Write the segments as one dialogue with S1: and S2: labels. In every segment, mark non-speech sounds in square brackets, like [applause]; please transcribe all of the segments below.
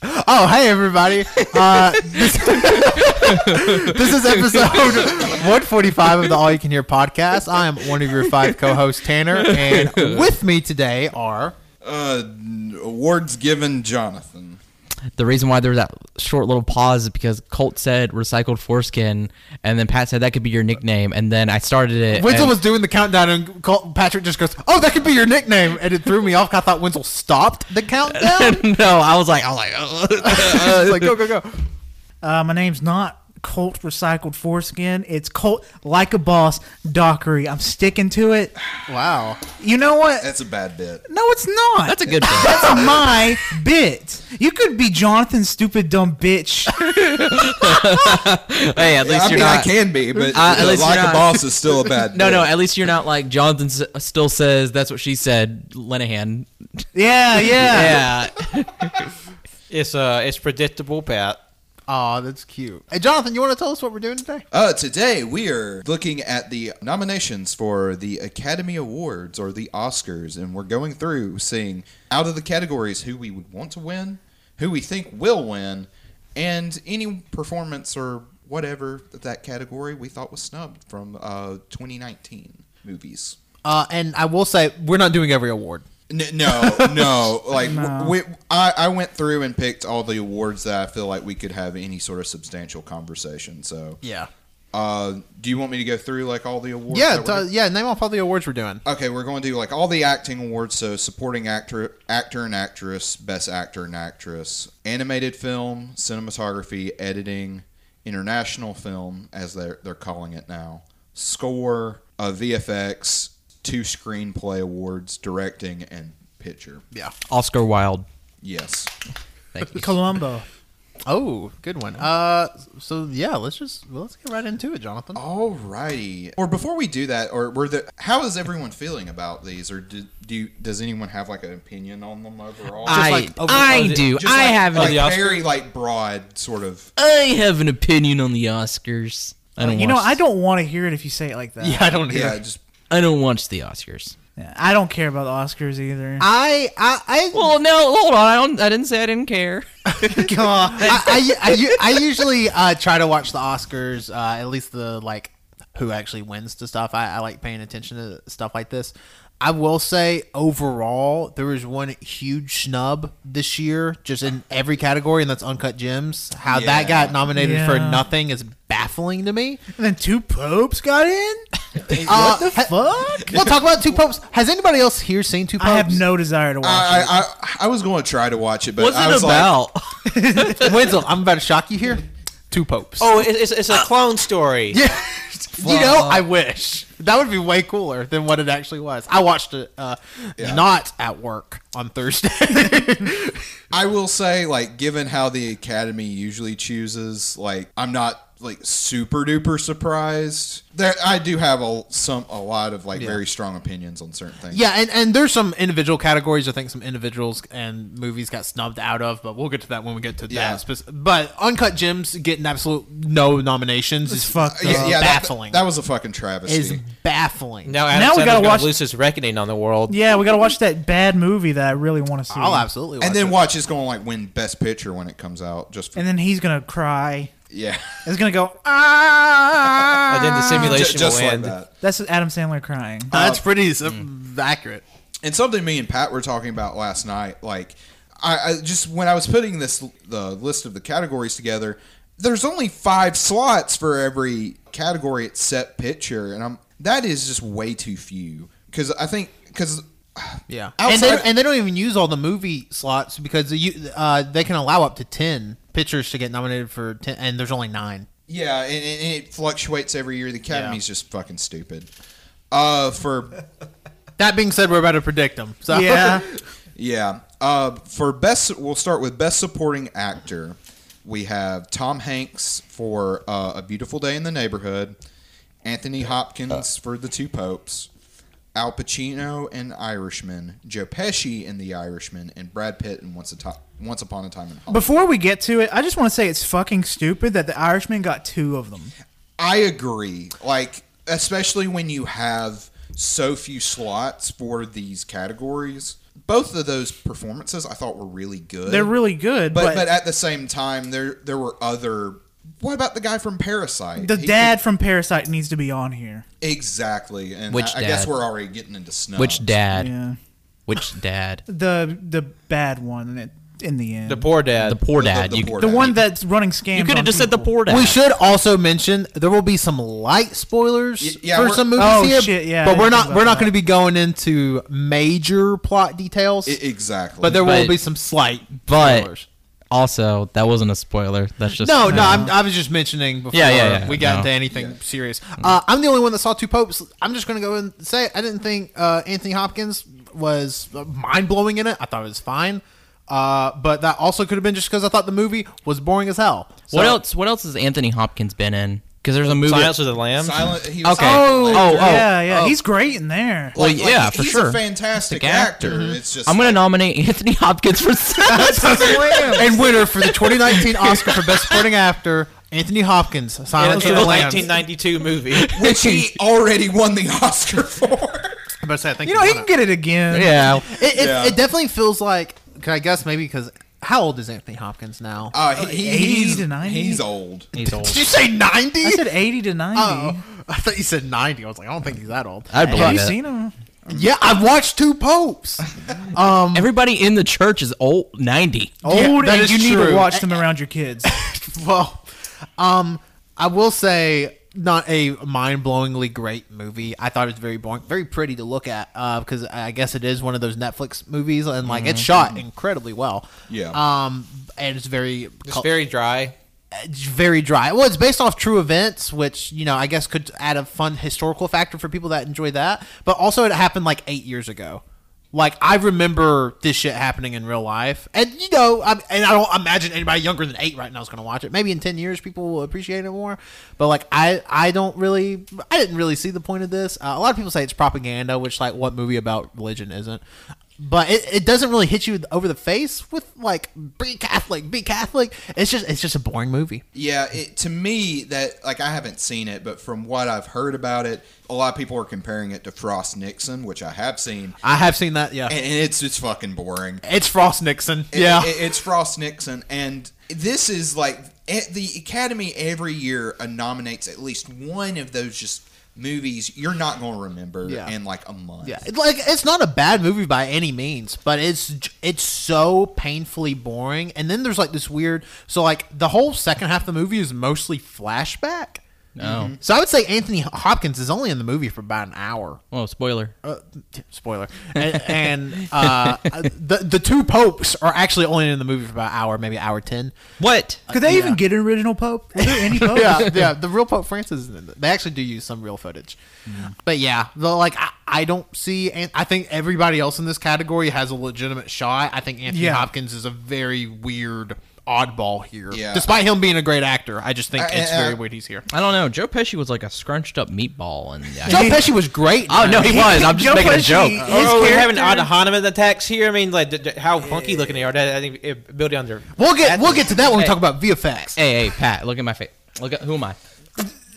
S1: Oh, hey everybody! Uh, this, [laughs] this is episode one forty-five of the All You Can Hear podcast. I am one of your five co-hosts, Tanner, and with me today are
S2: Uh, awards given Jonathan.
S3: the reason why there was that short little pause is because Colt said recycled foreskin, and then Pat said that could be your nickname, and then I started it.
S1: Wenzel
S3: and-
S1: was doing the countdown, and Col- Patrick just goes, "Oh, that could be your nickname," and it threw me off. I thought Wenzel stopped the countdown.
S3: [laughs] no, I was like, I was like, oh, "Ugh."
S1: It's like go, go, go.
S4: Uh, my name's not Colt Recycled Foreskin. It's Colt Like a Boss Dockery. I'm sticking to it.
S1: Wow.
S4: You know what?
S2: That's a bad bit.
S4: No, it's
S3: [laughs]
S4: not.
S3: that's a good. Bit.
S4: [laughs] That's my bit. You could be Jonathan's stupid dumb bitch.
S3: Hey, at least
S2: I
S3: you're
S2: mean, I
S3: not.
S2: can be, but
S3: Uh, at
S2: uh,
S3: least you're
S2: like a
S3: not.
S2: boss is still a bad.
S3: [laughs] No,
S2: bit.
S3: no. At least you're not like Jonathan s- still says. That's what she said, Lenahan.
S4: Yeah, yeah.
S3: Yeah,
S5: It's uh, it's predictable, Pat.
S1: Aw, that's cute. Hey, Jonathan, you want to tell us what we're doing today?
S2: Uh, today we are looking at the nominations for the Academy Awards or the Oscars, and we're going through seeing out of the categories who we would want to win, who we think will win, and any performance or whatever that, that category we thought was snubbed from uh, 2019 movies.
S1: Uh, and I will say, we're not doing every award.
S2: N- no, no. Like We, I, I went through and picked all the awards that I feel like we could have any sort of substantial conversation. So,
S1: Yeah.
S2: uh, do you want me to go through like all the awards?
S1: Yeah,
S2: that we're-
S1: t- yeah. Name off all the awards we're doing.
S2: Okay, we're going to do like all the acting awards, so supporting actor, actor and actress, best actor and actress, animated film, cinematography, editing, international film as they're they're calling it now, score, uh, VFX, two screenplay awards, directing and picture.
S1: Yeah.
S3: Oscar Wilde.
S2: Yes.
S3: Thank you.
S4: Columbo.
S1: Oh, good one. Uh, so yeah, let's just well, let's get right into it, Jonathan.
S2: Alrighty. Or before we do that, or were there, how is everyone feeling about these? Or do, do you, does anyone have like an opinion on them overall?
S3: I
S1: like over-
S3: I
S5: oh, the-
S3: do.
S2: Just
S3: I
S2: like-
S3: have an
S2: like
S5: the Oscars?
S2: very like broad sort of.
S3: I have an opinion on the Oscars. I don't.
S4: You know,
S3: watch-
S4: I don't [laughs] want to hear it if you say it like that.
S1: Yeah, I don't
S2: Yeah,
S1: hear.
S2: just
S3: I don't watch the Oscars.
S4: Yeah, I don't care about the Oscars either.
S1: I I [laughs] I,
S3: Well, no, hold on. I, don't, I didn't say I didn't care.
S1: Oh, I, I, I, I usually uh, try to watch the Oscars, uh, at least the like who actually wins to stuff. I, I like paying attention to stuff like this. I will say overall, there was one huge snub this year, just in every category, and that's Uncut Gems. How that
S2: Yeah.
S1: got nominated for
S4: Yeah.
S1: nothing is baffling to me.
S4: and then two popes got in?
S1: what the fuck? We'll talk about Two Popes. Has anybody else here seen Two Popes?
S4: I have no desire to watch it.
S2: I, I, I was going to try to watch it, but
S3: What's
S2: I
S3: it
S2: was
S3: about?
S1: Wenzel, I'm about to shock you here. Two Popes.
S5: [laughs] Oh, it, it's it's a clone story.
S1: Yeah. [laughs] you know, I wish that would be way cooler than what it actually was. I watched it uh,
S2: Yeah.
S1: not at work on Thursday. [laughs]
S2: like, I will say, like, given how the Academy usually chooses, like, I'm not like super duper surprised. There, I do have a some a lot of like very strong opinions on certain things.
S1: yeah, and, and there's some individual categories. I think some individuals and movies got snubbed out of, but we'll get to that when we get to
S2: Yeah.
S1: that. Spec- but Uncut Gems getting absolute no nominations is
S4: fucked
S1: is
S2: yeah, yeah, that-
S1: baffling.
S2: That, was a fucking travesty.
S1: is baffling.
S5: Now, Adam
S4: Now we
S5: Sandler's
S4: gotta
S5: gonna
S4: watch-
S5: lose his reckoning on the world.
S4: Yeah, we got to watch that bad movie that I really want to see.
S1: I'll absolutely. Watch
S2: and then
S1: it.
S2: watch it's going to like win Best Picture when it comes out. Just for,
S4: and then he's going to cry.
S2: yeah, [laughs]
S4: He's going to go,
S3: [laughs]
S4: ah.
S5: And then the
S2: just,
S5: simulation
S2: just
S5: will
S2: like
S5: end.
S2: that.
S4: That's Adam Sandler crying.
S1: that's pretty uh,
S2: Mm.
S1: accurate.
S2: and something me and Pat were talking about last night, like I, I just when I was putting this the list of the categories together, there's only five slots for every category except picture, and I'm that is just way too few because I think because
S1: Yeah, and
S2: Outside-
S1: they, and they don't even use all the movie slots because you uh, they can allow up to ten pictures to get nominated for ten, and there's only nine.
S2: yeah, and, and and it fluctuates every year. The Academy's just fucking stupid. Uh, for
S1: That being said, we're about to predict them. So [laughs]
S4: yeah.
S2: Yeah. Uh, for best, we'll start with best supporting actor. We have Tom Hanks for uh, A Beautiful Day in the Neighborhood, Anthony Hopkins for The Two Popes, Al Pacino in Irishman, Joe Pesci in The Irishman, and Brad Pitt in Once, a Ti- Once Upon a Time in Hollywood.
S4: Before we get to it, I just want to say it's fucking stupid that the Irishman got two of them.
S2: I agree. Like, especially when you have so few slots for these categories. both of those performances I thought were really good.
S4: They're really good,
S2: but,
S4: but,
S2: but at the same time, there there were other. What about the guy from Parasite?
S4: the
S2: He-
S4: dad from Parasite needs to be on here.
S2: exactly. And
S3: Which
S2: I, I guess
S3: dad?
S2: we're already getting into snow.
S3: Which dad?
S4: Yeah,
S3: Which dad?
S4: the the bad one in, it, in the end,
S5: The
S4: the,
S5: poor [laughs] dad.
S3: The poor
S2: The-
S3: dad.
S2: the
S3: you
S2: poor dad.
S4: one that's running scams.
S3: could have
S4: on
S3: just said the
S4: people.
S3: poor dad.
S1: We should also mention there will be some light spoilers
S2: Y- yeah,
S1: for
S2: we're-
S1: some movies
S4: Oh,
S1: here,
S4: shit, yeah, I
S1: but
S4: didn't
S1: we're
S4: think
S1: not
S4: about
S1: we're not
S4: that.
S1: going to be going into major plot details.
S2: I- e, exactly.
S1: but there will
S3: But-
S1: be some slight
S3: but-
S1: spoilers.
S3: Also, that wasn't a spoiler. That's just
S1: No, no, I'm, I was just mentioning before
S3: Yeah, yeah, yeah,
S1: we got
S3: no.
S1: into anything serious. Uh, I'm the only one that saw Two Popes. I'm just going to go and say I didn't think uh, Anthony Hopkins was mind blowing in it. I thought it was fine. Uh, but that also could have been just because I thought the movie was boring as hell.
S3: What
S1: So-
S3: else? What else has Anthony Hopkins been in? Because there's a movie.
S5: Silence of the Lambs.
S2: Silent. He was
S3: okay.
S2: Silent
S3: oh,
S2: Lantern.
S3: oh,
S4: yeah, yeah,
S3: oh.
S4: he's great in there.
S3: Well,
S2: Like,
S3: yeah, for
S2: he's
S3: sure.
S2: a fantastic
S3: Fantastic act-
S2: actor. It's just
S3: I'm gonna nominate [laughs] Anthony Hopkins for Silence of the Lambs.
S1: and winner for the 2019 Oscar for Best Supporting Actor, Anthony Hopkins, Silence
S5: in
S1: of
S5: a
S1: the Lambs.
S5: 1992 movie.
S2: which
S3: [laughs]
S2: he already won the Oscar for. Uh,
S1: I'm about to say, I think
S4: You know,
S1: he
S4: he
S1: won
S4: can
S1: it.
S4: get it again.
S3: Yeah.
S1: It, it,
S2: Yeah.
S1: it definitely feels like, 'cause I guess maybe because how old is Anthony Hopkins now?
S2: Uh, he, he-
S4: 80
S2: he's,
S4: Oh, to 90?
S2: he's old.
S3: He's old.
S1: Did you say 90?
S4: I said eighty to ninety.
S1: oh, [laughs] I thought you said 90. I was like, I don't think he's that old.
S3: I'd
S4: Have
S3: believe
S4: you
S3: it.
S4: seen him?
S1: yeah, I've watched two popes. Um,
S3: Everybody in the church is old, ninety.
S4: Old,
S1: that
S4: and
S1: is
S4: you need
S1: true.
S4: to watch them around your kids.
S1: [laughs] well, um, I will say not a mind-blowingly great movie. I thought it was very boring, very pretty to look at because I guess it is one of those Netflix movies, and like it's shot incredibly well.
S2: Yeah.
S1: Um, and it's very
S5: It's very dry.
S1: it's very dry. Well, it's based off true events, which you know I guess could add a fun historical factor for people that enjoy that. But also, it happened like eight years ago. Like I remember this shit happening in real life, and you know, I, and I don't imagine anybody younger than eight right now is going to watch it. Maybe in ten years, people will appreciate it more. But like, I I don't really, I didn't really see the point of this. Uh, a lot of people say it's propaganda, which like, what movie about religion isn't? but it, it doesn't really hit you over the face with like be Catholic, be Catholic. It's just it's just a boring movie.
S2: Yeah, it, to me that like I haven't seen it, but from what I've heard about it, a lot of people are comparing it to Frost Nixon, which I have seen,
S1: I have seen that. Yeah,
S2: and, and it's it's fucking boring.
S1: it's Frost Nixon.
S2: It-
S1: yeah,
S2: it- it's Frost Nixon, and this is like at the Academy every year uh, nominates at least one of those just movies you're not going to remember
S1: Yeah.
S2: in like a month.
S1: yeah. It's Like it's not a bad movie by any means, but it's j- it's so painfully boring. And then there's like this weird. So like the whole second half of the movie is mostly flashback.
S3: No.
S1: So I would say Anthony Hopkins is only in the movie for about an hour.
S3: Well, spoiler.
S1: uh, t- spoiler and, [laughs] and uh, the the two popes are actually only in the movie for about an hour maybe hour 10
S3: What?
S4: Could they even get an original pope? Were there any popes?
S1: Oh, [laughs] yeah yeah the real pope francis is in it. they actually do use some real footage but yeah the, like I, I don't see and i think everybody else in this category has a legitimate shot i think anthony
S4: Yeah.
S1: hopkins is a very weird oddball here
S2: Yeah.
S1: despite him being a great actor i just think
S2: I-
S3: Uh,
S1: it's
S2: I-
S1: very
S2: I-
S1: weird he's here
S3: I don't know. Joe Pesci was like a scrunched up meatball, and
S1: joe pesci was great
S3: oh no,
S1: [laughs]
S3: he was. I'm just
S4: Joe
S3: making a
S4: Pesci-
S3: joke.
S4: his
S5: Oh, we're having odd
S4: character-
S5: Hanuman attacks here. I mean, like th- th- how Oh, funky looking they are. That, I think it, building under.
S1: we'll get we'll get to that when we
S3: Hey.
S1: talk about vfx
S3: Hey, hey, Pat, look at my face. Look at who am I?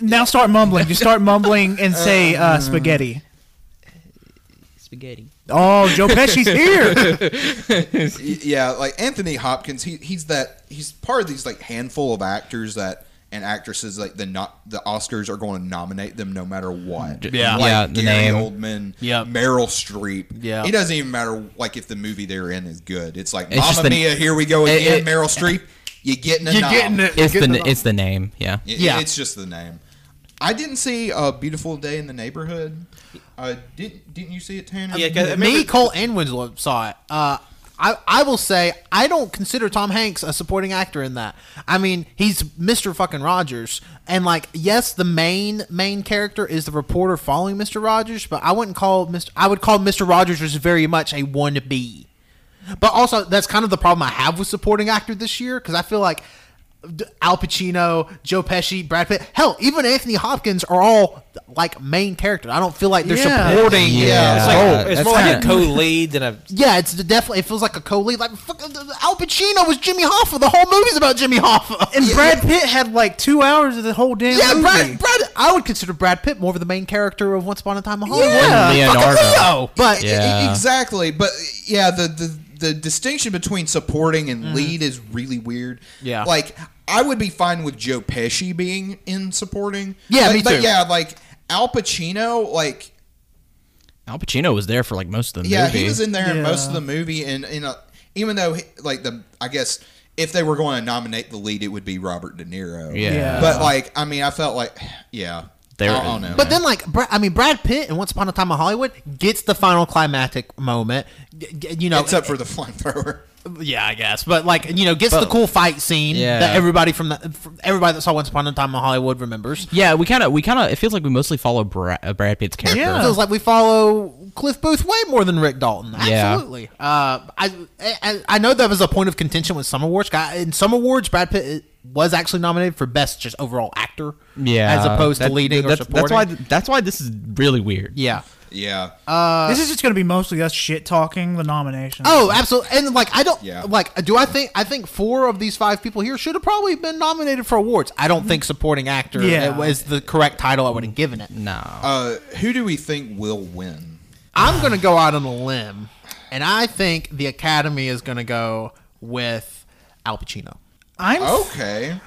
S4: Now start mumbling. Just start mumbling and say uh, spaghetti.
S3: Spaghetti.
S4: Oh, Joe Pesci's here.
S2: Y- yeah, like Anthony Hopkins, he he's that he's part of these like handful of actors that and actresses like the not the Oscars are going to nominate them no matter what.
S1: Yeah.
S2: like
S3: Yeah, the
S2: Gary
S3: name.
S2: Oldman,
S1: Yep.
S2: Meryl Streep.
S1: Yeah.
S2: it doesn't even matter like if the movie they're in is good. It's like
S3: It's just
S2: Mamma
S3: the-
S2: Mia, here we go
S3: it-
S2: again.
S3: it-
S2: Meryl Streep, you getting a
S1: you're
S2: nom.
S1: getting it
S3: It's
S1: Get
S3: the
S1: nom.
S3: it's the name. Yeah.
S2: It-
S1: Yeah.
S2: it's just the name. I didn't see a beautiful day in the neighborhood. Uh, didn't didn't you see it, Tanner?
S5: Yeah, 'cause I
S1: Uh, me,
S5: remember-
S1: Cole, and Winslow saw it. Uh, I, I will say I don't consider Tom Hanks a supporting actor in that. I mean, he's Mr. fucking Rogers, and like, yes, the main main character is the reporter following Mr. Rogers, but I wouldn't call Mr. I would call Mr. Rogers is very much a one B. But also, that's kind of the problem I have with supporting actor this year because I feel like D- Al Pacino, Joe Pesci, Brad Pitt, hell, even Anthony Hopkins are all like main characters. I don't feel like they're
S4: Yeah.
S1: supporting.
S2: Yeah.
S5: It's,
S2: It's
S5: like,
S3: Oh,
S5: it's
S3: that's
S5: more like a
S3: kinda-
S5: co-lead than a.
S1: Yeah, it's the- definitely. It feels like a co-lead. Like fuck, Al Pacino was Jimmy Hoffa. The whole movie's about Jimmy Hoffa. [laughs]
S4: And Brad Pitt had like two hours of the whole damn
S1: yeah,
S4: movie.
S1: Brad, Brad. I would consider Brad Pitt more of the main character of Once Upon a Time in Hollywood.
S3: And Leonardo.
S1: Fucking Leo.
S2: [laughs]
S1: But
S3: Yeah.
S2: Exactly, but yeah, the, the the distinction between supporting and lead is really weird.
S1: Yeah.
S2: like I would be fine with Joe Pesci being in supporting.
S1: Yeah,
S2: but,
S1: me
S2: but
S1: too.
S2: yeah, like Al Pacino, like
S3: Al Pacino was there for like most of the
S2: yeah,
S3: movie.
S2: he was in there in most of
S4: Yeah.
S2: the movie, and you know, even though he- like the I guess if they were going to nominate the lead, it would be Robert De Niro.
S3: Yeah. Yeah.
S2: but like I mean, I felt like [sighs] yeah,
S3: They
S2: I
S3: were-
S2: don't know.
S1: But then, like, Bra- I mean, Brad Pitt in Once Upon a Time in Hollywood gets the final climactic moment. G- g- you know,
S2: except for the [laughs] flamethrower.
S1: yeah, I guess, but like, you know, gets the
S3: But-
S1: cool fight scene
S3: Yeah.
S1: that everybody from, the, from everybody that saw Once Upon a Time in Hollywood remembers.
S3: Yeah, we kind of, we kind of, it feels like we mostly follow Brad, uh, Brad Pitt's character.
S1: It
S4: Yeah.
S1: feels like we follow Cliff Booth way more than Rick Dalton.
S3: Yeah.
S1: Absolutely. Uh, I, I I know that was a point of contention with some awards. Guy in some awards, Brad Pitt uh, was actually nominated for best just overall actor.
S3: Yeah,
S1: as opposed to
S3: That-
S1: leading
S3: that's,
S1: or supporting.
S3: That's why. That's why this is really weird.
S1: yeah.
S2: Yeah,
S4: this is just gonna be mostly us shit talking the nomination.
S1: Uh, Oh, absolutely. And like I don't
S2: Yeah.
S1: like do I think I think four of these five people here should have probably been nominated for awards. I don't think supporting actor
S4: Yeah.
S1: is the correct title I would have given it.
S3: No.
S2: uh, who do we think will win?
S1: I'm going to go out on a limb and I think the academy is going to go with Al Pacino.
S4: I'm.
S1: oh.
S2: Okay.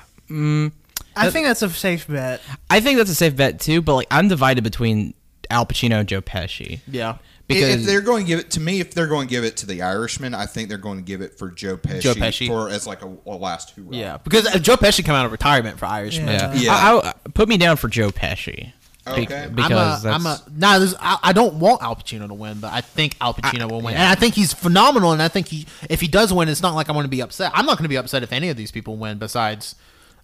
S4: I think that's a safe bet.
S3: I think that's a safe bet too. But like, I'm divided between Al Pacino and Joe Pesci.
S1: Yeah.
S3: Because
S2: if they're going to give it to me, if they're going to give it to the Irishman, I think they're going to give it for Joe Pesci,
S1: Joe Pesci.
S2: for as like a, a last hurrah.
S1: Yeah, because uh, Joe Pesci came out of retirement for Irishman.
S3: yeah,
S2: Yeah.
S3: I, I- put me down for Joe Pesci. Be-
S2: Okay.
S3: because
S1: I'm a, I'm
S3: that's-
S1: a nah, this, I, I don't want Al Pacino to win, but I think Al Pacino will win, and I think he's phenomenal. And I think he, if he does win, it's not like I'm going to be upset. I'm not going to be upset if any of these people win, besides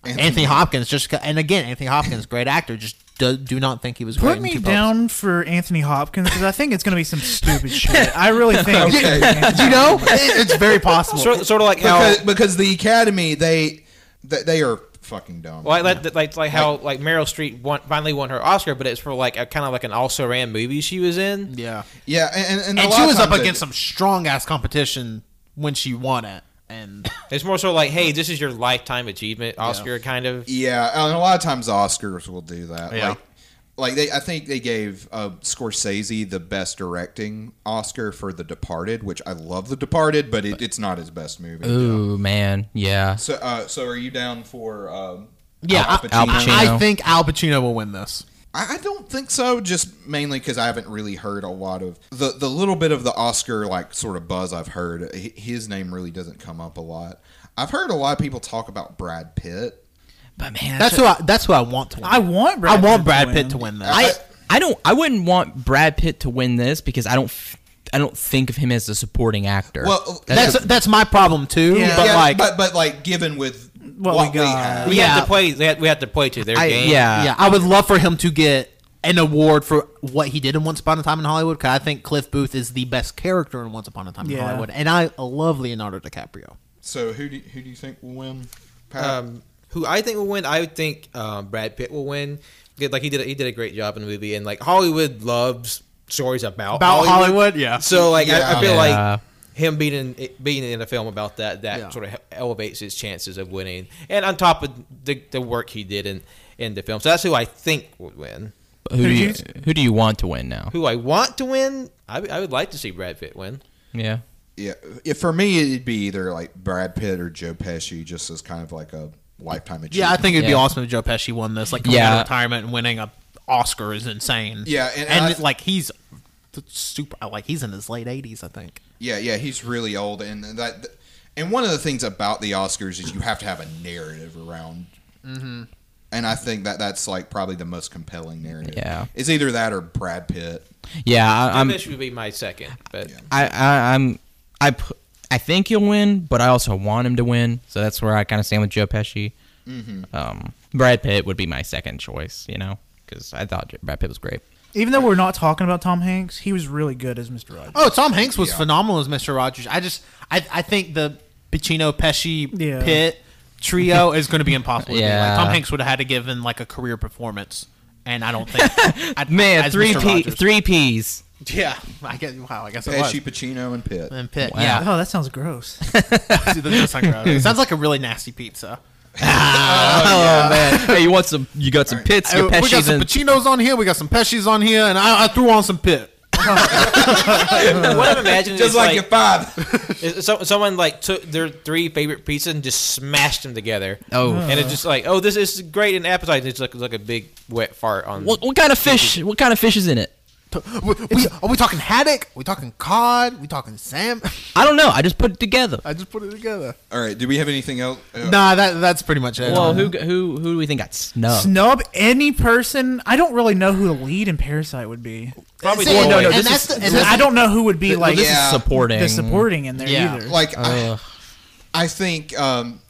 S1: Anthony, Hopkins. Just 'ca- and again, Anthony Hopkins, great actor. Just do, do not think he was great
S4: Put
S1: in
S4: me
S1: Two Popes. [laughs]
S4: down for Anthony Hopkins because I think it's gonna be some stupid shit. I really
S1: [laughs]
S4: think. it's gonna be
S2: Okay.
S4: Anthony
S1: You know, It- it's very possible.
S5: Sort, sort of like how
S2: because, because the Academy they they, they are fucking dumb.
S5: Well, like, like, like, like how like Meryl Streep won, finally won her Oscar, but it's for like a kind of like an also ran movie she was in.
S1: yeah,
S2: Yeah, and, and, and, a
S1: and
S2: lot
S1: she
S2: of
S1: was up
S2: times
S1: against
S2: they,
S1: some strong ass competition when she won it, and
S5: It's more so like, hey, this is your lifetime achievement Oscar kind of.
S2: Yeah, and a lot of times the Oscars will do that.
S1: Yeah.
S2: Like, like they, I think they gave uh, Scorsese the best directing Oscar for The Departed, which I love The Departed, but it, it's not his best movie.
S3: Ooh man, yeah.
S2: So, uh, so are you down for? Um,
S1: yeah, I,
S2: Al Pacino?
S1: I- I think Al Pacino will win this.
S2: I, I don't think so. Just mainly because I haven't really heard a lot of the the little bit of the Oscar like sort of buzz I've heard. h- His name really doesn't come up a lot. I've heard a lot of people talk about Brad Pitt.
S3: But man,
S1: That's who I, that's who I want to. Win.
S4: I want
S1: I
S4: Brad
S1: want
S4: Pitt
S1: Brad
S4: to
S1: Pitt
S4: win.
S1: to win this.
S3: I I don't I wouldn't want Brad Pitt to win this because I don't f- I don't think of him as a supporting actor.
S2: Well,
S1: that's that's my problem too.
S4: Yeah.
S1: But
S2: yeah,
S1: like,
S2: but but like given with what,
S4: we
S2: we
S4: got.
S2: have,
S5: We
S1: Yeah.
S5: have to play. They have, we have to play to their
S3: I-
S5: game.
S3: yeah.
S1: yeah, I would love for him to get an award for what he did in Once Upon a Time in Hollywood. Because I think Cliff Booth is the best character in Once Upon a Time in
S4: Yeah.
S1: Hollywood, and I love Leonardo DiCaprio.
S2: So who do who do you think will win? Pat?
S5: Um, who I think will win? I would think um, Brad Pitt will win. Good, Like he did, he did a great job in the movie, and like Hollywood loves stories about
S1: About Hollywood, yeah.
S5: So like I, I feel
S3: Yeah.
S5: like him being in, being in a film about that that
S1: Yeah.
S5: sort of elevates his chances of winning, and on top of the, the work he did in in the film, so that's who I think would win.
S3: who, do you,
S4: Who's-
S3: who do you want to win now?
S5: Who I want to win, I, w- I would like to see Brad Pitt win.
S3: Yeah.
S2: yeah, if for me it'd be either like Brad Pitt or Joe Pesci, just as kind of like a lifetime achievement.
S1: Yeah, I think it'd be
S3: Yeah.
S1: awesome if Joe Pesci won this. Like coming out
S3: Yeah.
S1: of retirement and winning a Oscar is insane.
S2: Yeah, and- and I-
S1: like he's super. Like he's in his late eighties, I think.
S2: Yeah, yeah, he's really old, and that, and one of the things about the Oscars is you have to have a narrative around,
S1: Mm-hmm.
S2: and I think that that's like probably the most compelling narrative.
S3: Yeah.
S2: it's either that or Brad Pitt.
S3: Yeah, I,
S5: Brad
S3: I'm
S5: Pitt would be my second, but
S3: I, I I'm I pu- I think he'll win, but I also want him to win. So that's where I kind of stand with Joe Pesci. Um, Brad Pitt would be my second choice, you know, because I thought J- Brad Pitt was great.
S4: Even though we're not talking about Tom Hanks, he was really good as Mr. Rogers.
S1: Oh, Tom Hanks was
S2: Yeah.
S1: phenomenal as Mr. Rogers. I just, I, I think the Pacino, Pesci,
S4: Yeah.
S1: Pitt
S3: [laughs]
S1: trio is going to be impossible. to do.
S3: Yeah.
S1: Like, Tom Hanks would have had to give in like a career performance, and I don't
S3: [laughs]
S1: think. I,
S3: Man,
S1: as
S3: three
S1: Mr.
S3: P,
S1: Rogers.
S3: three P's.
S1: Yeah, I guess. Wow, I guess it was.
S2: Pesci, Pacino, and Pitt.
S1: And Pitt.
S3: Wow.
S1: Yeah, [laughs]
S4: Oh, that sounds gross.
S1: Dude, that does sound gross. It sounds like a really nasty pizza.
S3: Oh man, hey, you want some? You got some pits,
S1: Uh,
S3: your
S1: we got
S3: peshies,
S1: some
S3: and
S1: Pacinos on here. We got some Pesci's on here, and I, I threw on some Pitt.
S5: [laughs] what I'm imagining
S2: [laughs] Just
S5: is
S2: like,
S5: like,
S2: your father. [laughs]
S5: is so, someone like took their three favorite pizzas and just smashed them together.
S3: Oh.
S5: and it's just like, oh, this is great and appetizing. It's like like a big wet fart on.
S3: what, what kind of fish? What kind of fish is in it?
S1: We, we- are we talking haddock? We talking cod? We talking salmon?
S3: I don't know. I just put it together.
S1: [laughs] I just put it together.
S2: All right. Do we have anything else? Uh,
S1: Nah, that that's pretty much it.
S3: Well, who g- who who do we think got snubbed?
S4: Snub any person. I don't really know who the lead in Parasite would be.
S5: Probably
S1: See,
S5: Norway.
S1: no, no,
S3: this
S1: and that's
S3: is-
S1: the, and
S4: And
S1: that's
S4: I
S1: the-
S4: don't know who would be like
S3: this
S2: Yeah.
S3: is supporting.
S4: the supporting in there
S1: Yeah.
S4: either.
S2: Like I,
S3: Ugh.
S2: I think um,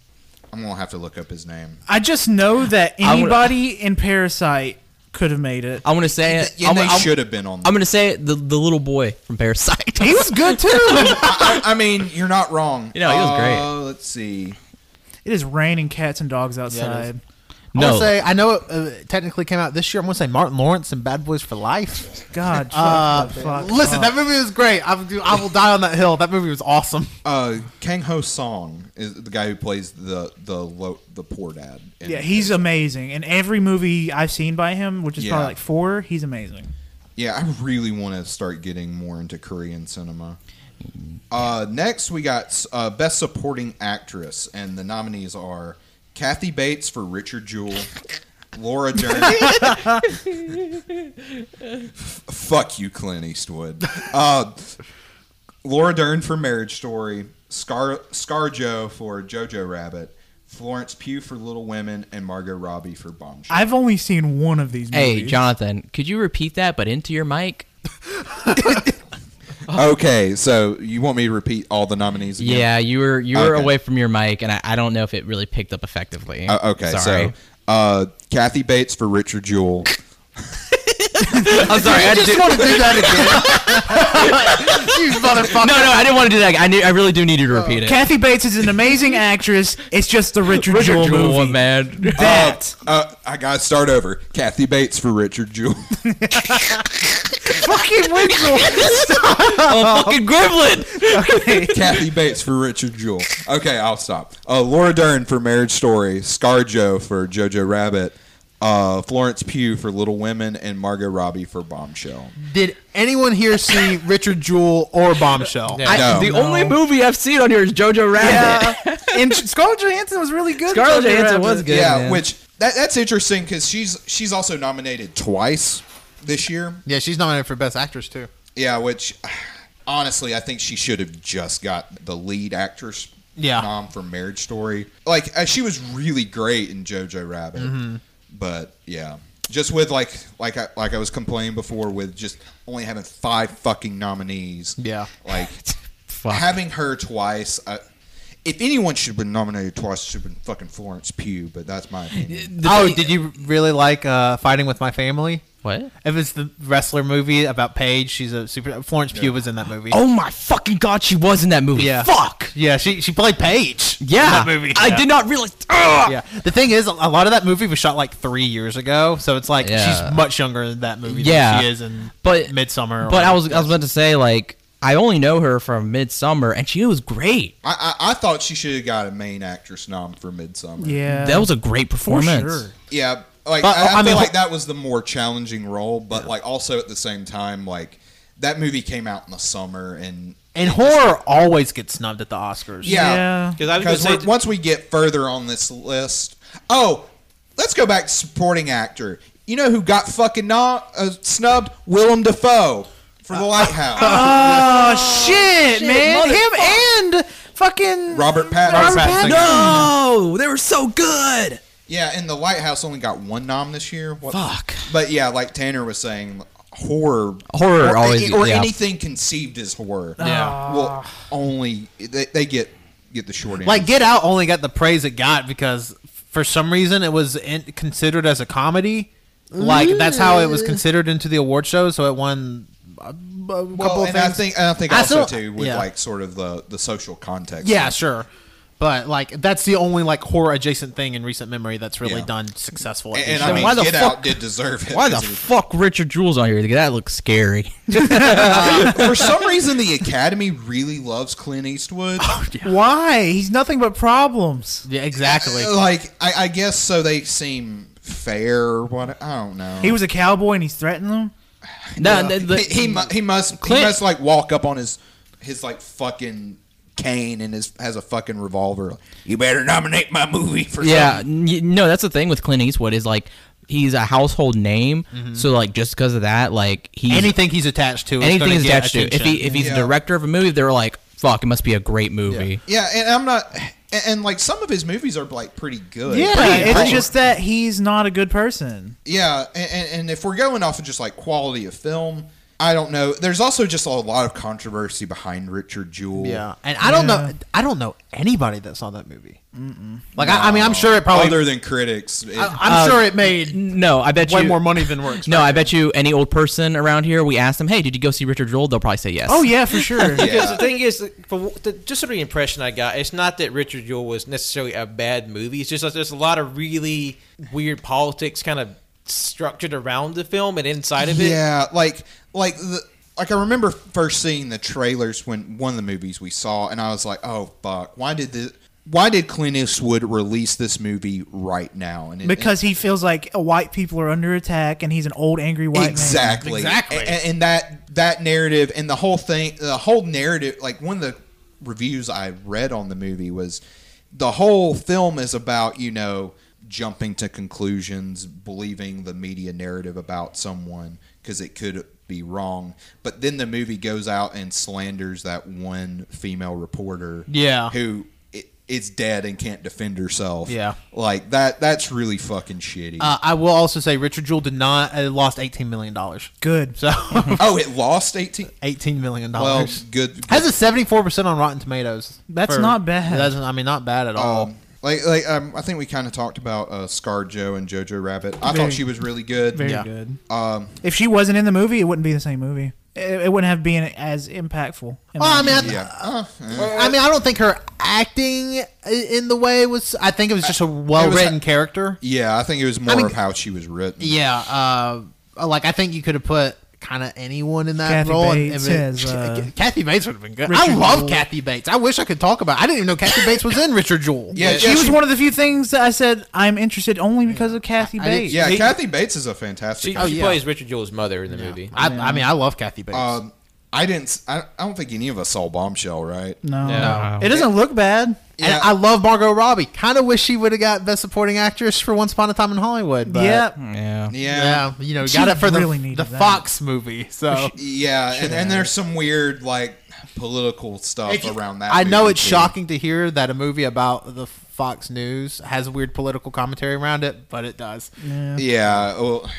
S2: I'm gonna have to look up his name.
S4: I just know that
S3: I would-
S4: anybody in Parasite could have made it.
S3: I'm gonna say it.
S2: Yeah,
S3: I'm,
S2: they
S3: I'm-
S2: should have been on.
S3: I'm gonna say it, the the little boy from Parasite.
S4: [laughs]
S1: he was good
S3: [laughs]
S1: too.
S2: I, I mean, you're not wrong.
S3: You know, he was great.
S2: Uh, let's see.
S4: It is raining cats and dogs outside.
S1: I'm gonna
S3: [laughs] no,
S1: say I know it uh, technically came out this year. I'm gonna say Martin Lawrence and Bad Boys for Life.
S4: God,
S1: Uh,
S4: fuck, fuck,
S1: listen, that
S4: fuck.
S1: movie was great. I, would- I will die on that hill. That movie was [laughs] awesome.
S2: Uh, Kang Ho Song is the guy who plays the the lo- the poor dad. in-
S4: yeah, he's amazing. In every movie I've seen by him, which is
S2: Yeah.
S4: probably like four, he's amazing.
S2: Yeah, I really want to start getting more into Korean cinema. Uh, next, we got uh, Best Supporting Actress, and the nominees are Kathy Bates for Richard Jewell, Laura Dern. F- fuck you, Clint Eastwood. Uh, Laura Dern for Marriage Story, Scar ScarJo for Jojo Rabbit, Florence Pugh for Little Women, and Margot Robbie for Bombshell.
S4: I've only seen one of these movies.
S3: hey Jonathan, could you repeat that, but into your mic?
S2: Okay, so you want me to repeat all the nominees? Again?
S3: Yeah, you were you were
S2: Okay.
S3: away from your mic, and I, I don't know if it really picked up effectively.
S2: Uh, okay,
S3: sorry. [laughs]
S2: so uh, Kathy Bates for Richard Jewell.
S3: I'm sorry. I did,
S1: want to do
S3: [laughs]
S1: that again. you motherfucker.
S3: no, no, I didn't want to do that. Oh, I knew, I really do need you to repeat it.
S4: Kathy Bates is an amazing actress. It's just the Richard, Jewell, movie.
S3: one, [laughs] man.
S4: That
S2: Uh, I gotta start over. Kathy Bates for Richard Jewell. [laughs]
S4: fucking Richard.
S3: [laughs] oh, fucking gremlin.
S2: Kathy Bates for Richard Jewell. Okay, I'll stop. Uh, Laura Dern for Marriage Story. ScarJo for Jojo Rabbit. Uh, Florence Pugh for Little Women, and Margot Robbie for Bombshell.
S1: Did anyone here see Richard Jewell or Bombshell?
S5: Yeah.
S3: I-
S2: No.
S3: the [laughs] only movie I've seen on here is Jojo Rabbit.
S1: [laughs]
S4: and Scarlett Johansson was really good.
S3: Scarlett
S4: Jojo
S3: Johansson was
S4: Rabbit.
S3: good.
S2: yeah,
S3: man.
S2: which that, that's interesting because she's she's also nominated twice this year.
S1: Yeah, she's nominated for Best Actress too.
S2: Yeah, which honestly, I think she should have just got the lead actress
S1: Yeah.
S2: nom for Marriage Story. Like uh, she was really great in Jojo Rabbit, but yeah, just with like like I, like I was complaining before with just only having five fucking nominees.
S1: Yeah.
S2: like
S3: Fuck.
S2: having her twice. Uh, if anyone should have been nominated twice, it should have been fucking Florence Pugh. But that's my opinion.
S1: oh, did you really like uh, Fighting with My Family?
S3: What?
S1: If it's the wrestler movie about Paige, she's a super. Florence Pugh was in that movie.
S3: Oh my fucking god, she was in that movie.
S1: Yeah.
S3: Fuck.
S1: yeah, she she played Paige. in
S3: Yeah.
S1: that movie.
S3: I
S1: Yeah.
S3: did not realize. Ugh!
S1: Yeah, the thing is, a a lot of that movie was shot like three years ago, so it's like
S3: Yeah.
S1: she's much younger in that movie
S3: Yeah.
S1: than she is in
S3: But-
S1: Midsummer.
S3: But I was I was about to say like I only know her from Midsummer, and she was great.
S2: I, I I thought she should have got a main actress nom for Midsummer.
S4: Yeah,
S3: that was a great
S4: for
S3: performance.
S4: sure.
S2: Yeah, like
S1: But,
S2: I, I
S1: I mean,
S2: feel like
S1: ho-
S2: that was the more challenging role, but like also at the same time, like that movie came out in the summer, and
S1: and horror always gets snubbed at the Oscars.
S2: yeah,
S4: Yeah.
S5: Because I was
S2: because
S5: gonna say-
S2: once we get further on this list, oh, let's go back to supporting actor. You know who got fucking no- uh, snubbed? Willem Dafoe for
S1: Uh,
S2: The Lighthouse.
S4: Oh shit, man! Him and fucking
S2: Robert Pattinson.
S1: Robert Pattinson.
S3: No, they were so good.
S2: Yeah, and The Lighthouse only got one nom this year. What-
S3: Fuck.
S2: But yeah, like Tanner was saying, horror,
S3: Horror
S2: or,
S3: always-
S2: or
S3: yeah.
S2: anything conceived as horror.
S1: Yeah.
S2: Well, only they, they get get the short end.
S1: Like Get Out only got the praise it got because for some reason it was in, considered as a comedy. Like that's how it was considered into the award show, so it won a, a couple
S2: well,
S1: of
S2: and
S1: things.
S2: I think and I think
S1: I
S2: also
S1: still-
S2: too with
S1: yeah.
S2: like sort of the the social context.
S1: yeah, sure. But like that's the only like horror adjacent thing in recent memory that's really
S2: Yeah.
S1: done successful.
S2: And,
S1: At
S2: and
S1: these
S2: I
S3: Then
S2: mean,
S3: why the
S2: Get
S3: fuck-
S2: Out did deserve it.
S3: Why the
S2: [laughs] 'cause it was-
S3: fuck Richard Jewell's on here? That looks [laughs] scary.
S2: For some reason, the Academy really loves Clint
S3: [laughs]
S2: Eastwood.
S3: Oh,
S4: Why? He's nothing but problems.
S1: yeah, [laughs] exactly.
S2: like I, I guess so they seem fair or what I don't know.
S4: He was a cowboy and he's threatening them.
S3: no,
S1: [laughs]
S3: the- the-
S2: he, he, mu- he must
S3: Clint-
S2: he must like walk up on his his like fucking cane and his has a fucking revolver. You better nominate my movie for
S3: yeah,
S2: something."
S3: n- y- no, that's the thing with Clint Eastwood is like he's a household name. So like just because of that, like he's
S1: Mm-hmm. anything he's attached to, is
S3: anything
S1: gonna
S3: is
S1: get
S3: attached to. If
S1: attention.
S3: he if he's
S2: Yeah.
S3: a director of a movie, they're like, fuck, it must be a great movie.
S2: Yeah, and I'm not and, and like some of his movies are like pretty good.
S4: Yeah,
S2: Pretty
S4: it's
S2: good.
S4: just that he's not a good person.
S2: Yeah, and, and, and if we're going off of just like quality of film, I don't know. There's also just a lot of controversy behind Richard Jewell.
S1: yeah, and I don't know, I don't know anybody that saw that movie. Like I, I mean, I'm sure it probably.
S2: Other uh, than critics, it-
S1: I, am sure it made
S3: No, I bet
S1: way
S3: you
S1: more money than works.
S3: [laughs] No, I bet you any old person around here, we ask them, hey, did you go see Richard Jewell? They'll probably say yes.
S4: Oh yeah, for sure.
S2: Yeah.
S5: Because the thing is, like, for wh- the, just sort of the impression I got, it's not that Richard Jewell was necessarily a bad movie. It's just like there's a lot of really weird politics kind of structured around the film and inside of it.
S2: Yeah, like like the, like I remember first seeing the trailers when one of the movies we saw, and I was like, oh fuck, why did this? Why did Clint Eastwood release this movie right now? And it-
S4: [laughs] Because he feels like uh, white people are under attack and he's an old angry white
S2: exactly,
S1: Exactly.
S2: A- and, and that that narrative and the whole thing, the whole narrative, like one of the reviews I read on the movie was the whole film is about you know jumping to conclusions, believing the media narrative about someone because it could be wrong, but then the movie goes out and slanders that one female reporter,
S1: Yeah.
S2: who. i- is dead and can't defend herself.
S1: Yeah.
S2: like that. That's really fucking shitty.
S1: Uh, I will also say Richard Jewell did not uh, lost 18 million dollars.
S4: man. Good. [laughs]
S1: So [laughs]
S2: oh, it lost eighteen.
S1: 18 million
S2: Well,
S1: dollars.
S2: good. good
S1: Has a 74 percent on Rotten Tomatoes.
S4: That's not bad.
S1: That's, I mean, not bad at all.
S2: um, like, like um, I think we kind of talked about uh, Scar Joe and Jojo Rabbit. I thought
S4: Very-
S2: she was really good.
S4: Very
S1: Yeah.
S4: good.
S2: Um,
S4: If she wasn't in the movie, it wouldn't be the same movie. It, it wouldn't have been as impactful. in
S1: well,
S4: my
S1: I mean, I,
S2: yeah. Uh, eh.
S1: I mean, I don't think her acting i- in the way was. I think it was just a well-written character.
S2: yeah, I think it was more
S1: mean-
S2: of how she was written.
S1: Yeah, uh, like I think you could have put kind of anyone in that
S4: Kathy
S1: role. and-
S4: Bates
S1: and it-
S4: as, uh,
S1: Kathy Bates would have been good. I
S4: Richard
S1: love
S4: Jewell.
S1: Kathy Bates. I wish I could talk about. I didn't even know Kathy Bates was in Richard Jewell.
S2: Yeah,
S4: she
S2: yeah,
S4: was
S2: she-
S4: one of the few things that I said I'm interested only because of Kathy
S1: I did-
S4: Bates.
S2: Yeah,
S5: He-
S2: Kathy Bates is a
S5: She,
S2: fantastic.
S5: she
S1: oh, yeah.
S5: plays Richard Jewell's mother in the movie.
S1: I, I mean, I love Kathy Bates. Uh,
S2: um, I didn't. s- I, I don't think any of us saw Bombshell, right?
S4: No.
S3: No.
S4: It doesn't look bad.
S2: Yeah.
S1: And I love Margot Robbie. Kind of wish she would have got Best Supporting Actress for Once Upon a Time in Hollywood. But
S4: yeah.
S3: Yeah.
S2: Yeah,
S1: yeah, you know,
S4: She
S1: got it for
S4: really
S1: the,
S4: needed
S1: the
S4: that.
S1: Fox movie. So
S2: yeah, and, and there's some weird like political stuff
S1: It's-
S2: around that.
S1: I know
S2: movie,
S1: it's
S2: too.
S1: shocking to hear that a movie about the Fox News has weird political commentary around it, but it does.
S2: Yeah. Well,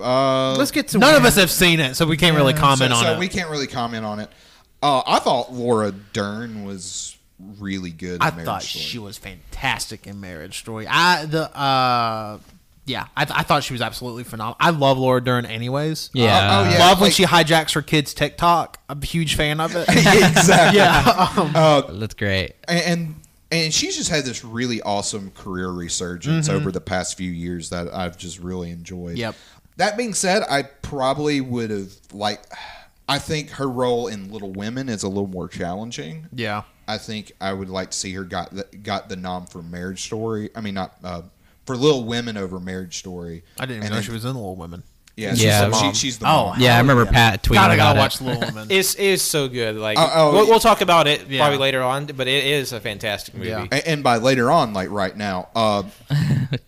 S2: uh,
S4: Let's get to
S1: None of
S4: Wham.
S1: us have seen it, so we can't really
S4: Yeah.
S1: comment
S2: so,
S1: on
S2: so
S1: it.
S2: we can't really comment on it. Uh, I thought Laura Dern was really good. in
S1: I
S2: Marriage
S1: thought
S2: Story.
S1: she was fantastic in Marriage Story. I the uh yeah, I, I thought she was absolutely phenomenal. I love Laura Dern, anyways. Uh,
S3: Yeah.
S2: Oh, oh, yeah.
S1: love when
S2: like- [laughs]
S1: she hijacks her kids' TikTok. I'm a huge fan of it. [laughs]
S2: exactly.
S1: yeah, [laughs] um,
S3: That's great.
S2: And, [laughs] and and she's just had this really awesome career resurgence over the past few years that I've just really enjoyed.
S1: Yep.
S2: That being said, I probably would have like. I think her role in Little Women is a little more challenging.
S1: yeah.
S2: I think I would like to see her got the, got the nom for Marriage Story. I mean, not uh, for Little Women over Marriage Story.
S1: I didn't even
S2: And
S1: know
S2: then-
S1: she was in Little Women.
S2: Yeah, she's
S3: Yeah.
S2: the mom.
S5: Mom.
S2: She, she's the
S1: Oh,
S2: mom.
S3: Yeah, I remember Pat tweeting
S1: God, I
S3: about
S1: gotta
S3: it.
S1: watch Little [laughs] Women.
S5: It's is so good. Like
S2: Oh, oh,
S5: we'll,
S2: yeah.
S5: we'll talk about it
S1: Yeah.
S5: probably later on, but it is a fantastic movie.
S1: Yeah.
S2: A- and by later on, like right now,
S3: [laughs]
S2: uh,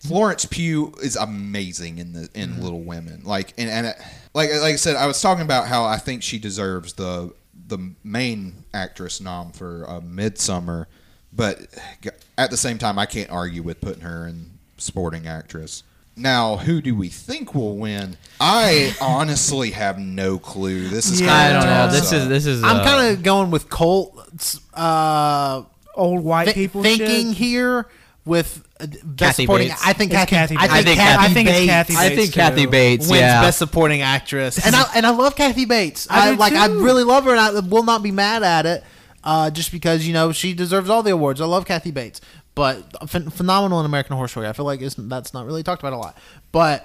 S2: Florence Pugh is amazing in the
S3: Mm-hmm.
S2: in Little Women. Like and, and it, like like I said, I was talking about how I think she deserves the the main actress nom for uh, Midsummer, but at the same time, I can't argue with putting her in supporting actress. Now, who do we think will win?
S3: [laughs]
S2: I honestly have no clue. This is
S4: Yeah,
S2: kind
S3: I
S2: of
S3: don't know.
S2: tough,
S3: This
S2: so-
S3: is this is. uh,
S1: I'm kind of going with Colt uh,
S4: Old white
S1: thi-
S4: people
S1: thinking
S4: shit.
S1: here with uh, best
S3: Kathy
S1: supporting.
S3: Bates.
S1: I think
S4: It's
S1: Kathy,
S4: Kathy
S1: I
S4: Bates.
S1: think,
S3: I
S1: Kathy
S3: think Kathy-
S4: I think it's
S1: Bates
S4: Kathy
S3: I think
S4: Bates,
S3: Kathy
S4: too.
S3: Bates.
S1: Wins
S3: Yeah.
S1: best supporting actress, and I and I love Kathy Bates.
S4: I
S1: I,
S4: do
S1: like I
S4: too.
S1: really love her, and I will not be mad at it. uh, just because you know she deserves all the awards. I love Kathy Bates, but ph- phenomenal in American Horror Story. I feel like it's, that's not really talked about a lot, but.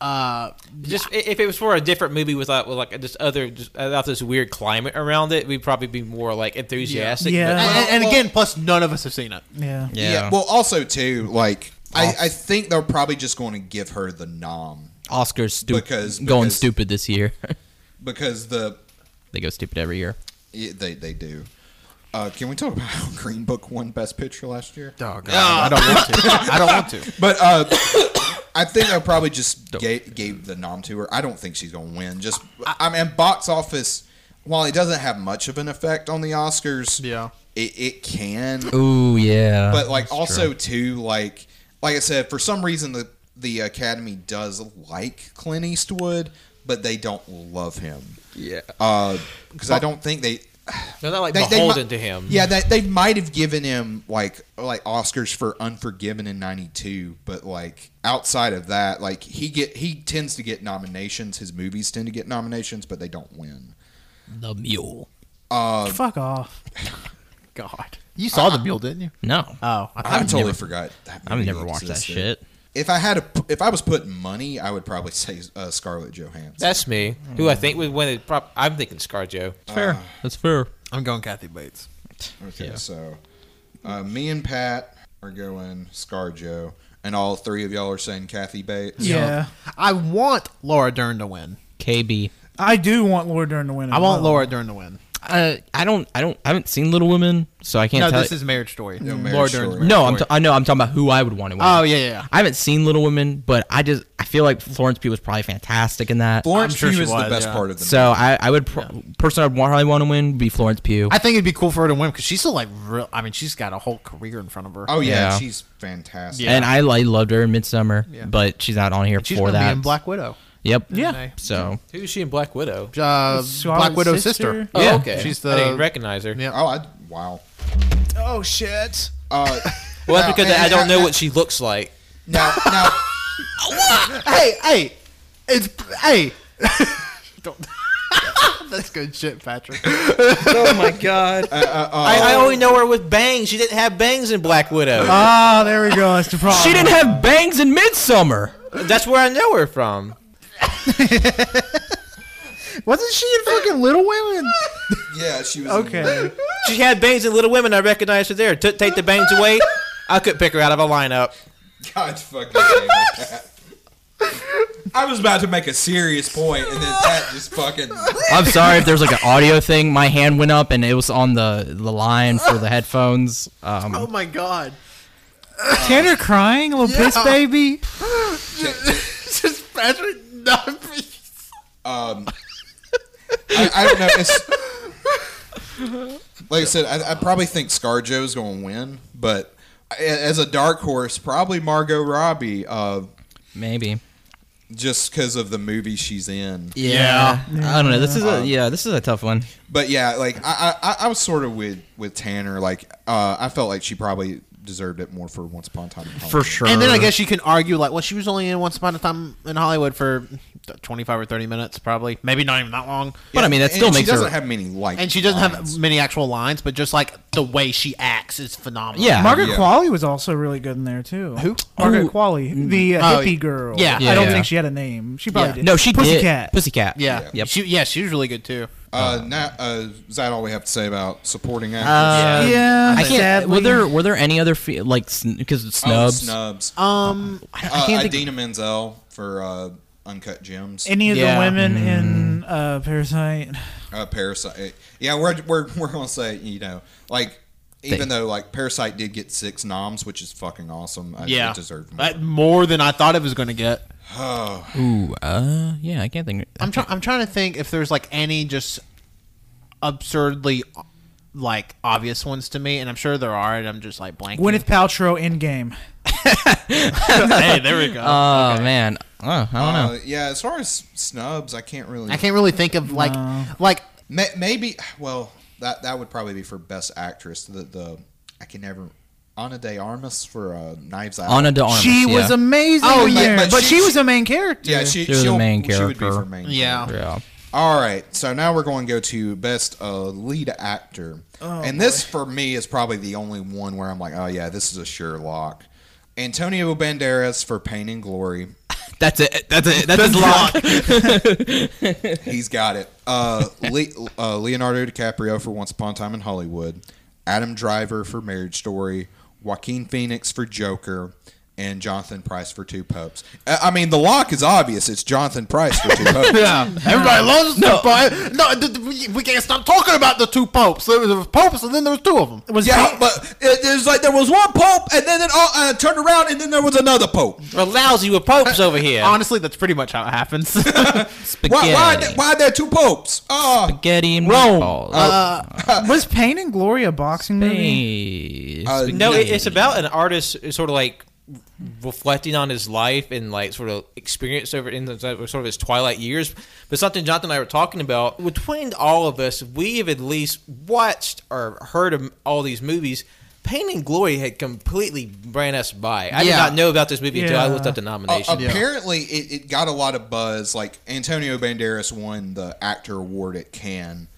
S1: Uh,
S5: Just i- if it was for a different movie with like, with like just other just uh, without this weird climate around it, we'd probably be more like enthusiastic.
S4: Yeah.
S5: but-
S1: and, and- and
S2: Well-
S1: again, plus none of us have seen it.
S4: Yeah.
S3: Yeah.
S2: Well, also too, like I, I think they're probably just going to give her the nom
S3: Oscars stu-
S2: Because-
S3: going
S2: because-
S3: stupid this year. [laughs]
S2: because the
S3: they go stupid every year.
S2: yeah, they they do. Uh, can we talk about how Green Book won Best Picture last year?
S1: Oh god, I don't want to. I don't want to.
S2: [laughs] But uh, I think I probably just gave, gave the nom to her. I don't think she's going to win. Just I mean, box office. While it doesn't have much of an effect on the Oscars,
S1: Yeah.
S2: it, it can.
S3: Ooh yeah.
S2: But like also too, like like I said, for some reason the the Academy does like Clint Eastwood, but they don't love him.
S3: yeah.
S2: because I don't think they.
S5: They're not like
S2: They, they
S5: beholden
S2: mi-
S5: to him.
S2: Yeah, they, they might have given him like like Oscars for Unforgiven in '92, but like outside of that, like he get he tends to get nominations. His movies tend to get nominations, but they don't win.
S3: The mule.
S4: Fuck off.
S1: God, you saw the mule, didn't you?
S3: No.
S1: Oh, I
S2: I
S1: thought
S2: totally
S3: never-
S2: forgot. That
S3: I've
S2: movie
S3: never watched that
S2: existed.
S3: shit.
S2: If I had a, if I was putting money, I would probably [laughs] say uh, Scarlett Johansson.
S5: That's me. Who I think would win it. Prop- I'm thinking ScarJo.
S3: fair. That's fair.
S1: I'm going Kathy Bates.
S2: Okay,
S3: Yeah.
S2: so uh, me and Pat are going ScarJo, and all three of y'all are saying Kathy Bates.
S4: Yeah.
S1: I want Laura Dern to win.
S3: KB.
S4: I do want Laura Dern to win. as
S1: I want
S4: well.
S1: Laura Dern to win.
S3: Uh, I don't. I don't. I haven't seen Little Women, so I can't.
S1: No,
S3: tell
S1: this
S3: you-
S1: is Marriage Story. Mm-hmm.
S2: No, Marriage
S1: Laura Dern's
S2: Story.
S1: Marriage
S3: No, I'm.
S1: Story.
S3: T- I know. I'm talking about who I would want to win.
S1: oh yeah, yeah, yeah.
S3: I haven't seen Little Women, but I just I feel like Florence Pugh was probably fantastic in that.
S2: Florence
S1: I'm sure
S2: Pugh
S1: she
S2: is the
S1: was,
S2: best
S1: yeah.
S2: part of the
S3: so I, I would pr- person I'd probably want to win would be Florence Pugh.
S1: I think it'd be cool for her to win because she's still like real. I mean, she's got a whole career in front of her.
S2: Oh yeah,
S3: Yeah.
S2: she's fantastic.
S1: Yeah.
S3: And I, I loved her in Midsummer, but she's not on here
S1: she's
S3: for
S1: gonna
S3: that.
S1: be in Black Widow.
S3: Yep.
S1: Yeah.
S3: So
S5: Who's she in Black Widow?
S1: Uh,
S4: Scarlet
S1: Black Widow's sister.
S4: Sister?
S5: Oh,
S3: Yeah.
S5: okay.
S1: She's
S5: I
S1: the-
S5: didn't recognize her.
S1: Yeah.
S2: Oh, I, wow.
S4: Oh shit.
S2: Uh,
S5: Well, that's
S2: now-
S5: because
S2: and-
S5: I don't
S2: and-
S5: know what she looks like.
S2: Now, now,
S1: Hey, hey, it's hey. [laughs] Don't- [laughs] That's good shit, Patrick.
S5: Oh my god! I, I
S1: Oh.
S5: only know her with bangs. She didn't have bangs in Black Widow.
S4: Ah, there we go. That's the problem.
S3: she didn't have bangs in Midsummer.
S1: Oh.
S5: That's where I know her from.
S1: Wasn't she in fucking Little Women?
S2: yeah, she was.
S4: Okay.
S5: She had bangs in Little Women. I recognized her there. Took take the bangs away. I could pick her out of a lineup.
S2: [laughs] God fucking. damn it, Pat. I was about to make a serious point, and then Pat just fucking.
S3: I'm sorry if there's like an audio thing. My hand went up and it was on the the line for the headphones. Um,
S1: Oh my god! [laughs]
S4: Tanner crying, little piss baby.
S1: Just Patrick, not
S2: I, I don't know. It's, like I said, I, I probably think ScarJo is going to win, but a- as a dark horse, probably Margot Robbie, uh,
S3: maybe.
S2: just because of the movie she's in.
S1: Yeah.
S3: I don't know. This is a yeah. This is a tough one.
S2: But yeah, like I, I, I was sort of with with Tanner. Like uh, I felt like she probably deserved it more for Once Upon a Time in Hollywood.
S3: For sure.
S1: And then
S2: Uh.
S1: I guess you can argue like, well, she was only in Once Upon a Time in Hollywood for twenty five or thirty minutes, probably, maybe not even that long.
S3: But I mean, that
S2: And
S3: still
S2: she
S3: makes
S2: doesn't
S3: her.
S2: have many like,
S1: And she doesn't
S2: lines.
S1: have many actual lines, but just like the way she acts is phenomenal.
S3: Yeah.
S4: Margaret
S2: Yeah.
S4: Qualley was also really good in there too.
S1: Who?
S4: Margaret
S3: Who?
S4: Qualley, the uh,
S1: Oh,
S4: hippie girl.
S1: yeah.
S4: I don't
S3: Yeah.
S4: think she had a name. She probably
S1: Yeah.
S4: did.
S3: no, she
S4: Pussycat.
S3: did. Pussycat.
S1: yeah,
S3: Yep.
S1: She, yeah, she was really good too.
S2: Uh, now, uh, is that all we have to say about supporting actors?
S3: Uh,
S4: Yeah,
S3: I can't.
S4: sadly.
S3: Were there were there any other fe- like because
S2: Oh,
S3: snubs?
S2: snubs.
S1: Um,
S3: I can't
S2: uh,
S3: think-
S2: Idina Menzel for uh, Uncut Gems.
S4: any of
S3: Yeah.
S4: the women in uh, Parasite?
S2: uh, Parasite. Yeah, we're, we're, we're going to say, you know, like, even though, like, Parasite did get six noms, which is fucking awesome. I,
S1: yeah,
S2: It deserved more.
S1: Uh, more than I thought it was going to get.
S2: Oh,
S3: Ooh, uh, yeah, I can't think.
S1: I'm trying. I'm trying to think if there's like any just absurdly like obvious ones to me, and I'm sure there are, and I'm just like blanking.
S4: Gwyneth Paltrow in game.
S1: hey, there we go.
S3: Oh man, oh, I don't know.
S2: uh, yeah, as far as snubs, I can't really.
S1: I can't really think of like like
S2: Ma- maybe, well, that that would probably be for Best Actress. The, the I can never. Ana de Armas for uh, Knives Out.
S3: Ana de Armas.
S4: she
S3: yeah.
S4: was amazing.
S1: Oh,
S4: in
S1: yeah,
S4: there,
S2: but
S4: but,
S2: she-
S4: she, was a main character.
S2: Yeah, she,
S3: She was the
S2: she'll-
S3: main
S2: She would be
S3: character.
S2: for main
S1: Yeah.
S2: character.
S3: Yeah.
S2: All right, so now we're going to go to best uh, lead actor, and this for me is probably the only one where I'm like, oh yeah, this is a sure lock. Antonio Banderas for Pain and Glory,
S3: That's it. That's it. That's his lock.
S2: he's got it. Uh, Le- uh, Leonardo DiCaprio for Once Upon a Time in Hollywood, Adam Driver for Marriage Story, Joaquin Phoenix for Joker. And Jonathan Price for Two Popes. Uh, I I mean, the lock is obvious. It's Jonathan Price for Two Popes.
S1: Everybody loves the no. Pope. No, th- th- we, we can't stop talking about the two popes. There was the popes, and then there was two of them.
S4: Was
S2: Yeah,
S4: Pain-
S2: but it, it was like there was one pope, and then it all uh, turned around, and then there was another pope.
S5: We're lousy with popes over here.
S1: Honestly, that's pretty much how it happens.
S3: Spaghetti.
S2: Why? Why? are there- Why are there two popes? Oh,
S3: Spaghetti and
S1: Rome.
S3: meatballs. Oh,
S4: was Pain and Glory a boxing movie?
S3: Hey,
S2: Uh,
S3: spaghetti.
S5: No, it, it's about an artist who's sort of like reflecting on his life and like sort of experience over in the, sort of his twilight years. But something Jonathan and I were talking about between all of us, we have at least watched or heard of all these movies. Pain and Glory had completely ran us by. I did
S1: Yeah. Oh,
S5: not know about this movie until I looked
S4: Yeah.
S5: up the
S2: Uh,
S5: nomination.
S2: apparently, it, it got a lot of buzz. Like Antonio Banderas won the actor award at Cannes,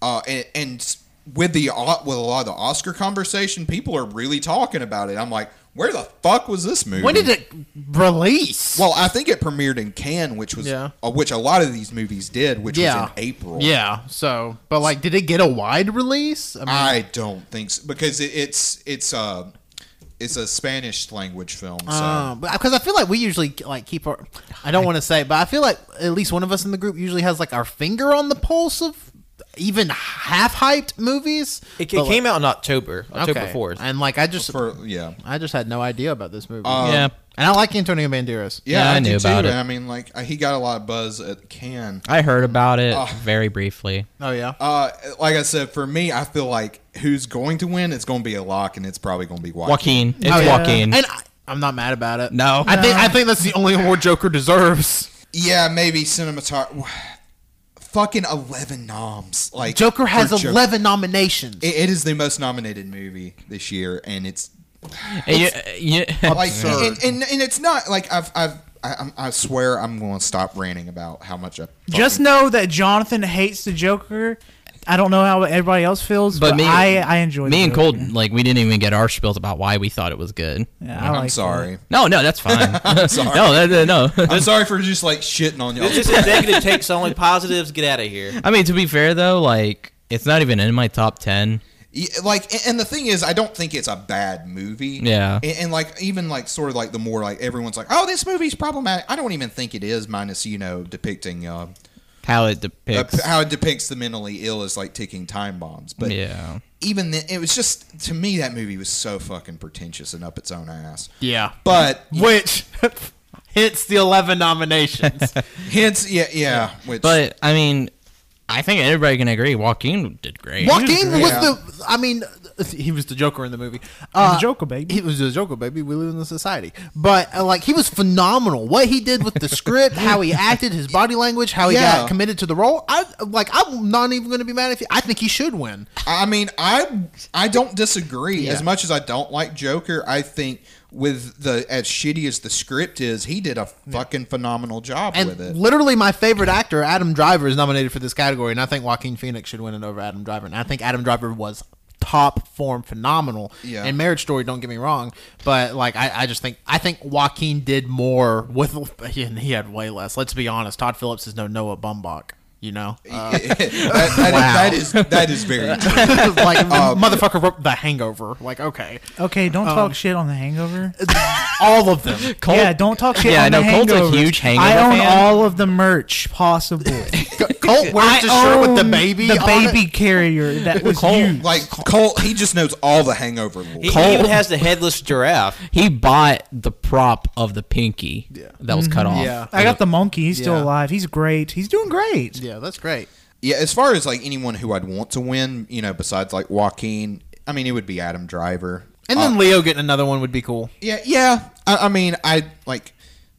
S2: uh, and, and s- with the o- with a lot of the Oscar conversation, people are really talking about it. I'm like, where the fuck was this
S1: [laughs]
S2: movie?
S1: when did it release?
S2: Well, I think it premiered in Cannes, which was
S1: Yeah.
S2: uh, which a lot of these movies did, which
S1: yeah,
S2: was in April.
S1: Yeah, so but like, did it get a wide release? I mean,
S2: I don't think so because it, it's it's uh it's a Spanish language film. So
S1: Um, because I feel like we usually like keep our. I don't want to say, but I feel like at least one of us in the group usually has like our finger on the pulse of even half hyped movies.
S5: It,
S1: oh. But,
S5: it
S1: like,
S5: came out in October, October
S1: okay.
S5: 4th.
S1: and like I just
S2: for yeah,
S1: I just had no idea about this movie.
S2: Um,
S3: yeah.
S1: and I like Antonio Banderas.
S2: yeah,
S3: Yeah,
S2: I,
S3: I
S2: do
S3: knew
S2: too.
S3: about it.
S2: I mean, like he got a lot of buzz at Cannes.
S3: I heard about it very briefly.
S1: Oh yeah.
S2: Uh, like I said, for me, I feel like who's going to win? It's going to be a lock, and it's probably going to be Joaquin.
S3: Joaquin. It's
S1: Oh, yeah.
S3: Joaquin.
S1: And I, I'm not mad about it.
S3: No.
S1: I think I think that's the only award Joker deserves.
S2: Yeah, maybe cinematography. Fucking eleven noms. Like
S1: Joker has
S2: for Joker.
S1: 11 nominations.
S2: It- it is the most nominated movie this year, and it's
S3: And you- [laughs] you-
S2: like and, and, and it's not like I've I've I, I'm- I swear I'm going to stop ranting about how much I fucking-
S4: Just know that Jonathan hates the Joker. I don't know how everybody else feels, but,
S3: but me,
S4: I I enjoy
S3: me
S4: the
S3: and
S4: Joker.
S3: Cold. Like we didn't even get our spills about why we thought it was good.
S4: Yeah, I
S2: I'm
S4: like
S2: sorry.
S3: No, no, that's [laughs] fine.
S2: sorry.
S3: no, that, that- no. [laughs]
S2: I'm sorry for just like shitting on y'all.
S5: This is negative takes only positives. Get out of here.
S3: I mean, to be fair though, like it's not even in my top ten.
S2: Yeah, like and- and the thing is i don't think it's a bad movie
S3: Yeah.
S2: and, and, like even like sort of like the more like everyone's like oh this movie's problematic i don't even think it is minus you know depicting uh,
S3: How it
S2: uh,
S3: depicts.
S2: p- how it depicts the mentally ill as like ticking time bombs but
S3: yeah.
S2: even then it was just to me that movie was so fucking pretentious and up its own ass
S1: yeah.
S2: but
S1: Which [laughs] hits the 11 nominations. [laughs]
S2: hence yeah yeah which
S3: But I mean, I think everybody can agree Joaquin did great.
S1: Joaquin was
S2: Yeah.
S1: the. I mean, he was the Joker in the movie. Uh,
S4: The Joker, baby.
S1: He was the Joker, baby. We live in a society, but uh, like he was phenomenal. What he did [laughs] with the script, how he acted, his body language, how he
S2: Yeah.
S1: got committed to the role. I like. I'm not even going to be mad if he, I think he should win.
S2: I mean, I I don't disagree. As much as I don't like Joker, I think with the as shitty as the script is, he did a fucking phenomenal job
S1: And
S2: with it.
S1: literally, my favorite actor, Adam Driver, is nominated for this category, and I think Joaquin Phoenix should win it over Adam Driver. And I think Adam Driver was top form, phenomenal.
S2: Yeah.
S1: And Marriage Story, don't get me wrong, but like I, I just think I think Joaquin did more with, [laughs] and he had way less. Let's be honest, Todd Phillips is no Noah Baumbach, you
S2: [laughs]
S1: know. Uh,
S2: that, that- that is that is very true.
S1: [laughs] like
S2: Um,
S1: motherfucker wrote The Hangover. Like
S2: [laughs]
S1: okay,
S4: Okay, don't talk shit on The Hangover.
S1: all of them.
S3: Colt-
S4: yeah, don't talk shit.
S3: Yeah,
S4: on
S3: no,
S4: the
S3: Colt's a
S4: Hangovers.
S3: huge Hangover
S4: I own
S3: fan.
S4: all of the merch possible.
S1: Colt wears his shirt with the baby.
S4: the
S1: on it.
S4: baby carrier that was
S3: Colt-
S4: used.
S2: Like Colt, he just knows all the Hangover
S5: He,
S2: rules.
S5: he even has the headless giraffe.
S3: He bought the prop of the pinky that was cut off.
S1: Yeah.
S4: Mm-hmm. I got the monkey. He's still
S1: Yeah.
S4: alive. He's great. He's doing great.
S1: Yeah, that's great.
S2: Yeah, as far as like anyone who I'd want to win, you know, besides like Joaquin, I mean, it would be Adam Driver.
S1: And then Leo getting another one would be cool.
S2: Yeah, yeah. I, I mean, I like.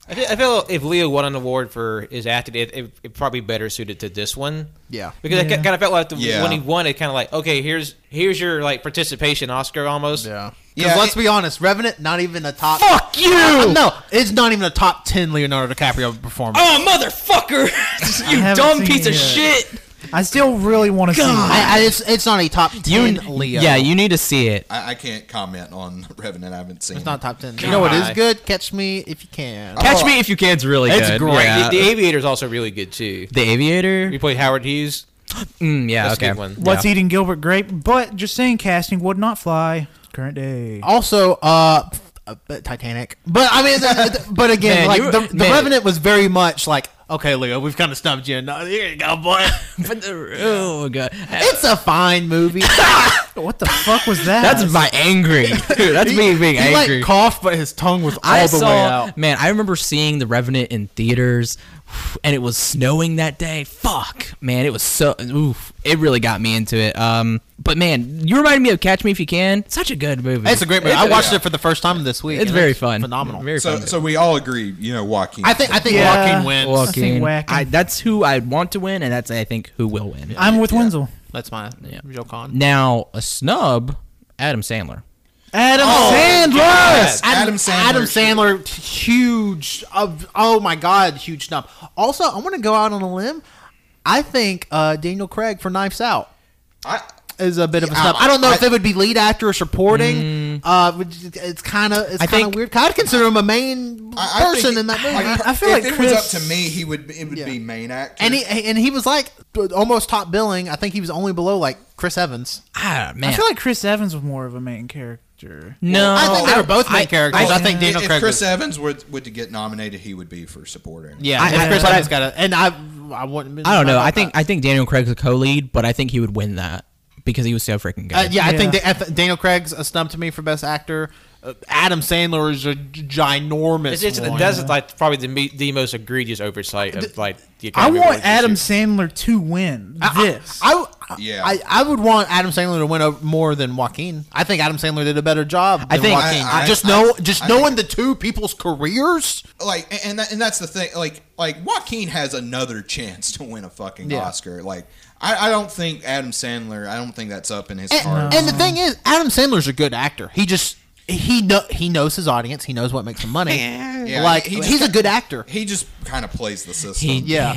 S5: I feel, I feel if Leo won an award for his acting, it, it, it probably better suited to this one.
S1: Yeah.
S5: because I
S4: Yeah.
S5: kind of felt like the,
S2: Yeah.
S5: when he won, it kind of like okay, here's here's your like participation Oscar almost.
S1: Yeah. Because
S2: Yeah,
S1: let's
S2: it-
S1: be honest, Revenant not even a top.
S3: Fuck you!
S1: No, it's not even a top ten Leonardo DiCaprio performance.
S3: Oh, motherfucker! [laughs] you
S4: haven't
S3: dumb
S4: seen
S3: piece of
S4: it yet.
S3: shit!
S4: I still really want to see. it.
S1: I, I, it's, it's not a top ten Leo.
S3: Yeah, you need to see it.
S2: I, I can't comment on Revenant. I haven't seen.
S1: It's
S2: it.
S1: not top ten. Uh, You know what is
S5: God.
S1: good? Catch me if you can.
S3: Catch Me If You Can's really
S1: It's
S3: good.
S1: great.
S3: Yeah.
S5: The,
S3: Oh. The,
S5: the Aviator's also really good too.
S3: Aviator.
S5: You played Howard Hughes.
S3: Mm, yeah,
S5: That's a
S3: okay.
S5: good one.
S4: What's
S3: yeah.
S4: eating Gilbert Grape? But just saying, casting would not fly. Current day.
S1: Also, uh, pff, uh, but Titanic. But I mean, the- the- but again,
S3: Man,
S1: like
S3: you-
S1: the, the
S3: man.
S1: Revenant was very much like, okay, Leo, we've kind of snubbed you. No, here you go,
S3: [laughs]
S1: boy.
S3: But the- oh god,
S1: it's a fine movie.
S4: What the fuck was that?
S3: that's my [laughs] angry. Dude, [laughs] that's me being
S1: he
S3: angry.
S1: like coughed, but his tongue was all
S3: I
S1: the
S3: saw,
S1: way out.
S3: man. I remember seeing The Revenant in theaters, and it was snowing that day. Fuck, man, it was so. Oof, it really got me into it. Um, but man, you reminded me of Catch Me If You Can. Such a good movie.
S1: It's a great movie. I watched it for the first time this week.
S3: It's
S1: and
S3: very fun.
S1: phenomenal.
S3: Very
S2: So,
S3: fun.
S2: so we all agree, you know, Joaquin.
S1: I think I think
S4: Yeah.
S1: Joaquin wins.
S4: I think Whack-
S3: I, that's who I want to win, and that's I think who will win.
S4: I'm with Wenzel.
S1: That's my Joaquin.
S3: Now a snub, Adam Sandler.
S4: Adam Sandler.
S5: Yes.
S2: Adam Sandler.
S1: Adam Sandler, t- huge. Of, oh my God, huge snub. Also, I want to go out on a limb. I think uh, Daniel Craig for Knives Out
S2: I,
S1: is a bit of a snub. I don't know if it would be lead actor or supporting. Uh, which is- it's kind of it's
S3: I
S1: kind of
S3: think-
S1: weird. I'd consider him a main
S2: I, I
S1: person
S2: think,
S1: in that movie.
S2: Like,
S4: I feel
S2: if
S4: like
S2: it
S4: Chris-
S2: was up to me, he would. It would be main actor.
S1: and he and he was like almost top billing. I think he was only below like Chris Evans.
S3: Ah, man.
S4: I feel like Chris Evans was more of a main character.
S3: no,
S1: I think they were both main
S3: I-
S1: characters. I,
S3: I-
S1: think Daniel
S2: if
S1: Craig.
S2: Chris
S1: was,
S2: Evans would would to get nominated, he would be for supporting.
S1: yeah,
S3: I-
S1: if
S3: I-
S1: Chris
S3: but I-
S1: Evans got a, and I I wouldn't.
S3: I don't know.
S1: about
S3: I think I think Daniel Craig's a co-lead, but I think he would win that because he was so freaking good.
S1: Uh, yeah, I think
S4: Yeah.
S1: da- I th- Daniel Craig's a snub to me for best actor. Uh, Adam Sandler is a g- ginormous.
S5: It's, it's,
S1: one.
S5: that's like probably the, me- the most egregious oversight of like the
S4: I
S5: Academy Awards
S4: want
S5: this
S4: Adam
S5: year.
S4: Sandler to win
S1: I- I-
S4: this.
S1: I, w- I-
S2: Yeah.
S1: I, I would want Adam Sandler to win over more than Joaquin. I think Adam Sandler did a better job. Than
S3: I think-
S1: Joaquin.
S2: I- I-
S1: just
S2: I-
S1: know, just
S2: I
S1: knowing the two people's careers.
S2: Like, and- and that, and that's the thing. Like, like Joaquin has another chance to win a fucking Oscar. Like, I, I don't think Adam Sandler. I don't think that's up in his
S1: And,
S2: cards.
S1: and the thing is, Adam Sandler's a good actor. He just he know, he knows his audience. He knows what makes him money.
S2: Yeah,
S1: like
S2: he- he
S1: he's
S2: just-
S1: a good actor.
S2: He just kind of plays the system.
S3: He-
S1: Yeah.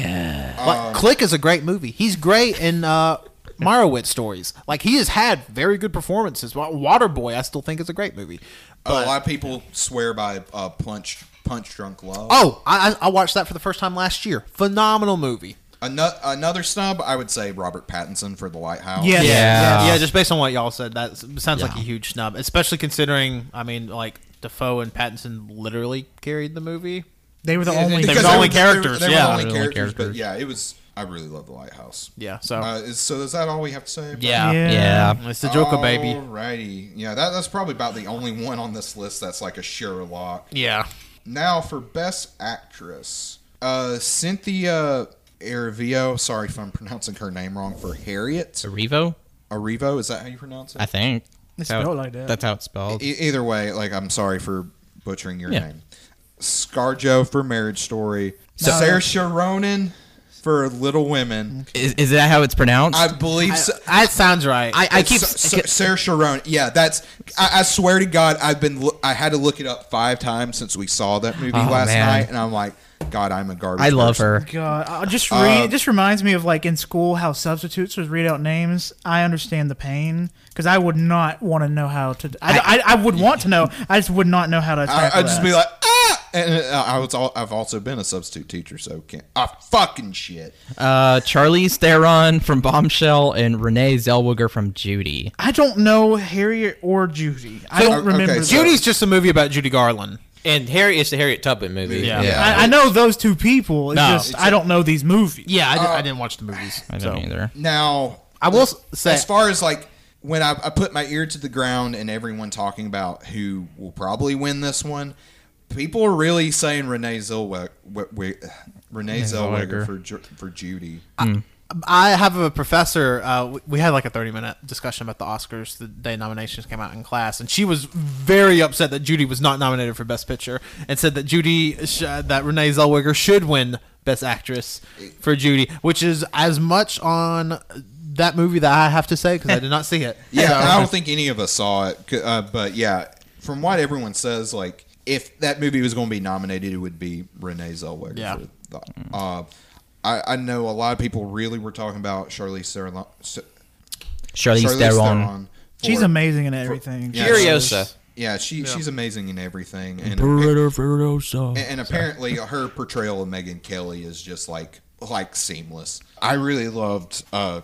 S1: Like, Click is a great movie. He's great in uh, Meyerowitz stories. Like he has had very good performances. Wa- Waterboy, I still think is a great movie.
S2: a lot of people swear by uh, punch, punch drunk love.
S1: Oh, I, I I watched that for the first time last year. Phenomenal movie.
S2: Ano- another snub, I would say Robert Pattinson for The Lighthouse.
S4: Yes.
S3: Yeah.
S1: yeah. Just based on what y'all said, that s- sounds like a huge snub. Especially considering, I mean, like Defoe and Pattinson literally carried the movie.
S4: They were the only.
S1: They
S2: Because
S1: were the only
S2: they were-
S1: characters,
S2: They were
S1: yeah.
S2: the only
S3: They were the only
S2: characters, but
S3: characters.
S2: yeah, it was. I really love The Lighthouse.
S1: Yeah. So
S2: Uh, is, so is that all we have to say? about
S1: yeah.
S4: Yeah.
S1: it's the Joker, baby.
S2: Alrighty. Yeah, that, that's probably about the only one on this list that's like a sure lock.
S1: Yeah.
S2: Now for Best Actress. Uh, Cynthia Erivo. Sorry if I'm pronouncing her name wrong. For Harriet.
S3: Revo,
S2: Arrivo, is that how you pronounce it?
S3: I think. That's how-
S4: spelled like that.
S3: That's how it's spelled.
S2: E- either way, like, I'm sorry for butchering your
S3: Yeah.
S2: name. Scarjo for Marriage Story. Saoirse Ronan for Little Women.
S3: Is, is that how it's pronounced?
S2: I believe so.
S1: That sounds right.
S3: I, I keep.
S2: Sarah, Sarah Sharon. Yeah, that's. I, I swear to God, I've been. loo- I had to look it up five times since we saw that movie
S3: Oh,
S2: last
S3: man.
S2: night, and I'm like, God, I'm a garbage.
S3: I love
S2: person.
S3: her.
S4: Oh, God, I just read. it just reminds me of like in school how substitutes would read out names. I understand the pain because I would not want to know how to. I, I, I would want to know. I just would not know how to.
S2: I,
S4: tackle
S2: I'd just
S4: that.
S2: be like, ah. And uh, I was. All, I've also been a substitute teacher, so can't. Ah, fucking shit.
S3: Uh, Charlize Theron from Bombshell and Renee Zellweger from Judy.
S4: I don't know Harriet or Judy. I don't
S2: okay,
S4: remember.
S2: so-
S4: those.
S1: Judy's just a movie about Judy Garland.
S5: And Harry it's the Harriet Tubman movie.
S1: Yeah.
S2: Yeah.
S4: I, I know those two people. It's
S1: No.
S4: just I don't know these movies.
S1: Yeah, I, di- I didn't watch the movies.
S3: I
S1: so.
S3: don't either.
S2: Now,
S1: I will s- say
S2: as far as like when I, I put my ear to the ground and everyone talking about who will probably win this one, people are really saying Renee Zellweger, Renee Zellweger
S3: Zellweger.
S2: for Ju- for Judy.
S1: I have a professor. Uh, we- we had like a thirty-minute discussion about the Oscars the day nominations came out in class, and she was very upset that Judy was not nominated for Best Picture, and said that Judy sh- uh, that Renee Zellweger should win Best Actress for Judy, which is as much on that movie that I have to say because I did not see it.
S2: Yeah,
S1: So-
S2: I don't think any of us saw it, c- uh, but yeah, from what everyone says, like if that movie was going to be nominated, it would be Renee Zellweger.
S1: Yeah.
S2: for the- uh, I, I know a lot of people really were talking about Charlize Theron. Cer-
S3: Charlize,
S2: Charlize
S3: Theron,
S2: Theron for-
S4: She's amazing in everything.
S2: Yeah,
S5: Furiosa.
S2: Yeah, she she's amazing in everything, and
S3: Brutal Furiosa.
S2: and, and apparently her portrayal of Megan Kelly is just like like seamless. I really loved uh,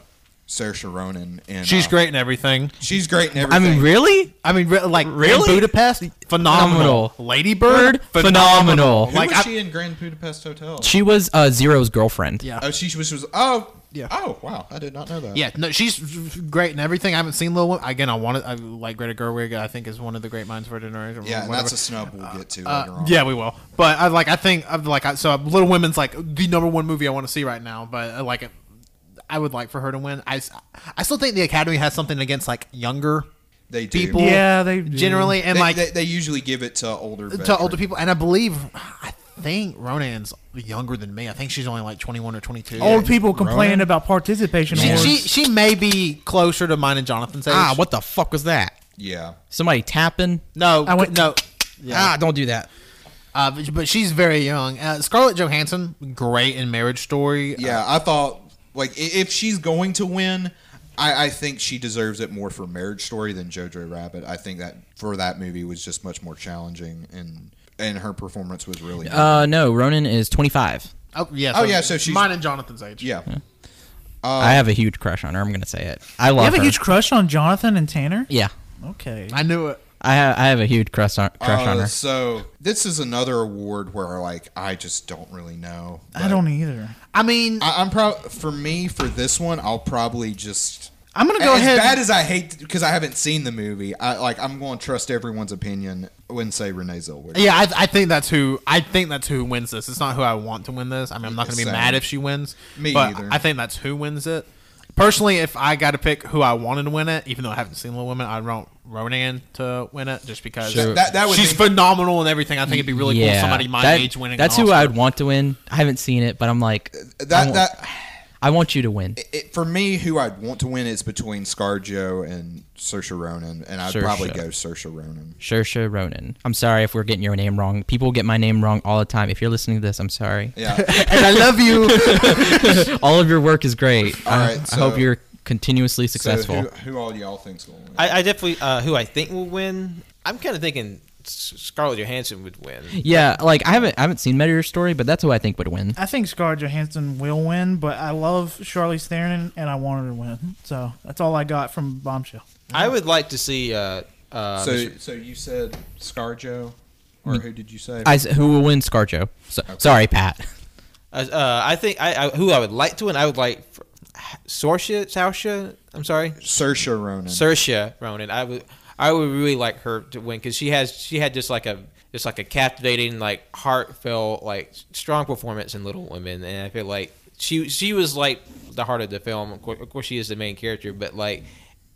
S2: Saoirse Ronan, and
S1: She's
S2: uh,
S1: great in everything.
S2: She's great in
S3: I
S2: everything.
S3: mean, really?
S1: I mean, re- like
S3: Really?
S1: in Budapest, phenomenal.
S3: Phenomenal.
S1: Lady Bird,
S3: Phenomenal.
S2: Who
S1: Like
S2: was
S1: I-
S2: she in Grand Budapest Hotel?
S3: She was uh, Zero's girlfriend.
S1: Yeah.
S2: oh, she was, she was. Oh,
S1: Yeah.
S2: Oh, wow. I did not know that.
S1: Yeah, no, she's great and everything. I haven't seen Lil Wayne. Again, I want to, I like Greta Gerwig. I think is one of the great minds for our generation.
S2: Yeah, and
S1: whatever.
S2: that's a snub we'll get to
S1: Uh,
S2: later on.
S1: yeah, we will. But I like, I think, I'm like, I, so Little Women's like the number one movie I want to see right now. But uh, like, it, I would like for her to win. I, s- I still think the Academy has something against like younger
S2: they do.
S1: people.
S4: Yeah, they do.
S1: generally and
S2: they,
S1: like
S2: they, they usually give it to older
S1: to
S2: veterans.
S1: older people. And I believe, I think Ronan's younger than me. I think she's only like 21 or 22.
S4: Old people complaining about participation
S1: She,
S4: awards.
S1: she she may be closer to mine and Jonathan's age.
S3: Ah, what the fuck was that?
S2: Yeah.
S3: Somebody tapping?
S1: No,
S4: I went-
S1: no.
S3: Ah, don't do that.
S1: Uh, but, but she's very young. Uh, Scarlett Johansson, great in Marriage Story. Uh,
S2: Yeah, I thought, like, i- if she's going to win, I, I think she deserves it more for Marriage Story than Jojo Rabbit. I think that for that movie was just much more challenging, and and her performance was really.
S3: Uh, no, Ronan is 25.
S1: oh yeah.
S2: Oh, yeah, so she's-
S1: mine and Jonathan's age.
S2: yeah. Uh,
S3: I have a huge crush on her. I'm gonna say it. I love
S4: you have
S3: her.
S4: a huge crush on Jonathan and Tanner?
S3: yeah,
S4: Okay.
S1: I knew it.
S3: I have. I have a huge crush on crush on
S2: Uh,
S3: her.
S2: So this is another award where, like, I just don't really know.
S4: I
S2: but-
S4: don't either.
S1: I mean, uh,
S2: I, I'm proud for me for this one. I'll probably just.
S4: I'm gonna go
S2: as
S4: ahead.
S2: bad as I hate because I haven't seen the movie. I like I'm going to trust everyone's opinion. I wouldn't say Renee Zellweger.
S1: yeah, I, I think that's who I think that's who wins this. It's not who I want to win this. I mean, I'm not going to be
S2: Same.
S1: mad if she wins.
S2: Me
S1: but
S2: either.
S1: I think that's who wins it. Personally, if I got to pick who I wanted to win it, even though I haven't seen Little Women, I'd want Ronan to win it just because
S2: Sure. That- that would
S1: she's
S2: be-
S1: phenomenal and everything. I think it'd be really cool
S3: yeah,
S1: cool somebody my
S3: that-
S1: age winning.
S3: That's
S1: an
S3: who
S1: Oscar.
S3: I would want to win. I haven't seen it, but I'm like I
S2: Uh, That
S3: want,
S2: that
S3: I want you to win.
S2: it, for me, who I'd want to win is between ScarJo and Saoirse Ronan, and I'd
S3: Saoirse.
S2: probably go Saoirse Ronan.
S3: Shersha Ronan. I'm sorry if we're getting your name wrong. People get my name wrong all the time. If you're listening to this,
S2: [laughs]
S3: I'm sorry.
S1: [laughs]
S2: Yeah.
S1: and I love you.
S3: [laughs] all of your work is great.
S2: [laughs] All
S3: I,
S2: right,
S3: I hope
S2: so-
S3: you're continuously
S2: so
S3: successful.
S2: who, who all y'all think's going to win?
S5: I, I definitely uh, who I think will win. I'm kind of thinking S- Scarlett Johansson would win.
S3: yeah, like I haven't I haven't seen Meteor Story, but that's who I think would win.
S4: I think Scarlett Johansson will win, but I love Charlize Theron and I want her to win. So that's all I got from Bombshell.
S5: I would like to see. Uh, uh,
S2: so
S5: Mr.
S2: so you said
S1: Mm.
S2: ScarJo, or who did you say?
S3: I s who will win ScarJo? So, Sorry, Pat.
S5: uh, uh, I think I, I who I would like to win. I would like Sorsha, Saoirse. I'm sorry,
S2: Saoirse Ronan.
S5: Saoirse Ronan. I would I would really like her to win because she has she had just like a just like a captivating like heartfelt like strong performance in Little Women, and I feel like she she was like the heart of the film. Of course, of course she is the main character, but like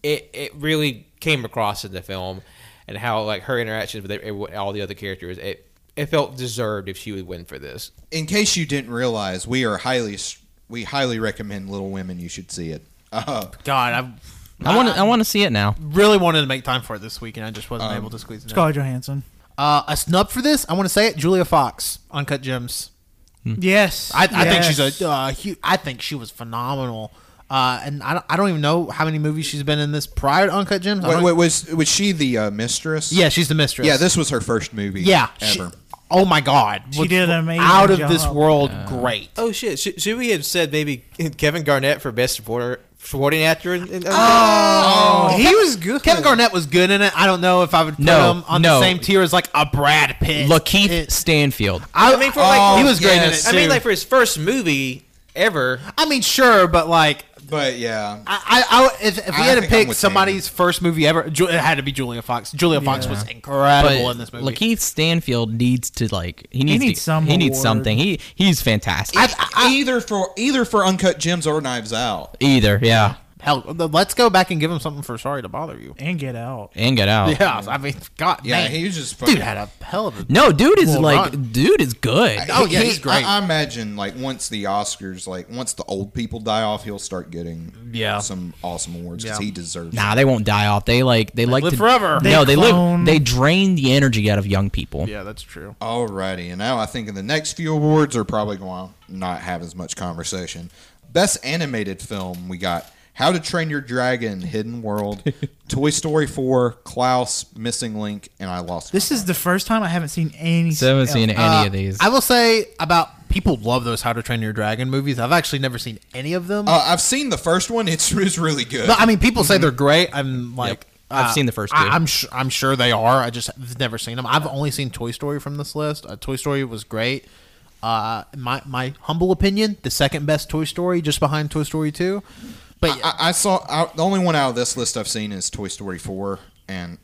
S5: it it really came across in the film and how like her interactions with everyone, all the other characters it. It felt deserved if she would win for this.
S2: in case you didn't realize, we are highly we highly recommend Little Women. You should see it. Uh,
S1: God, I
S3: I want to I want to see it now.
S1: really wanted to make time for it this week, and I just wasn't able to squeeze it. in.
S4: Scarlett Johansson.
S1: Uh, a snub for this, I want to say it. Julia Fox, Uncut Gems.
S4: Yes.
S1: I, I think
S4: Yes.
S1: she's a. Uh, hu- I think she was phenomenal. Uh, and I don't, I don't even know how many movies she's been in this prior to Uncut Gems. I
S2: wait,
S1: don't-
S2: wait, was was she the uh, mistress?
S1: Yeah, she's the mistress.
S2: yeah. This was her first movie.
S1: yeah. she-
S2: ever.
S1: oh my God,
S4: She did an amazing
S1: out of this
S4: job.
S1: world. Great.
S5: Oh shit! Should, should we have said maybe Kevin Garnett for best supporter, supporting actor? In, in,
S1: Oh, he was good. Kevin Garnett was good in it. I don't know if I would put
S3: No,
S1: him on the
S3: no.
S1: same tier as like a Brad Pitt.
S3: Lakeith
S1: It-
S3: Stanfield.
S1: I, oh,
S5: I mean, for like-
S1: he was great in it.
S2: yes.
S5: I mean,
S1: too.
S5: like for his first movie ever.
S1: I mean, sure, but like
S2: But yeah,
S1: I, I, I- if, if we
S2: I
S1: had to
S2: think I'm
S1: pick
S2: with
S1: somebody's first movie ever, Ju- it had to be Julia Fox. Julia Fox was incredible in this
S3: But
S1: movie.
S3: Lakeith Stanfield needs to like he needs,
S4: needs
S3: to-
S4: some
S3: he needs
S4: award.
S3: something. He he's fantastic.
S2: either for either for Uncut Gems or Knives Out.
S3: Either yeah,
S1: Hell, let's go back and give him something for Sorry to Bother You.
S4: and get out.
S3: and get out.
S1: Yeah, I mean, God,
S2: Yeah,
S1: man,
S2: he was just fucking.
S1: dude had a hell of a.
S3: No, dude is
S1: Well,
S3: like
S1: Ron-
S3: dude is good.
S1: Oh, yeah,
S2: He-
S1: he's great.
S2: I, I imagine like once the Oscars, like once the old people die off, he'll start getting
S1: Yeah.
S2: some awesome awards because
S1: Yeah.
S2: he deserves. it.
S3: Nah, they won't die off. They like they, like
S1: live
S3: to,
S1: forever.
S3: No, they
S4: They
S3: live.
S4: clone.
S3: They drain the energy out of young people.
S1: Yeah, that's true.
S2: Alrighty, and now I think in the next few awards are probably going to not have as much conversation. Best animated film we got How to Train Your Dragon, Hidden
S1: [laughs]
S2: World, Toy Story 4, Klaus, Missing Link, and I Lost.
S4: This is the first time I haven't seen any.
S3: So I haven't seen any
S1: Uh,
S3: of these.
S1: I will say about people love those How to Train Your Dragon movies. I've actually never seen any of them.
S2: uh, I've seen the first one. It's, it's really good.
S1: No, I mean, people say they're great. I'm like,
S3: Mm-hmm. I've
S1: uh,
S3: seen the first two.
S1: I, am sh- I'm sure they are. I just have never seen them. I've only seen Toy Story from this list. Uh, Toy Story was great. Uh, my my humble opinion, the second best Toy Story, just behind Toy Story two. But
S2: I, I saw I, the only one out of this list I've seen is Toy Story 4, and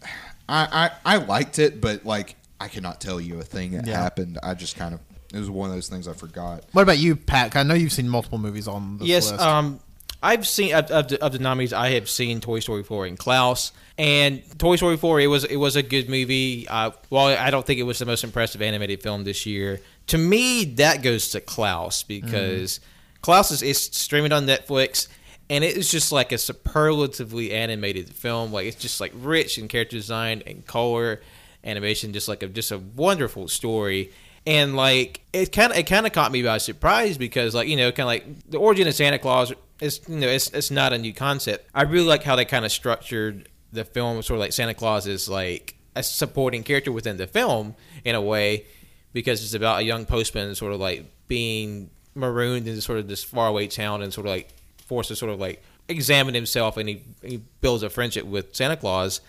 S2: I, I I liked it, but like I cannot tell you a thing that
S1: Yeah.
S2: happened. I just kind of it was one of those things I forgot.
S1: what about you, Pat? I know you've seen multiple movies on this
S5: yes,
S1: list.
S3: uh,
S5: um, I've seen of, of, the, of the nominees. I have seen Toy Story four and Klaus, and Toy Story four. It was it was a good movie. Uh, while I don't think it was the most impressive animated film this year, to me that goes to Klaus because Klaus is, is streaming on Netflix. And it is just like a superlatively animated film. Like it's just like rich in character design and color, animation. Just like a just a wonderful story and like it kind of it kind of caught me by surprise because like you know kind of like the origin of Santa Claus is you know it's it's not a new concept. I really like how they kind of structured the film sort of like Santa Claus is like a supporting character within the film in a way because it's about a young postman sort of like being marooned in sort of this faraway town and sort of like forced to sort of like examine himself and he, he builds a friendship with Santa Claus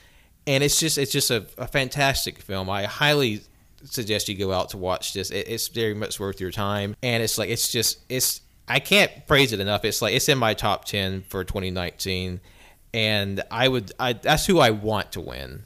S5: and it's just it's just a, a fantastic film. I highly suggest you go out to watch this. It, it's very much worth your time, and it's like it's just it's I can't praise it enough. It's like it's in my top ten for 2019, and I would I that's who I want to win.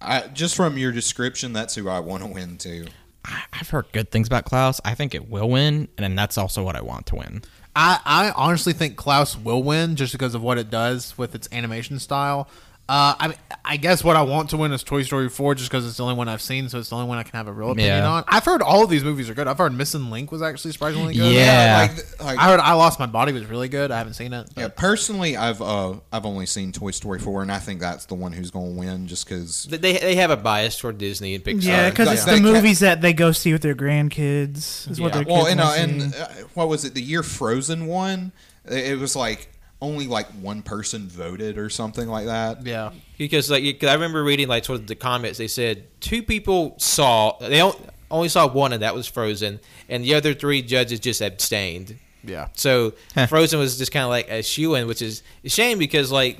S2: I just from your description, that's who I want to win to.
S3: I, I've heard good things about Klaus. I think it will win, and then that's also what I want to win.
S1: I, I honestly think Klaus will win just because of what it does with its animation style. Uh, I mean, I guess what I want to win is Toy Story 4 just because it's the only one I've seen, so it's the only one I can have a real opinion
S3: Yeah.
S1: on. I've heard all of these movies are good. I've heard Missing Link was actually surprisingly good.
S3: Yeah.
S2: Uh, like, th- like
S1: I heard I Lost My Body was really good. I haven't seen it.
S2: yeah,
S1: but-
S2: personally, I've uh I've only seen Toy Story 4, and I think that's the one who's going to win just because.
S5: They they have a bias toward Disney and Pixar.
S4: Yeah, because
S2: that-
S4: it's
S2: that
S4: the
S2: ca-
S4: movies that they go see with their grandkids. Is what
S5: Yeah.
S4: their
S2: Well,
S4: kids
S2: and, uh,
S4: wanna see.
S2: and uh, what was it? The year Frozen won. It it was like only like one person voted or something like that.
S1: Yeah.
S5: because like you- cause I remember reading like sort of the comments. They said two people saw they on- only saw one, and that was Frozen, and the other three judges just abstained.
S1: Yeah.
S5: So Frozen was just kind of like a shoe in, which is a shame because like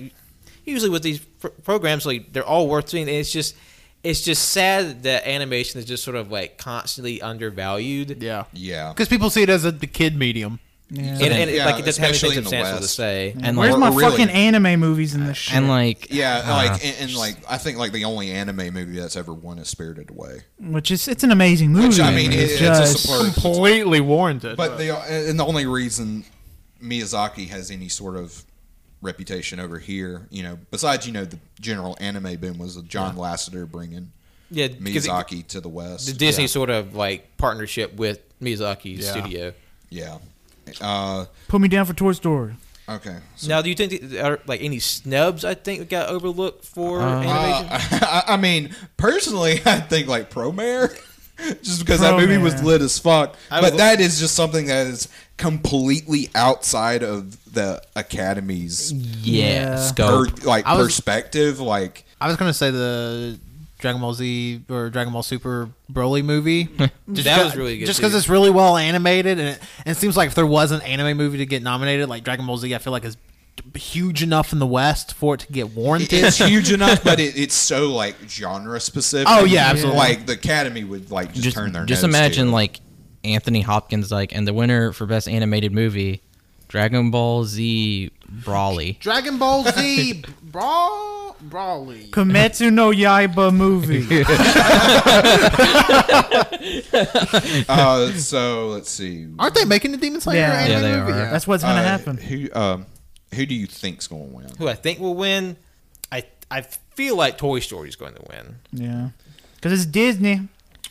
S5: usually with these pr- programs, like they're all worth seeing. And it's just it's just sad that animation is just sort of like constantly undervalued.
S1: Yeah.
S2: Yeah.
S1: Because people see it as a, the kid medium.
S4: Yeah.
S5: And, and it,
S2: Yeah,
S5: like it doesn't have anything
S2: especially in the
S5: substantial to
S2: West. Mm-hmm.
S5: say.
S3: And
S4: Where's
S3: like,
S4: my
S2: Or- or really-
S4: fucking anime movies in this shit?
S3: and like
S2: Yeah,
S3: uh,
S2: like and, and like I think like the only anime movie that's ever won is Spirited Away.
S4: Which is it's an amazing movie.
S2: Which I mean, it, it's a [laughs]
S4: just-
S2: superb.
S1: Completely warranted.
S2: But the and the only reason Miyazaki has any sort of reputation over here, you know, besides you know the general anime boom was John Lasseter bringing
S5: Yeah, 'cause it-
S2: Miyazaki to the West.
S5: the Disney sort of like partnership with Miyazaki's
S1: Yeah.
S5: studio. [laughs]
S2: yeah. Uh,
S4: Put me down for Toy Story.
S2: okay. So,
S5: Now, do you think that are like any snubs? I think got overlooked for animation.
S2: uh, [laughs] I, I mean, personally, [laughs] I think like Promare, [laughs] just because that movie was
S4: Promare.
S2: lit as fuck.
S5: I
S2: but
S5: will-
S2: that is just something that is completely outside of the Academy's
S3: yeah,
S4: Yeah.
S3: scope.
S2: per- like
S1: I was-
S2: perspective. Like
S1: I was going to say the Dragon Ball Z or Dragon Ball Super Broly movie. Just
S5: That
S1: ca-
S5: was really good,
S1: Just
S5: too.
S1: because it's really well animated, and it, and it seems like if there was an anime movie to get nominated, like Dragon Ball Z, I feel like is huge enough in the West for it to get warranted.
S2: it's huge enough, but it, it's so like genre specific.
S1: Oh, yeah, absolutely.
S2: Like the Academy would like just,
S3: Just,
S2: turn their
S3: just
S2: nose
S3: imagine
S2: to. it.
S3: like Anthony Hopkins like and the winner for best animated movie, Dragon Ball Z Brawly.
S1: [laughs] Dragon Ball [laughs] Z Brawl Brawly.
S4: Kimetsu no
S2: [laughs]
S4: Yaiba movie.
S2: Uh, so let's see.
S1: Aren't they making the Demon Slayer?
S4: Yeah.
S1: anime
S3: Yeah, they
S1: movie?
S3: are.
S4: That's what's gonna
S2: Uh,
S4: happen.
S2: Who um who do you think's going to win?
S5: Who I think will win? I I feel like Toy Story is going to win.
S4: Yeah, because it's Disney.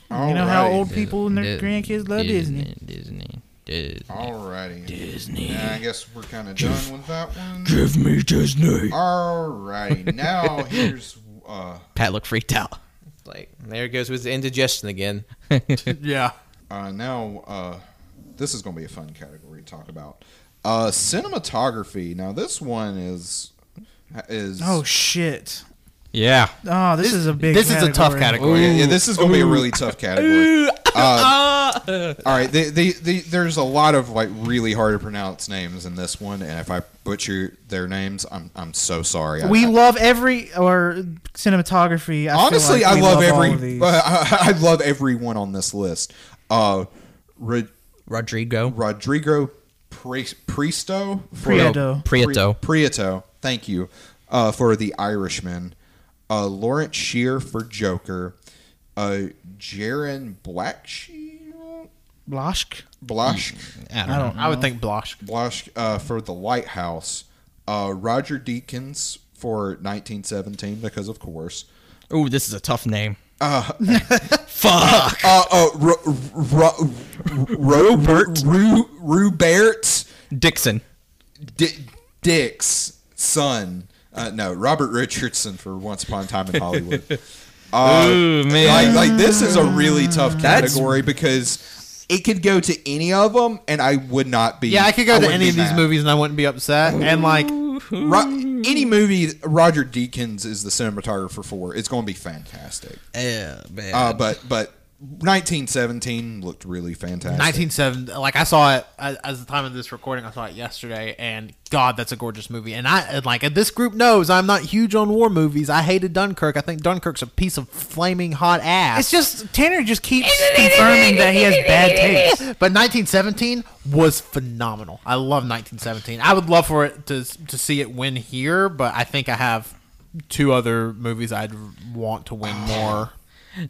S4: you know how
S2: Alrighty.
S4: old people and their grandkids love Disney.
S3: Disney. Disney.
S2: Alrighty.
S3: Disney.
S2: Yeah, I guess we're kind of done with that one.
S3: Give me Disney.
S2: Alrighty. Now here's uh,
S3: Pat looked freaked out.
S5: Like there goes with the indigestion again.
S1: [laughs] Yeah.
S2: uh now uh this is going to be a fun category to talk about. Uh cinematography. Now this one is is
S4: Oh shit!
S3: Yeah.
S4: Oh, this, is a big.
S1: This is a tough category.
S2: Yeah, yeah, this is going to be a really tough
S4: [laughs]
S2: category. Uh, all right, the, the, the, there's a lot of like really hard to pronounce names in this one, and if I butcher their names, I'm I'm so sorry. I-
S4: We
S2: I,
S4: love every or cinematography. I feel
S2: honestly,
S4: like
S2: I
S4: we
S2: love,
S4: all of
S2: every
S4: these.
S2: I, I love everyone on this list. Uh, Ro-
S3: Rodrigo.
S2: Rodrigo Pri- Priesto for
S4: Prieto.
S3: Prieto.
S2: Pri- Prieto, thank you uh, for The Irishman. Uh, Lawrence Shear for Joker. Uh, Jaron Blackshear.
S4: Bloshk.
S2: Blash
S3: I
S4: I
S3: don't know.
S4: don't.
S1: I would think Blosh.
S2: Blash uh, for the Lighthouse, uh, Roger Deakins for 1917 because of course.
S3: Ooh, this is a tough name. Fuck.
S2: Uh, uh, Ro- Ro- Robert Ru- Rubert
S3: Dixon.
S2: D- Dick's son. Uh, no, Robert Richardson for Once Upon a Time in Hollywood.
S3: [laughs]
S2: Uh,
S3: Ooh, man.
S2: like, like this is a really tough category because it could go to any of them, and I would not be.
S1: Yeah, I could go to
S2: wouldn't
S1: any
S2: be
S1: of these
S2: mad.
S1: movies and I wouldn't be upset. And like,
S2: Ro- any movie Roger Deakins is the cinematographer for, it's going to be fantastic.
S3: Yeah, man.
S2: Uh, but but 1917 looked really fantastic.
S1: 1970 like i saw it as, as the time of this recording i saw it yesterday and god that's a gorgeous movie and i and like this group knows i'm not huge on war movies i hated dunkirk i think dunkirk's a piece of flaming hot ass
S4: It's just Tanner just keeps confirming that he has bad taste.
S1: [laughs] but 1917 was phenomenal i love 1917 i would love for it to to see it win here but i think i have two other movies i'd want to win more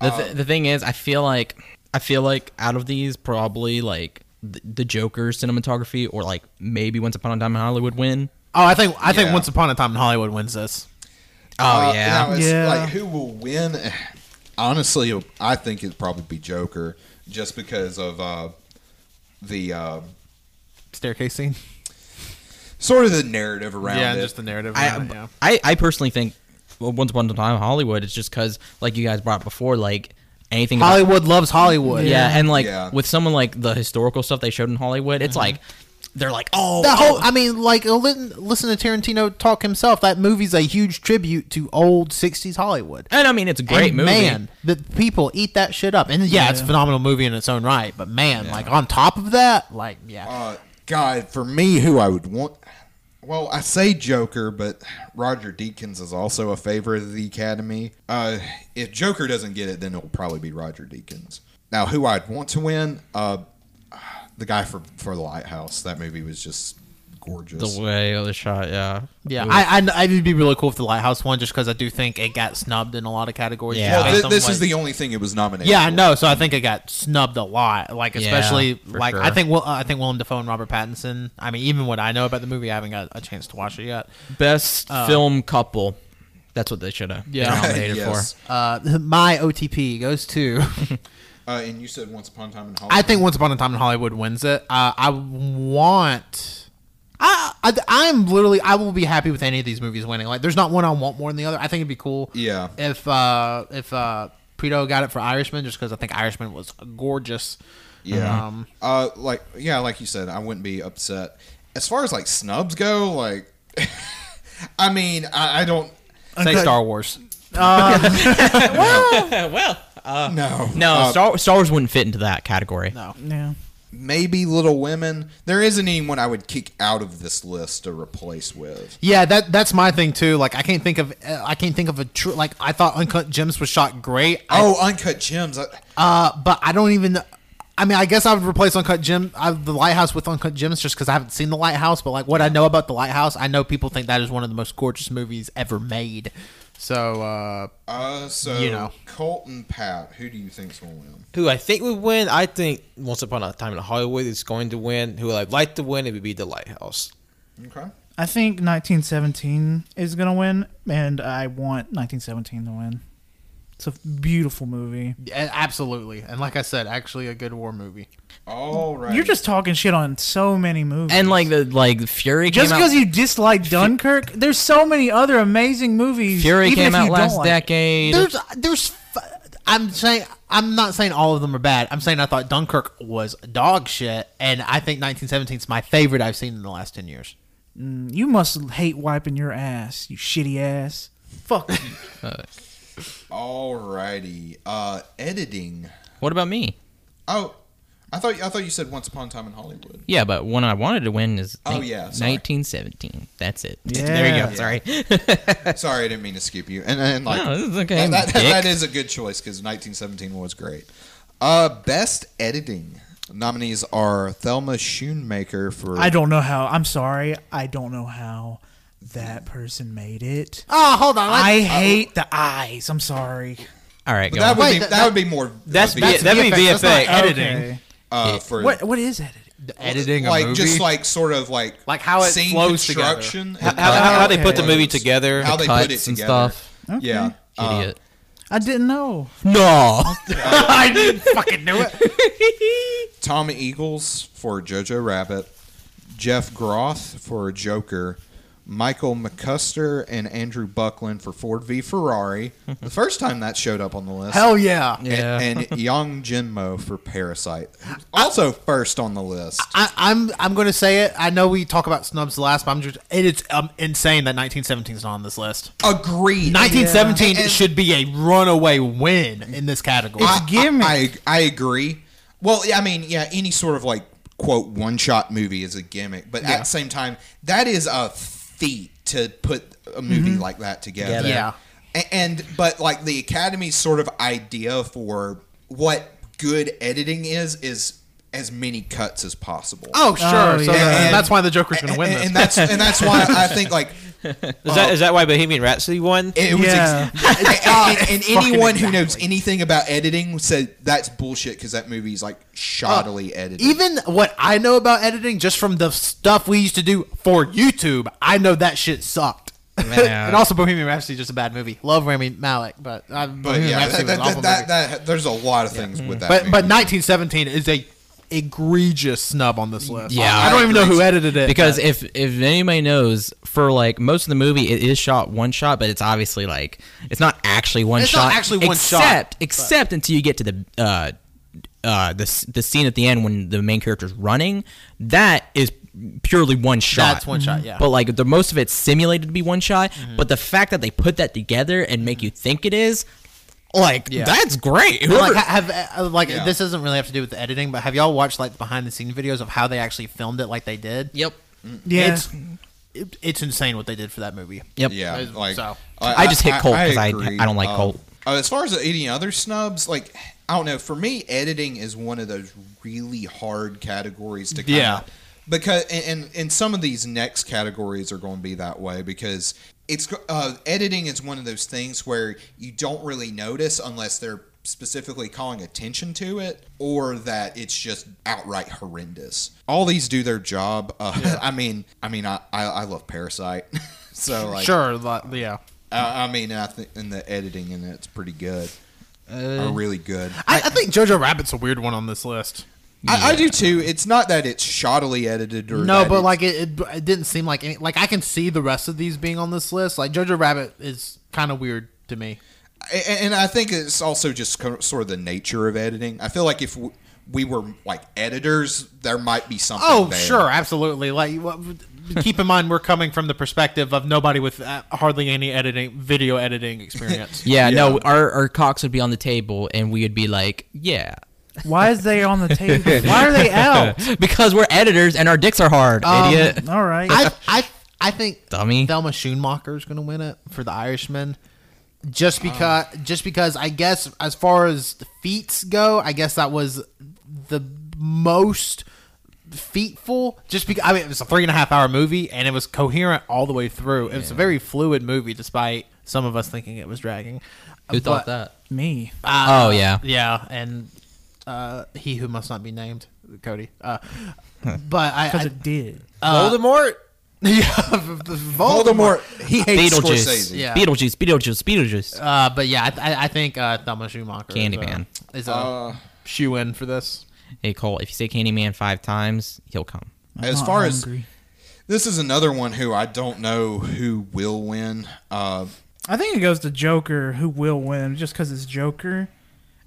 S3: The, th- the thing is, I feel like I feel like out of these, probably like the, the Joker cinematography, or like maybe Once Upon a Time in Hollywood win.
S1: oh i think i think
S2: Yeah.
S1: once upon a time in hollywood wins this
S3: Oh
S2: Uh,
S3: yeah,
S2: now it's
S4: Yeah.
S2: Like who will win? [sighs] Honestly, it'll- I think it'd probably be Joker, just because of uh, the uh,
S1: staircase scene
S2: sort of the narrative around
S1: yeah
S2: it.
S1: and just the narrative
S3: I,
S1: around it, yeah.
S3: I I personally think well, Once Upon a Time in Hollywood is just because like you guys brought up before, like anything. about-
S1: Hollywood loves Hollywood.
S3: yeah, and like
S2: Yeah.
S3: with someone like the historical stuff they showed in Hollywood, it's like they're like, oh,
S1: The
S3: oh,
S1: whole, I mean, like uh, listen, listen to Tarantino talk himself. That movie's a huge tribute to old '60s Hollywood.
S3: and I mean it's a great
S1: And
S3: movie.
S1: Man, the people eat that shit up. And yeah, it's a phenomenal movie in its own right. But man, like on top of that, like yeah,
S2: Uh, God, for me, who I would want. Well, I say Joker, but Roger Deakins is also a favorite of the Academy. Uh, if Joker doesn't get it, then it'll probably be Roger Deakins. Now, who I'd want to win? Uh, the guy for for the Lighthouse. That movie was just gorgeous.
S3: The way of the shot, yeah,
S1: yeah.
S3: It was-
S1: I, I would be really cool if the Lighthouse won, just because I do think it got snubbed in a lot of categories.
S3: Yeah.
S1: just
S2: well,
S1: based
S2: thi-
S1: on,
S2: this
S1: like-
S2: is the only thing it was nominated.
S1: Yeah, I
S2: for.
S1: know. So I think it got snubbed a lot. Like
S3: Yeah,
S1: especially
S3: for
S1: like
S3: sure.
S1: I think Will, I think Willem Dafoe and Robert Pattinson. I mean, even what I know about the movie, I haven't got a chance to watch it yet.
S3: best film couple. That's what they should have
S1: Yeah.
S3: yeah.
S2: [laughs]
S3: nominated
S2: Yes.
S3: for.
S1: Uh, [laughs] my OTP goes to.
S2: Uh, and you said Once Upon a Time in Hollywood.
S1: I think Once Upon a Time in Hollywood wins it. Uh, I want. I, I I'm literally I will be happy with any of these movies winning. Like, there's not one I want more than the other. I think it'd be cool.
S2: Yeah.
S1: If uh if uh Preto got it for Irishman, just because I think Irishman was gorgeous.
S2: Yeah.
S1: Um,
S2: uh, like yeah, like you said, I wouldn't be upset. As far as like snubs go, like, [laughs] I mean, I, I don't.
S1: say Star Wars.
S3: well,
S2: No,
S3: no,
S2: Uh,
S3: Star, Star Wars wouldn't fit into that category.
S1: No.
S4: Yeah.
S2: maybe Little Women. There isn't anyone I would kick out of this list to replace with.
S1: Yeah, that that's my thing too. Like, I can't think of uh, I can't think of a true like I thought Uncut Gems was shot great. I
S2: Oh, Uncut Gems. I,
S1: Uh, but I don't even. I mean, I guess I would replace Uncut Gem, I, the Lighthouse with Uncut Gems, just because I haven't seen the Lighthouse. But like what I know about the Lighthouse, I know people think that is one of the most gorgeous movies ever made. So uh,
S2: Uh, so
S1: You know.
S2: Colton Pat, who do you think's going to win?
S5: Who I think would win, I think Once Upon a Time in Hollywood is going to win. Who I'd like to win, it would be The Lighthouse.
S2: Okay.
S4: I think 1917 is gonna win, and I want 1917 to win. It's a beautiful movie.
S1: a- absolutely, and like I said, actually a good war movie.
S2: All right.
S4: You're just talking shit on so many movies.
S3: And like the like Fury
S4: just
S3: came
S4: because
S3: out,
S4: you dislike Dunkirk, there's so many other amazing movies.
S3: Fury
S4: even
S3: came
S4: if you
S3: out
S4: don't
S3: last
S4: like it.
S3: decade.
S1: There's, there's, f- I'm saying, I'm not saying all of them are bad. I'm saying I thought Dunkirk was dog shit, and I think 1917 is my favorite I've seen in the last ten years.
S4: You must hate wiping your ass, you shitty ass. Fuck. you.
S2: All righty. Uh, editing.
S3: What about me?
S2: Oh, I thought I thought you said Once Upon a Time in
S5: [laughs]
S2: Hollywood.
S3: Yeah, but one I wanted to win is
S2: Oh,
S3: ni-
S2: yeah, sorry.
S3: 1917. That's it. there you go.
S4: Yeah.
S3: Sorry.
S2: Sorry, I didn't mean to skip you. And and like
S3: No, [laughs] this is okay,
S2: that- that-
S3: dick.
S2: that is a good choice because 1917 was great. Uh, best editing nominees are Thelma Schoonmaker for
S4: I don't know how. I'm sorry. I don't know how that person made it.
S1: Oh, hold on,
S4: I hate the eyes. I'm sorry.
S3: All right, go.
S2: that would
S1: Wait,
S2: be
S1: that-
S2: that, would be more
S5: That's
S2: would be,
S5: V- that'd be
S1: VFX, that's
S5: VFX
S1: not-
S5: editing.
S4: Okay.
S2: uh, for
S4: What what is editing?
S1: editing a
S2: like
S1: movie. [laughs]
S2: just like sort of like
S1: Like how it
S2: scene
S1: flows together.
S2: construction
S5: How,
S2: and
S5: how,
S2: like
S5: how, how they
S4: Okay.
S5: put the movie together.
S2: how they put it
S3: Cuts and
S2: together
S3: stuff.
S2: yeah Uh,
S3: Idiot.
S4: I didn't know.
S2: [laughs]
S3: No.
S1: I didn't fucking knew it.
S2: Tom Eagles for Jojo Rabbit, Jeff Groth for Joker, Michael McCuster and Andrew Buckland for Ford v Ferrari. the first time that showed up on the list.
S1: Hell yeah.
S2: A-
S3: Yeah.
S2: And, Young Jinmo for Parasite. Also first on the list.
S1: I, I'm I'm going to say it. I know we talk about snubs last, but I'm just it is um, insane that 1917 is not on this list.
S2: Agreed.
S1: 1917
S2: And-
S1: should be a runaway win in this category.
S2: I,
S4: gimmick.
S2: I, I, I agree. Well, I mean, yeah, any sort of like quote one shot movie is a gimmick, but at the same time, that is a feat to put a movie
S1: Mm-hmm.
S2: like that together.
S1: Yeah.
S2: A- And, but like the Academy's sort of idea for what good editing is is as many cuts as possible.
S1: oh sure,
S4: Oh,
S1: so
S4: yeah.
S1: that- that's why the Joker's going
S2: and,
S1: to win
S2: and-
S1: this.
S2: and that's and
S1: [laughs]
S2: that's why I think like
S5: Is that is that why Bohemian Rhapsody won?
S2: It was
S4: Yeah.
S2: ex- [laughs] and, and- and anyone who knows anything about editing said that's bullshit because that movie's like shoddily edited.
S1: Oh, Even what I know about editing, just from the stuff we used to do for YouTube, I know that shit sucked.
S3: Man.
S1: [laughs] and also, Bohemian Rhapsody is just a bad movie. Love Rami Malek, but, uh,
S2: but
S1: Bohemian
S2: yeah,
S1: Rhapsody was
S2: that, that,
S1: an awful
S2: that, that,
S1: movie.
S2: there's a lot of things with that.
S1: but
S2: movie.
S1: but 1917 is a egregious snub on this list.
S3: Yeah.
S1: I don't even know who edited [laughs] it
S3: because if if anybody knows, for like most of the movie, it is shot one shot, but it's obviously like it's not actually one
S1: It's
S3: shot.
S1: not actually one shot,
S3: except, except until you get to the uh uh the s- the scene at the end when the main character's running. That is purely one shot.
S1: That's one shot, yeah. Mm-hmm.
S3: But like the most of it's simulated to be one shot. But the fact that they put that together and make you think it is. Like that's great.
S1: And,
S3: Whoever-
S1: like ha- have uh, like
S2: Yeah.
S1: this doesn't really have to do with the editing, but have y'all watched like behind the scene videos of how they actually filmed it, like they did?
S3: yep.
S4: Yeah.
S1: It's it, it's insane what they did for that movie.
S3: Yep.
S2: yeah,
S1: It's-
S2: like
S1: so.
S3: I just hit Colt 'cause I-
S2: agree.
S3: I don't like
S2: Um,
S3: Colt.
S2: uh, as far as any other snubs, like I don't know. For me, editing is one of those really hard categories to kind
S1: Yeah.
S2: of because and, and and some of these next categories are going to be that way because it's uh, editing is one of those things where you don't really notice unless they're specifically calling attention to it or that it's just outright horrendous all these do their job uh, [laughs] i mean i mean I, I i love parasite [laughs] so like
S1: sure, like, yeah.
S2: I I mean, I think in the editing in it's pretty good, or really good.
S1: I, I think Jojo Rabbit's a weird one on this list.
S2: I, I do too. It's not that it's shoddily edited or
S1: No,
S2: that
S1: but
S2: it's-
S1: like it, it, it didn't seem like any, like I can see the rest of these being on this list. Like Jojo Rabbit is kind of weird to me.
S2: a- and, I think it's also just co- sort of the nature of editing. I feel like if w- we were like editors, there might be something.
S1: Oh,
S2: there.
S1: sure, absolutely. Like, what- keep in mind, we're coming from the perspective of nobody with uh, hardly any editing, video editing experience.
S3: [laughs] Yeah,
S2: Yeah.
S3: no, our, our cocks would be on the table and we would be like, yeah.
S4: Why is they on the table?
S1: [laughs]
S4: Why are they out?
S3: [laughs] because we're editors and our dicks are hard, idiot.
S4: All right.
S1: I, I, I think
S3: Dummy.
S1: Thelma Schoonmaker is going to win it for the Irishman,
S3: Um.
S1: just because, just because I guess as far as the feats go, I guess that was the most featful just because I mean it was a three and a half hour movie and it was coherent all the way through. It was a very fluid movie despite some of us thinking it was dragging.
S3: Who thought
S1: But-
S3: that?
S4: Me.
S1: Uh,
S3: Oh, yeah.
S1: yeah, and uh, he who must not be named, Cody.
S3: [laughs]
S1: Uh, but I,
S4: Because
S1: I
S4: it did.
S5: Voldemort.
S1: [laughs] yeah, Voldemort.
S2: Voldemort, he hates
S3: Beetlejuice.
S2: Scorsese.
S1: Yeah.
S3: Beetlejuice. Beetlejuice. Beetlejuice.
S1: Uh, but yeah, I, I, I think uh, Thelma Schumacher is, uh,
S3: Candyman.
S1: is a
S2: Uh,
S1: shoe in for this.
S3: hey Cole, if you say Candyman five times, he'll come.
S2: As
S4: not
S2: far as
S4: hungry.
S2: this is another one who I don't know who will win. Uh,
S4: I think it goes to Joker, who will win, just because it's Joker.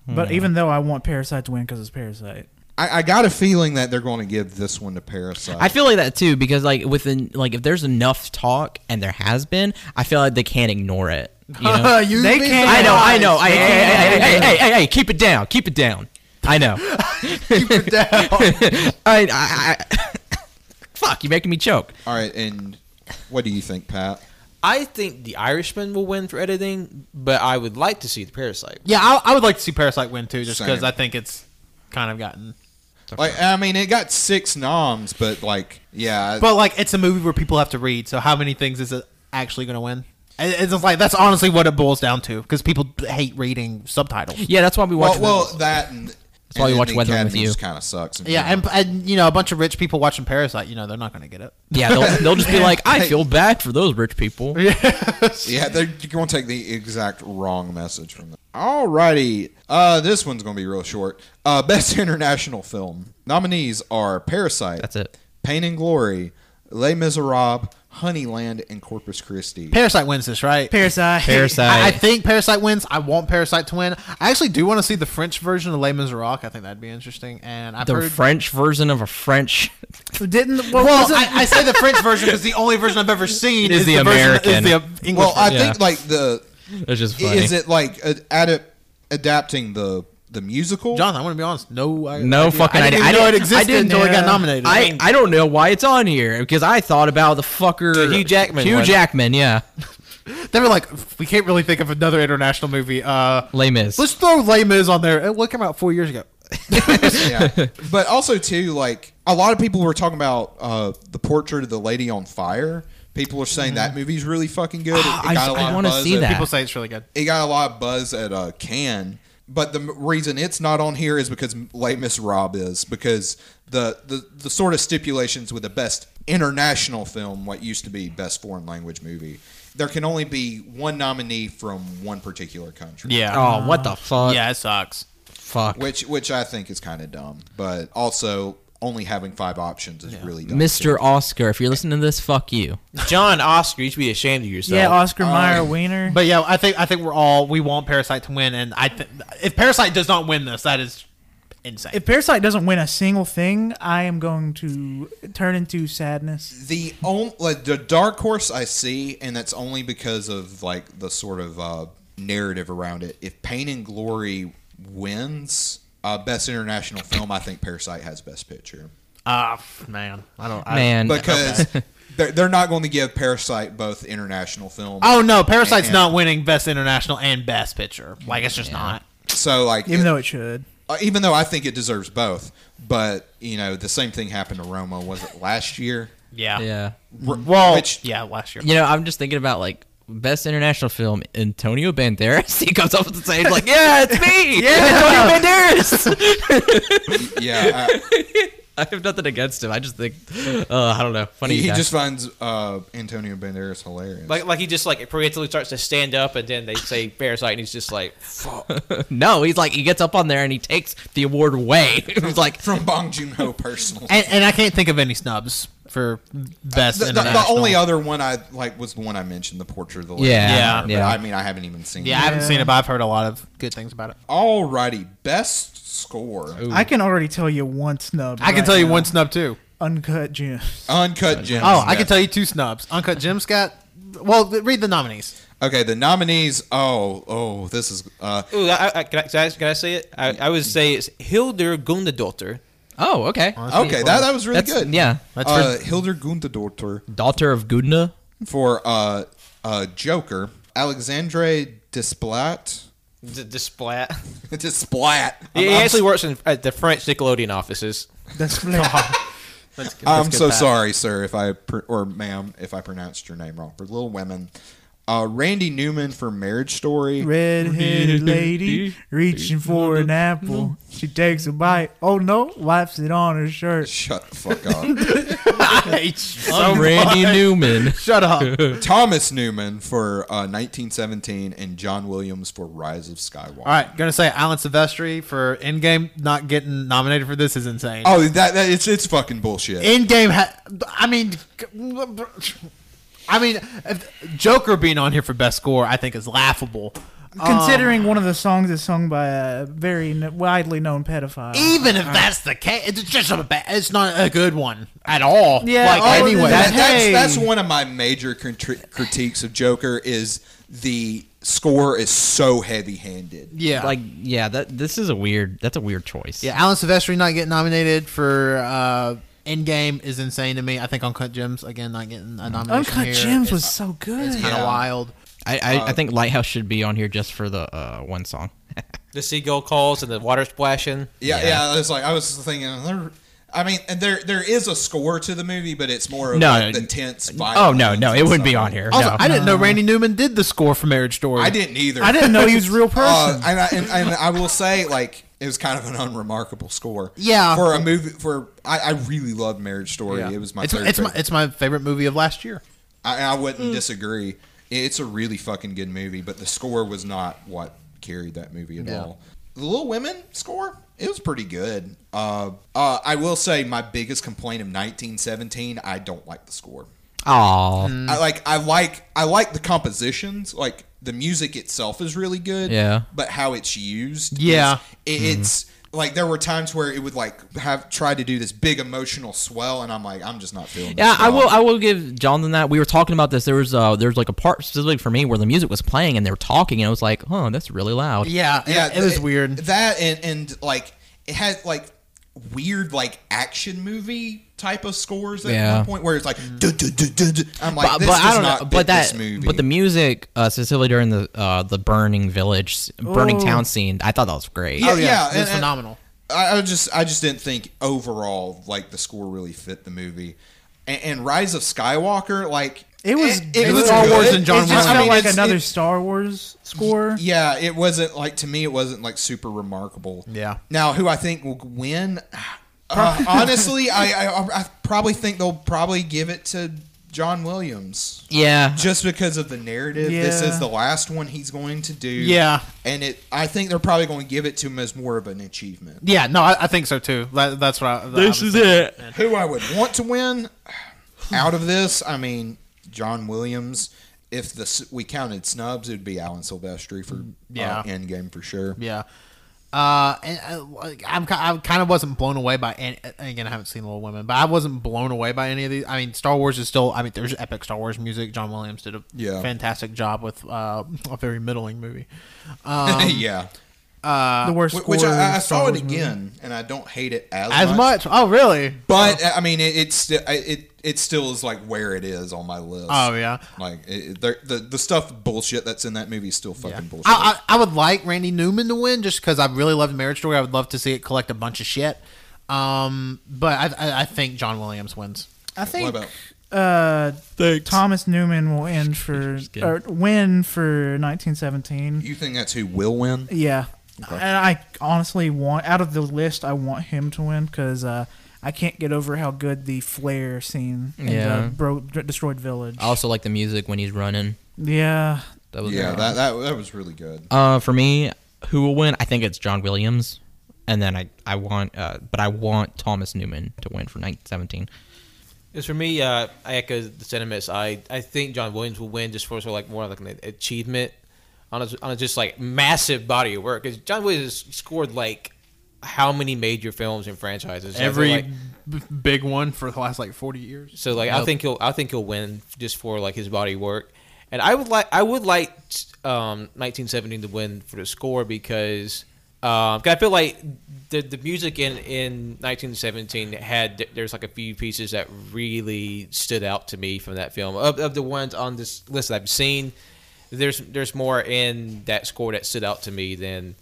S1: Hmm.
S4: But even though I want Parasite to win because it's Parasite.
S2: I, I got a feeling that they're going to give this one to Parasite.
S3: I feel like that too because like within like if there's enough talk and there has been, I feel like they can't ignore it.
S1: [laughs]
S3: You [laughs] know?
S1: You'd
S4: They
S1: be
S4: can't-
S3: I know, I know. I,
S4: They
S3: hey, hey, hey,
S4: can't-
S3: hey, hey, hey, hey, keep it down, keep it down. I [laughs] know.
S1: surprised down.
S3: [laughs] I, I, [laughs] I fuck, you're making me choke.
S2: All right, and what do you think, Pat?
S5: I think The Irishman will win for editing, but I would like to see The Parasite.
S1: yeah, I, I would like to see Parasite win too, just because
S2: Same.
S1: I think it's kind of gotten.
S2: Like, I mean, it got six noms, but like, yeah,
S1: But like, it's a movie where people have to read. So how many things is it actually going to win? It- It's just like that's honestly what it boils down to because people hate reading subtitles.
S3: Yeah, that's why we watch.
S2: well, well, that and that's
S3: why we watch Weathering with You.
S2: Kind of sucks. in
S1: Yeah,
S2: general.
S1: and, and you know a bunch of rich people watching Parasite, you know they're not going to get it.
S3: yeah, they'll,
S1: [laughs]
S3: they'll just be like, I feel bad for those rich people.
S2: yeah, they're going to take the exact wrong message from them. Alrighty, uh, this one's going to be real short. Uh, best [laughs] international film nominees are Parasite.
S3: That's it.
S2: Pain and Glory, Les Miserables, Honeyland, and Corpus Christi.
S1: Parasite wins this, right?
S4: Parasite.
S3: Parasite.
S1: I, I think Parasite wins. I want Parasite to win. I actually do want to see the French version of Les Miserables. I think that'd be interesting. And I've
S3: The
S1: heard.
S3: French version of
S1: [laughs]
S3: a French.
S4: [laughs] Didn't what
S1: well,
S4: was it?
S1: I, I say the French version because the only version I've ever seen
S3: Is
S1: is,
S3: the American.
S1: Version, is the uh, English.
S2: well, I
S1: version.
S2: think like the
S3: That's just funny.
S2: is it like ad- adap- adapting the the musical?
S1: John, I want to be honest. No, I,
S3: No
S1: idea.
S3: fucking
S1: I didn't even
S3: idea. I
S1: know it
S3: didn't-
S1: existed
S3: I didn't
S1: until it got
S4: know.
S1: nominated.
S3: I, I don't know why it's on here because I thought about the fucker
S5: The Hugh Jackman
S3: Hugh
S5: one.
S3: Jackman, yeah.
S1: they were like, we can't really think of another international movie. Uh,
S3: Lame is.
S1: let's throw Les Mis on there. It what came out four years ago.
S2: yeah. [laughs] But also too, like a lot of people were talking about uh, the portrait of the lady on fire. People are saying that movie's really fucking good. It, it
S3: Ah, Mm. I-
S2: got a
S3: I
S2: lot of
S3: wanna
S2: buzz
S3: see
S2: at-
S3: that.
S1: People say it's really good.
S2: It got a lot of buzz at uh, Cannes. But the m- reason it's not on here is because Les Miss Rob is because the, the the sort of stipulations with the best international film, what used to be best foreign language movie, there can only be one nominee from one particular country.
S3: Oh, what the fuck?
S1: yeah, it sucks.
S3: Fuck.
S2: which which I think is kind of dumb, but also only having five options is really dumb.
S3: Mr. Oscar, if you're listening to this, fuck you.
S5: John Oscar, you should be ashamed of yourself.
S4: yeah, Oscar Mayer
S2: uh,
S4: Wiener.
S1: But yeah, I think I think we're all we want Parasite to win, and I th- if Parasite does not win this, that is insane.
S4: if Parasite doesn't win a single thing, I am going to turn into sadness.
S2: The only like, the dark horse I see, and that's only because of like the sort of uh, narrative around it. If Pain and Glory wins uh, best international film, I think Parasite has best picture
S1: Ah, man, I don't. I,
S3: Man.
S2: because [laughs] they're, they're not going to give Parasite both international film.
S1: Oh no, Parasite's
S2: Man.
S1: not winning Best International and Best Picture. Like it's just not.
S2: So like
S4: Even
S2: it-
S4: though it should.
S2: uh, even though I think it deserves both, but you know the same thing happened to Roma. Was it last year?
S1: Yeah.
S3: yeah.
S2: R-
S1: Well,
S2: which
S1: yeah, last year.
S3: You know, I'm just thinking about like best international film, Antonio Banderas. [laughs] He comes up with the stage like, yeah, it's
S1: [laughs]
S3: me. yeah, Antonio Banderas.
S1: [laughs]
S2: yeah, I-
S3: [laughs] I have nothing against him. I just think, uh, I don't know. Funny.
S2: he, he
S3: guy.
S2: just finds uh, Antonio Banderas hilarious.
S5: Like, like he just like preemptively starts to stand up, and then they say Parasite, and he's just like,
S3: no, he's like, he gets up on there and he takes the award away. [laughs] he's like,
S2: from Bong Joon Ho personally.
S1: And, and I can't think of any snubs for Best
S2: the, the- the
S1: International.
S2: only other one I like was the one I mentioned, the portrait of the lady.
S3: Yeah,
S1: Yeah.
S2: But
S3: yeah.
S2: I mean, I haven't even seen.
S1: yeah, I haven't
S4: Yeah.
S1: seen it, but I've heard a lot of good things about it.
S2: It. Alrighty, best score,
S4: I can already tell you one snub.
S1: I can
S4: right
S1: tell you
S4: now.
S1: one snub too.
S4: uncut gems. [laughs]
S2: uncut gems.
S1: Oh, I can tell you two snubs. Uncut Gems got. Well, read the [laughs] nominees.
S2: Okay, the nominees. Oh, oh, this is. Uh,
S5: "Ooh, I, I, can, I, can I- can I say it? I, I would say it's Hildur Gundadottir.
S3: oh, okay.
S2: okay, that, that was really
S3: That's
S2: good.
S3: Yeah.
S1: That's
S2: uh,
S1: for,
S2: Hildur Gundadottir
S3: Daughter of
S1: [laughs]
S3: Gudna.
S2: for uh, uh, Joker, Alexandre Desplat [laughs]
S5: The, the splat.
S2: Just splat.
S5: He
S2: I'm- I'm
S5: actually works in, at the French Nickelodeon offices.
S1: [laughs]
S4: That's
S2: I'm so sorry, sir, if I pr- or ma'am, if I pronounced your name wrong. For Little Women, uh, Randy Newman for Marriage Story.
S4: Red-headed lady reaching for an apple. She takes a bite. Oh no! Wipes it on her shirt.
S2: Shut the fuck up. [laughs]
S1: Oh
S3: Randy [laughs]
S1: [laughs]
S3: Newman.
S1: Shut up.
S2: Thomas Newman for uh, 1917 and John Williams for Rise of Skywalker.
S1: All right, gonna say Alan Silvestri for Endgame not getting nominated for this is insane.
S2: Oh, that, that it's it's fucking bullshit.
S1: Endgame, ha- I mean, I mean, if Joker being on here for best score, I think is laughable.
S4: Considering one of the songs is sung by a very kn- widely known pedophile.
S1: Even if that's the case, it's just a bad. It's not a good one at all.
S4: Yeah,
S1: Like,
S4: all of
S1: anyway,
S4: this-
S2: That- that's
S4: Hey.
S2: that's one of my major contri- critiques of Joker is the score is so heavy-handed.
S1: yeah,
S3: Like, yeah, that this is a weird. That's a weird choice.
S1: yeah. Alan Silvestri not getting nominated for uh, Endgame is insane to me. I think Uncut Gems again not getting a nomination.
S4: Uncut
S1: here
S4: Gems
S1: is
S4: was so good.
S1: kind of
S2: Yeah.
S1: wild.
S3: I
S1: Uh,
S3: I, I think Lighthouse should be on here just for the uh,
S1: [laughs]
S3: one song.
S5: The seagull calls and the water splashing.
S2: Yeah, yeah. I was like, I was thinking. there- I mean, and there there is a score to the movie, but it's more of
S3: No,
S2: like,
S3: no.
S2: the tense.
S3: oh no,
S2: violence
S3: no,
S2: and
S3: it wouldn't be
S2: stuff.
S3: on here.
S1: Also,
S3: no.
S1: I didn't know Randy Newman did the score for Marriage Story.
S2: I didn't either.
S4: I didn't know he
S2: [laughs]
S4: was a real
S2: Uh,
S4: person.
S2: and, I, and, and I will say, like, it was kind of an unremarkable score.
S1: Yeah.
S2: For a movie, for I, I really loved Marriage Story.
S1: Yeah.
S2: It was my
S1: it's,
S2: favorite.
S1: it's my it's my favorite movie of last year.
S2: I, I
S3: Mm.
S2: wouldn't disagree. It's a really fucking good movie, but the score was not what carried that movie at
S1: Yeah.
S2: all. The Little Women score, it was pretty good. Uh, uh, I will say my biggest complaint of 1917, I don't like the score.
S3: Aw.
S1: Mm.
S2: I like I like I like the compositions. Like the music itself is really good.
S3: Yeah. Mm-hmm.
S2: But how it's used. is-
S1: Yeah.
S2: it, it's like there were times where it would like have tried to do this big emotional swell, and I'm like, I'm just not feeling.
S3: Yeah,
S2: this at
S3: I
S2: all.
S3: will. I will give Jonathan that. We were talking about this. There was uh, there was like a part specifically for me where the music was playing and they were talking, and I was like, "Huh, that's really loud."
S1: Yeah, yeah, it, was weird.
S2: That and and like it had like weird like action movie type of scores at
S3: Yeah.
S2: one point where it's like duh, duh, duh, duh, duh. I'm like
S3: but,
S2: this
S3: but I
S2: does
S3: don't
S2: not
S3: know.
S2: fit
S3: But that,
S2: this movie.
S3: but the music, uh, specifically during the uh, the burning village, burning
S4: Oh.
S3: town scene, I thought that was great.
S2: yeah,
S1: Oh, yeah,
S2: yeah,
S1: it was
S2: and- and
S1: phenomenal.
S2: I, I just I just didn't think overall like the score really fit the movie. And, and Rise of Skywalker like
S4: It was.
S1: it was Star Wars
S2: good.
S1: and John
S4: It
S1: Williams.
S4: just felt
S1: I mean,
S4: like
S2: it's-
S4: another
S2: it-
S4: Star Wars score.
S2: Yeah, it wasn't like to me. It wasn't like super remarkable.
S1: Yeah.
S2: Now, who I think will win? [sighs] Uh, honestly, I, I I probably think they'll probably give it to John Williams
S3: yeah.
S2: just because of the narrative. This
S4: Yeah.
S2: is the last one he's going to do.
S1: Yeah.
S2: and it I think they're probably going to give it to him as more of an achievement.
S1: Yeah, no, I, I think so too. That, that's what I. This is
S3: it.
S2: Who I would want to win [sighs] out of this? I mean, John Williams. If the s- we counted snubs, it would be Alan Silvestri for
S1: Yeah.
S2: uh, Endgame for sure.
S1: Yeah. Uh, and uh, like, I'm ki- I kind of wasn't blown away by any. and Again, I haven't seen Little Women, but I wasn't blown away by any of these. I mean, Star Wars is still. I mean, there's epic Star Wars music. John Williams did a
S2: Yeah.
S1: fantastic job with uh, [laughs] a very middling movie. Um,
S2: [laughs] yeah.
S4: the worst
S2: Wh-
S4: score.
S2: Which I, I
S4: in
S2: saw
S4: Star
S2: it
S4: Wars movie.
S2: again, and I don't hate it as,
S1: As much? Oh, really?
S2: But I mean, it, it's sti- I- it it still is like where it is on my list.
S1: Oh, yeah.
S2: like it, it- there- the the stuff bullshit that's in that movie is still fucking bullshit.
S1: I, I, I would like Randy Newman to win just because I really loved Marriage Story. I would love to see it collect a bunch of shit. Um, but I, I, I think John Williams wins.
S4: I think.
S2: about-
S4: Uh,
S3: Thanks.
S4: Thomas Newman will end for
S3: kidding.
S4: or win for 1917.
S2: you think that's who will win?
S4: Yeah, and I honestly want out of the list, I want him to win because uh, I can't get over how good the flare scene in
S3: Yeah.
S4: the bro- d- destroyed village.
S3: I also like the music when he's running.
S4: yeah,
S3: That was
S2: Yeah,
S3: great.
S2: that, that that was really good.
S3: Uh, for me, who will win? I think it's John Williams, and then I I want uh, but I want Thomas Newman to win for 1917.
S5: As for me, uh, I echo the sentiments. I, I think John Williams will win just for sort of like more like an achievement on a, on a just like massive body of work. Because John Williams has scored like how many major films and franchises? So I feel like-
S1: b- big one for the last like 40 years.
S5: so like I think he'll I think he'll win just for like his body of work. And I would like I would like um, 1917 to win for the score because um, 'cause I feel like the the music in in 1917 had there's like a few pieces that really stood out to me from that film of, of the ones on this list that I've seen. there's there's more in that score that stood out to me than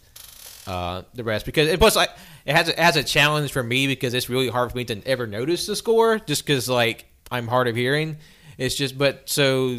S5: uh, the rest because it plus like it has it has a challenge for me because it's really hard for me to ever notice the score just because like I'm hard of hearing. It's just but so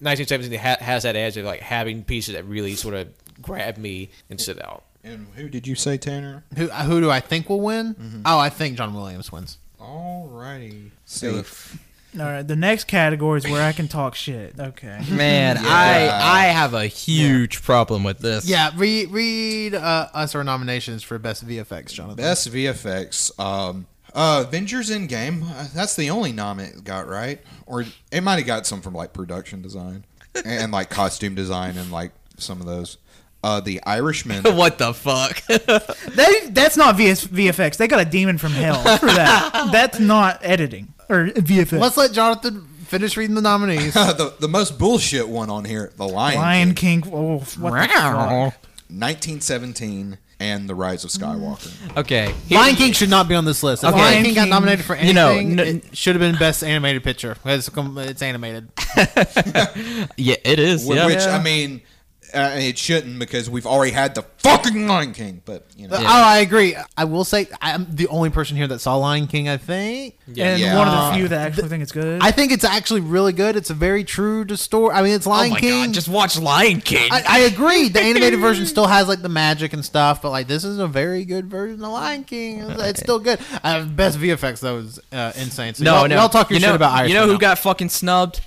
S5: 1917 ha- has that edge of like having pieces that really sort of grab me and stood out.
S2: And who did you say, Tanner?
S1: Who uh, who do I think will win? Oh, I think John Williams wins.
S2: Alrighty. Safe.
S4: All right, the next category is where I can talk shit. Okay.
S3: Man, I I have a huge problem with this.
S1: Yeah, read read uh, us our nominations for best VFX, Jonathan.
S2: Best VFX. Um, uh, Avengers Endgame. uh, That's the only nom it got right, or it might have got some from like production design and like costume design and like some of those. Uh, The
S3: [laughs]
S2: Irishman. [laughs]
S3: what the fuck?
S4: They, that's not VS, VFX. They got a demon from hell for that. that's not editing or VFX.
S1: Let's let Jonathan finish reading the nominees.
S2: the the most bullshit one on here. The Lion.
S4: Lion
S2: King.
S4: King. Oh, what the fuck?
S2: 1917 and The Rise of Skywalker.
S3: okay. here-
S1: Lion King should not be on this list. If
S3: Okay.
S1: Lion
S4: Lion
S1: King got
S4: King-
S1: nominated for anything.
S3: You know, n-
S1: it should have been best animated picture. It's, com- it's animated.
S3: Yeah, it is.
S2: Wh-
S3: yeah.
S2: Which I mean, uh, it shouldn't because we've already had the fucking Lion King. But you know,
S1: Oh, I agree. I will say I'm the only person here that saw Lion King. I think.
S4: And
S2: Yeah.
S4: one of
S2: Uh,
S4: the few that actually think it's good.
S1: I think it's actually really good. It's a very true to story. I mean, it's
S3: oh
S1: Lion
S3: my
S1: King.
S3: god, just watch Lion King.
S1: I, I agree. The animated
S3: [laughs]
S1: version still has like the magic and stuff, but like this is a very good version of Lion King. It's, it's still good. Uh, best VFX though is uh, insane. So
S3: no,
S1: y'all,
S3: no.
S1: Y'all talk your
S3: you know,
S1: shit about Iris.
S3: You know who got fucking snubbed?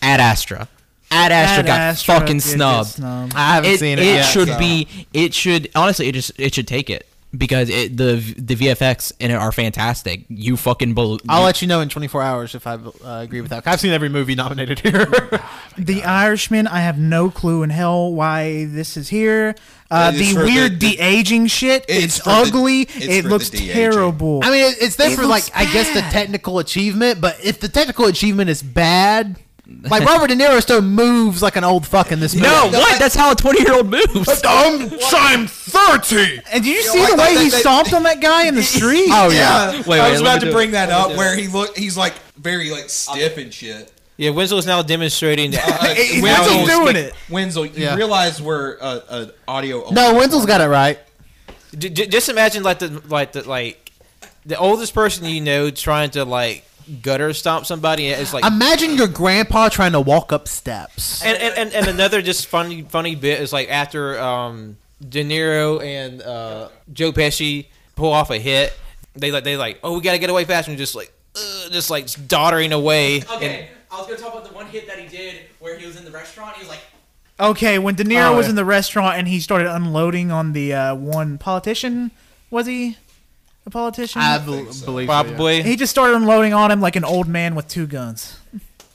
S3: Ad Astra. Ad Astra
S4: Ad
S3: got
S4: Astra did
S3: fucking
S4: get
S3: snubbed.
S4: snubbed.
S1: I haven't
S3: it,
S1: seen it.
S3: it
S1: yet.
S3: should
S2: so-
S3: be. It should honestly. It just. It should take it because it, the the VFX in it are fantastic. You fucking believe.
S1: I'll let you know in 24 hours if I uh, agree with that. I've seen every movie nominated here.
S3: [laughs]
S4: the Irishman. I have no clue in hell why this is here. Uh,
S2: It is
S4: the
S2: for the-
S4: weird de aging shit.
S2: It's
S4: It's,
S2: for the-
S4: ugly.
S2: it's
S4: it
S2: for
S4: looks
S2: the de-aging.
S4: terrible.
S1: I mean, it, it's there
S4: It
S1: for like
S4: looks
S1: I guess the
S4: bad.
S1: technical achievement, but if the technical achievement is bad, [laughs] like Robert De Niro still moves like an old fuck in this movie.
S3: no, what? That's how a twenty year old moves.
S1: I'm I'm 30.
S4: and did you see
S2: like
S4: the
S2: that-
S4: way he
S2: that- that-
S4: stomped on that guy
S2: [laughs]
S4: in the street?
S1: Oh yeah.
S3: Wait, wait,
S2: I was
S3: let me
S2: about
S3: do
S2: to
S3: it.
S2: bring that up where he look. He's like very like stiff and shit.
S5: Yeah, Winslow's now demonstrating that.
S2: [laughs] Uh,
S4: he's
S2: Wenzel's
S4: actually doing
S2: like-
S4: it.
S2: Wenzel, you
S1: Yeah.
S2: realize we're uh, an audio.
S1: No, Wenzel's got it right.
S5: J- j- just imagine like the like the like the oldest person you know trying to like gutter stomp somebody. and It's like
S1: Imagine your grandpa trying to walk up steps.
S5: and, and, and, and another just funny funny bit is like after um, De Niro and uh, Joe Pesci pull off a hit, they like they like oh we gotta get away fast and just like uh, just like doddering away. And,
S6: Okay, I was gonna talk about the one hit that he did where he was in the restaurant. He was like,
S4: Okay, when De Niro
S5: Oh,
S4: was
S5: yeah.
S4: in the restaurant and he started unloading on the uh, one politician, was he a politician?
S1: I bel believe
S5: probably.
S4: he just started unloading on him like an old man with two guns.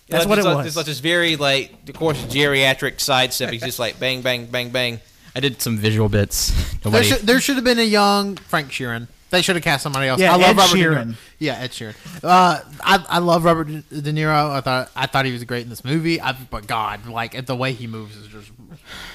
S4: That's
S5: Like,
S4: what it
S5: just like,
S4: was.
S5: It's like this very like of course geriatric side step. He's just like bang bang bang bang.
S3: I did some visual bits.
S1: There
S3: Nobody.
S1: should, there should have been a young Frank Sheeran. They should have cast somebody else.
S4: Yeah,
S1: I love
S4: Ed
S1: Robert De Niro.
S4: Sheeran.
S1: Yeah, Ed Sheeran. Uh, I, I love Robert De De Niro. I thought I thought he was great in this movie. I, but God, like the way he moves is just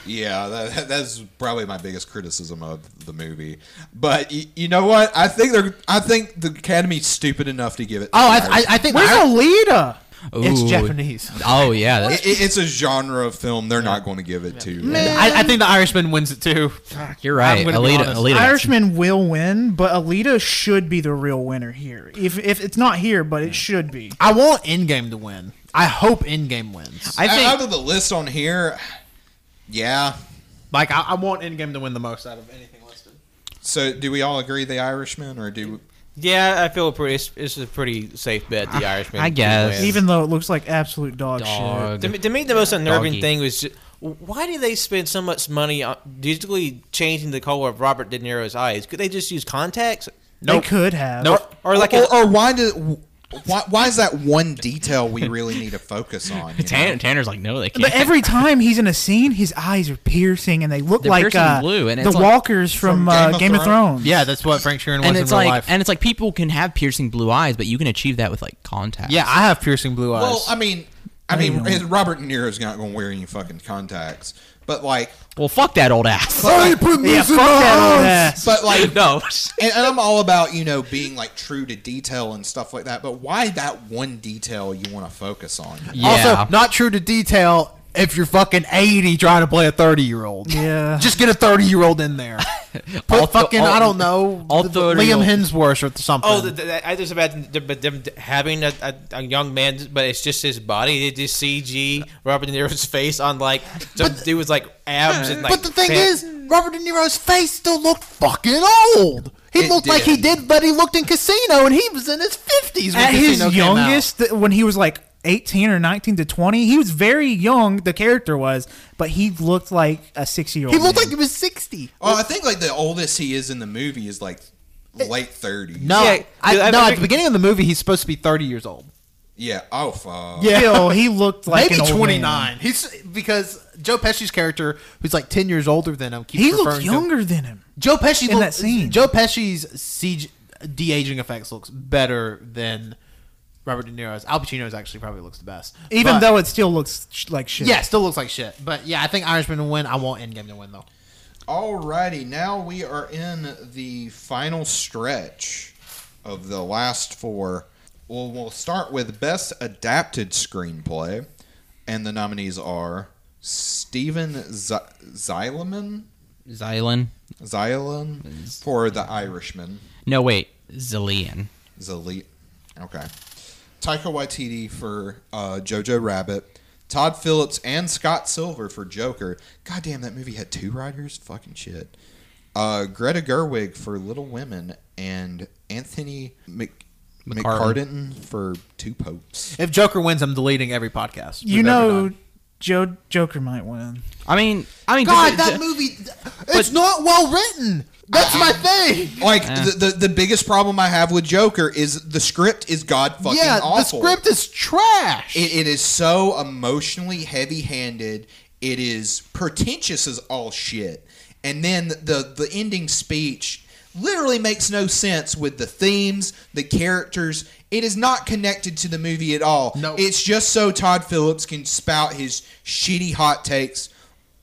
S2: Yeah, that, that's probably my biggest criticism of the movie. But y- you know what? I think they're. I think the Academy's stupid enough to give it.
S1: Oh, I, I, I think
S4: Where's
S1: I-
S4: Alita?
S1: it's
S3: Ooh.
S1: Japanese.
S3: Oh yeah, that's,
S2: It- it's a genre of film. They're not going to give it to.
S1: I, I think the Irishman wins it too.
S3: you're right.
S1: gonna be
S3: Alita,
S1: honest.
S3: Alita.
S4: Irishman will win, but Alita should be the real winner here. If if it's not here, but it should be.
S1: I want Endgame to win. I hope Endgame wins.
S3: I think
S2: out of the list on here, yeah.
S1: like I, I want Endgame to win the most out of anything listed.
S2: So do we all agree the Irishman, or do?
S5: Yeah, I feel pretty. It's, it's a pretty safe bet. The Irishman.
S3: I guess.
S5: wins.
S4: Even though it looks like absolute dog,
S3: Dog.
S4: shit.
S5: To me, to me, the most unnerving
S3: Doggy.
S5: thing was just, why do they spend so much money on digitally changing the color of Robert De Niro's eyes? Could they just use contacts?
S1: Nope. Oh,
S4: They could have.
S5: Or like,
S2: or,
S5: a,
S2: or why do? Why, why is that one detail we really need to focus on? you know?
S3: Tan- Tanner's like, no, they can't.
S4: But every time he's in a scene, his eyes are piercing and they look
S3: They're
S4: like
S3: piercing
S4: uh,
S3: blue, and
S4: the
S3: it's like-
S4: walkers from,
S2: From
S4: uh,
S2: Game of
S4: Game of
S2: Thrones.
S4: Thrones.
S1: Yeah, that's what Frank Sheeran
S3: and
S1: wants in
S3: it's
S1: real
S3: like,
S1: life.
S3: and it's like people can have piercing blue eyes, but you can achieve that with like contacts.
S1: yeah, I have piercing blue eyes.
S2: Well, I mean, I mean,
S4: don't.
S2: Robert De Niro's not going to wear any fucking contacts, but
S3: [laughs]
S2: like,
S3: Well, fuck that old ass. [laughs]
S4: Yeah, fuck that old ass.
S2: but like,
S1: oh,
S3: no.
S2: and, and I'm all about you know being like true to detail and stuff like that. But why that one detail you want to focus on?
S3: Yeah.
S1: Also, not true to detail if you're fucking 80 trying to play a 30 year old.
S4: Yeah.
S1: Just get a 30 year old in
S3: [laughs]
S1: there. Put
S3: All th-
S1: fucking, I
S3: all-
S1: don't know,
S3: all
S1: the- the
S3: 30-year-old.
S1: Liam Hemsworth or something.
S5: [laughs] Oh, the, the, I just imagine the, but them having a, a, a young man, but it's just his body. They just CG Robert De Niro's face on like some dude with like abs and like.
S1: but the thing
S5: fat-
S1: is, Robert De Niro's face still looked fucking old. He
S2: It
S1: looked like he
S2: did.
S1: did, but he looked in Casino, and he was in his 50s when
S4: at his
S1: Casino came out.
S4: youngest th- when he was like 18 or 19 to 20 he was very young the character was but he looked like a 60 year old
S1: He looked like he was 60.
S2: Oh, I think like the oldest he is in the movie is like late 30s.
S1: No,
S5: Yeah, dude,
S1: I,
S5: I-
S1: no.
S5: I-
S1: At the beginning of the movie, he's supposed to be 30 years old.
S2: Yeah. Oh fuck.
S4: yeah Still, he looked like
S1: Maybe
S4: an old man.
S1: 29. He's because Joe Pesci's character, who's like 10 years older than him, keeps
S4: he
S1: referring
S4: looked
S1: to him-
S4: younger than him
S1: Joe Pesci
S4: in
S1: look-
S4: that scene.
S1: Joe Pesci's CG, de aging effects looks better than Robert De Niro's. Al Pacino's actually probably looks the best,
S4: even
S1: But-
S4: though it still looks sh- like shit
S1: yeah, it still looks like shit. But yeah, I think Irishman will win. I want Endgame to win though.
S2: Alrighty, now we are in the final stretch of the last four. Well, we'll start with best adapted screenplay, and the nominees are Stephen Z- Zyleman
S3: Xylan.
S2: Zylan for The Irishman.
S3: No, wait. Zillion.
S2: Zalit. Okay. Taika Waititi for uh, Jojo Rabbit. Todd Phillips and Scott Silver for Joker. God damn, that movie had two writers? Fucking shit. Uh, Greta Gerwig for Little Women and Anthony Mc-
S3: McCartan.
S2: McCartan for Two Popes.
S1: If Joker wins, I'm deleting every podcast.
S4: you
S1: we've ever
S4: know
S1: done.
S4: Joe Joker might win.
S3: I mean, I
S1: [laughs]
S3: mean,
S1: God,
S3: d-
S1: that [laughs]
S3: d-
S1: movie, it's not well written. That's my thing.
S2: Like, the, the, the biggest problem I have with Joker is the script is god fucking
S1: Yeah,
S2: awful.
S1: the script is trash.
S2: It, it is so emotionally heavy-handed. It is pretentious as all shit. And then the the ending speech literally makes no sense with the themes, the characters. It is not connected to the movie at all.
S1: No.
S2: It's just so Todd Phillips can spout his shitty hot takes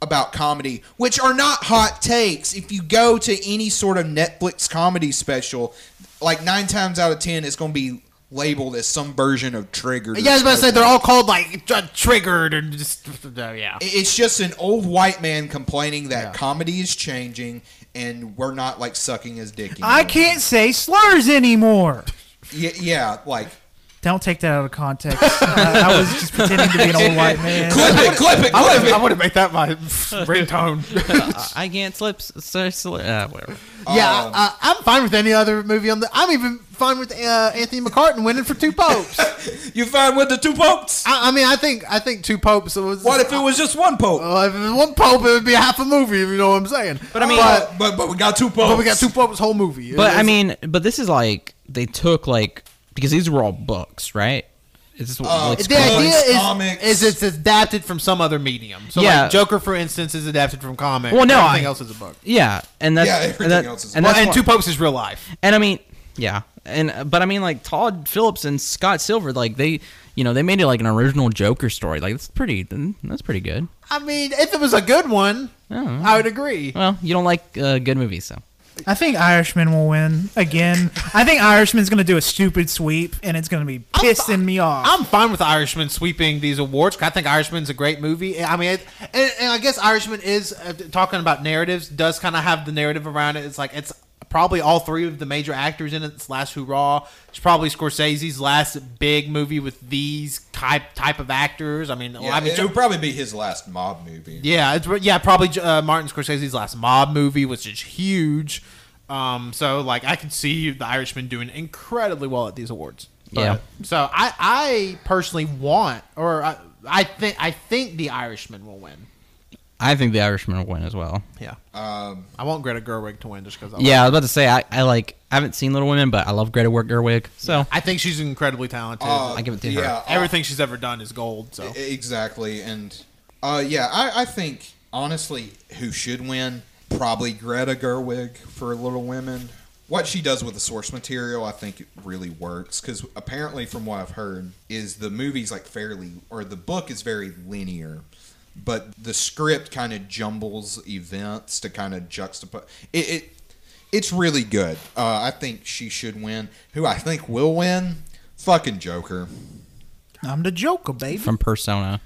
S2: about comedy, which are not hot takes. If you go to any sort of Netflix comedy special, like nine times out of ten, it's going to be labeled as some version of Triggered. or
S1: yeah, I was about to say
S2: something.
S1: they're all called like tr- triggered and just [laughs] uh, yeah.
S2: It- It's just an old white man complaining that comedy is changing and we're not like sucking his dick.
S4: I
S2: anymore.
S4: can't say slurs anymore.
S2: Y- yeah, like
S4: Don't take that out of context. [laughs] I, I was just pretending to be an old white man.
S2: clip it, clip it, clip it.
S1: want to make that my [laughs] ringtone.
S3: I can't slip. So, so, uh, whatever.
S1: yeah,
S2: Um,
S1: uh, I'm fine with any other movie on the. I'm even fine with uh, Anthony McCartan winning for two [laughs] popes. I,
S2: You fine with the two popes?
S1: I mean, I think I think two popes was.
S2: What if it was just one pope?
S1: Well, if it was one pope, it would be half a movie. If you know what I'm saying. Uh, But
S3: I mean-
S1: but,
S2: but, but, but we got two popes.
S1: we got two popes whole movie.
S3: But I
S1: It's-
S3: mean, but this is like they took like because these were all books, right? Is this what,
S2: Uh,
S3: like,
S2: it's
S1: the
S3: script-
S2: comics,
S1: idea is,
S2: comics.
S1: is it's adapted from some other medium. So
S3: Yeah.
S1: like Joker, for instance, is adapted from comic.
S3: Well, no,
S1: everything
S3: I-
S1: else is a book.
S3: yeah, and that's
S2: Yeah,
S3: and
S2: everything
S3: that,
S2: else is
S3: and
S2: a
S3: that's
S1: well, and
S3: why-
S1: two popes is real life.
S3: And I mean, yeah, and but I mean, like Todd Phillips and Scott Silver, like they, you know, they made it like an original Joker story. Like that's pretty. That's pretty good.
S1: I mean, if it was a good one,
S3: Yeah.
S1: I would agree.
S3: Well, you don't like uh, good movies, so
S4: I think Irishman will win again. I think Irishman's going to do a stupid sweep, and it's going to be pissing me off.
S1: I'm fine with Irishman sweeping these awards. 'cause I think Irishman's a great movie. I mean, it, and, and I guess Irishman is uh, talking about narratives. Does kind of have the narrative around it. It's like it's probably all three of the major actors in it. It's last hurrah. It's probably Scorsese's last big movie with these type type of actors. I mean, well,
S2: Yeah,
S1: I mean,
S2: it
S1: Joe-
S2: would probably be his last mob movie.
S1: yeah, it's, yeah, probably uh, Martin Scorsese's last mob movie, which is huge. Um, so like I can see the Irishman doing incredibly well at these awards.
S3: Yeah.
S1: So I, I personally want, or I, I think, I think the Irishman will win.
S3: I think The Irishman will win as well.
S1: Yeah.
S2: Um,
S1: I want Greta Gerwig to win just because.
S3: Yeah, I was about to say I, I like I haven't seen Little Women, but I love Greta Wer- Gerwig, so
S1: I think she's incredibly talented.
S2: uh,
S3: I give it to her.
S2: yeah, uh,
S1: Everything she's ever done is gold. So
S2: E- Exactly, and uh, yeah, I, I think honestly, who should win? Probably Greta Gerwig for Little Women. What she does with the source material, I think it really works because apparently, from what I've heard, is the movie's like fairly, or the book is very linear, but the script kind of jumbles events to kind of juxtapose. It, it it's really good. Uh, I think she should win. Who I think will win? Fucking Joker.
S4: I'm the Joker, baby.
S3: from Persona.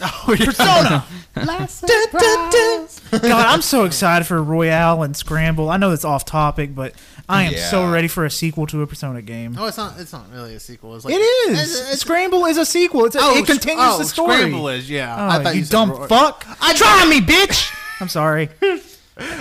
S1: Oh, yeah.
S4: Persona.
S1: [laughs]
S4: God, I'm so excited for Royale and Scramble. I know it's off topic, but I am so
S2: Yeah.
S4: ready for a sequel to a Persona game.
S1: No, it's not. It's not really a sequel. It's like
S4: It is.
S1: It's- it's-
S4: Scramble is a sequel. It's a,
S1: oh,
S4: it continues
S1: oh,
S4: the story.
S1: Scramble is yeah.
S4: Oh,
S1: I thought
S4: you,
S1: said
S4: dumb
S1: Roy-
S4: fuck!
S1: I try me,
S3: bitch.
S4: I'm sorry.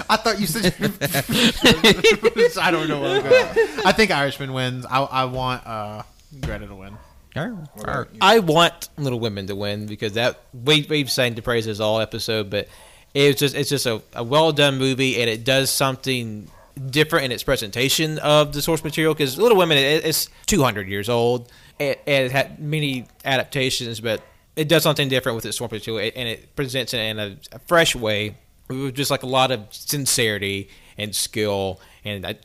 S1: I thought you said. [laughs] I don't know. What I'm going. I think Irishman wins. I, I want uh, Greta to win.
S3: Arr, arr.
S5: I want Little Women to win because that we we've sang the praises all episode, but it's just it's just a, a well done movie and it does something different in its presentation of the source material because Little Women it, it's 200 years old and, and it had many adaptations, but it does something different with its source material and it presents it in a, a fresh way with just like a lot of sincerity and skill and I,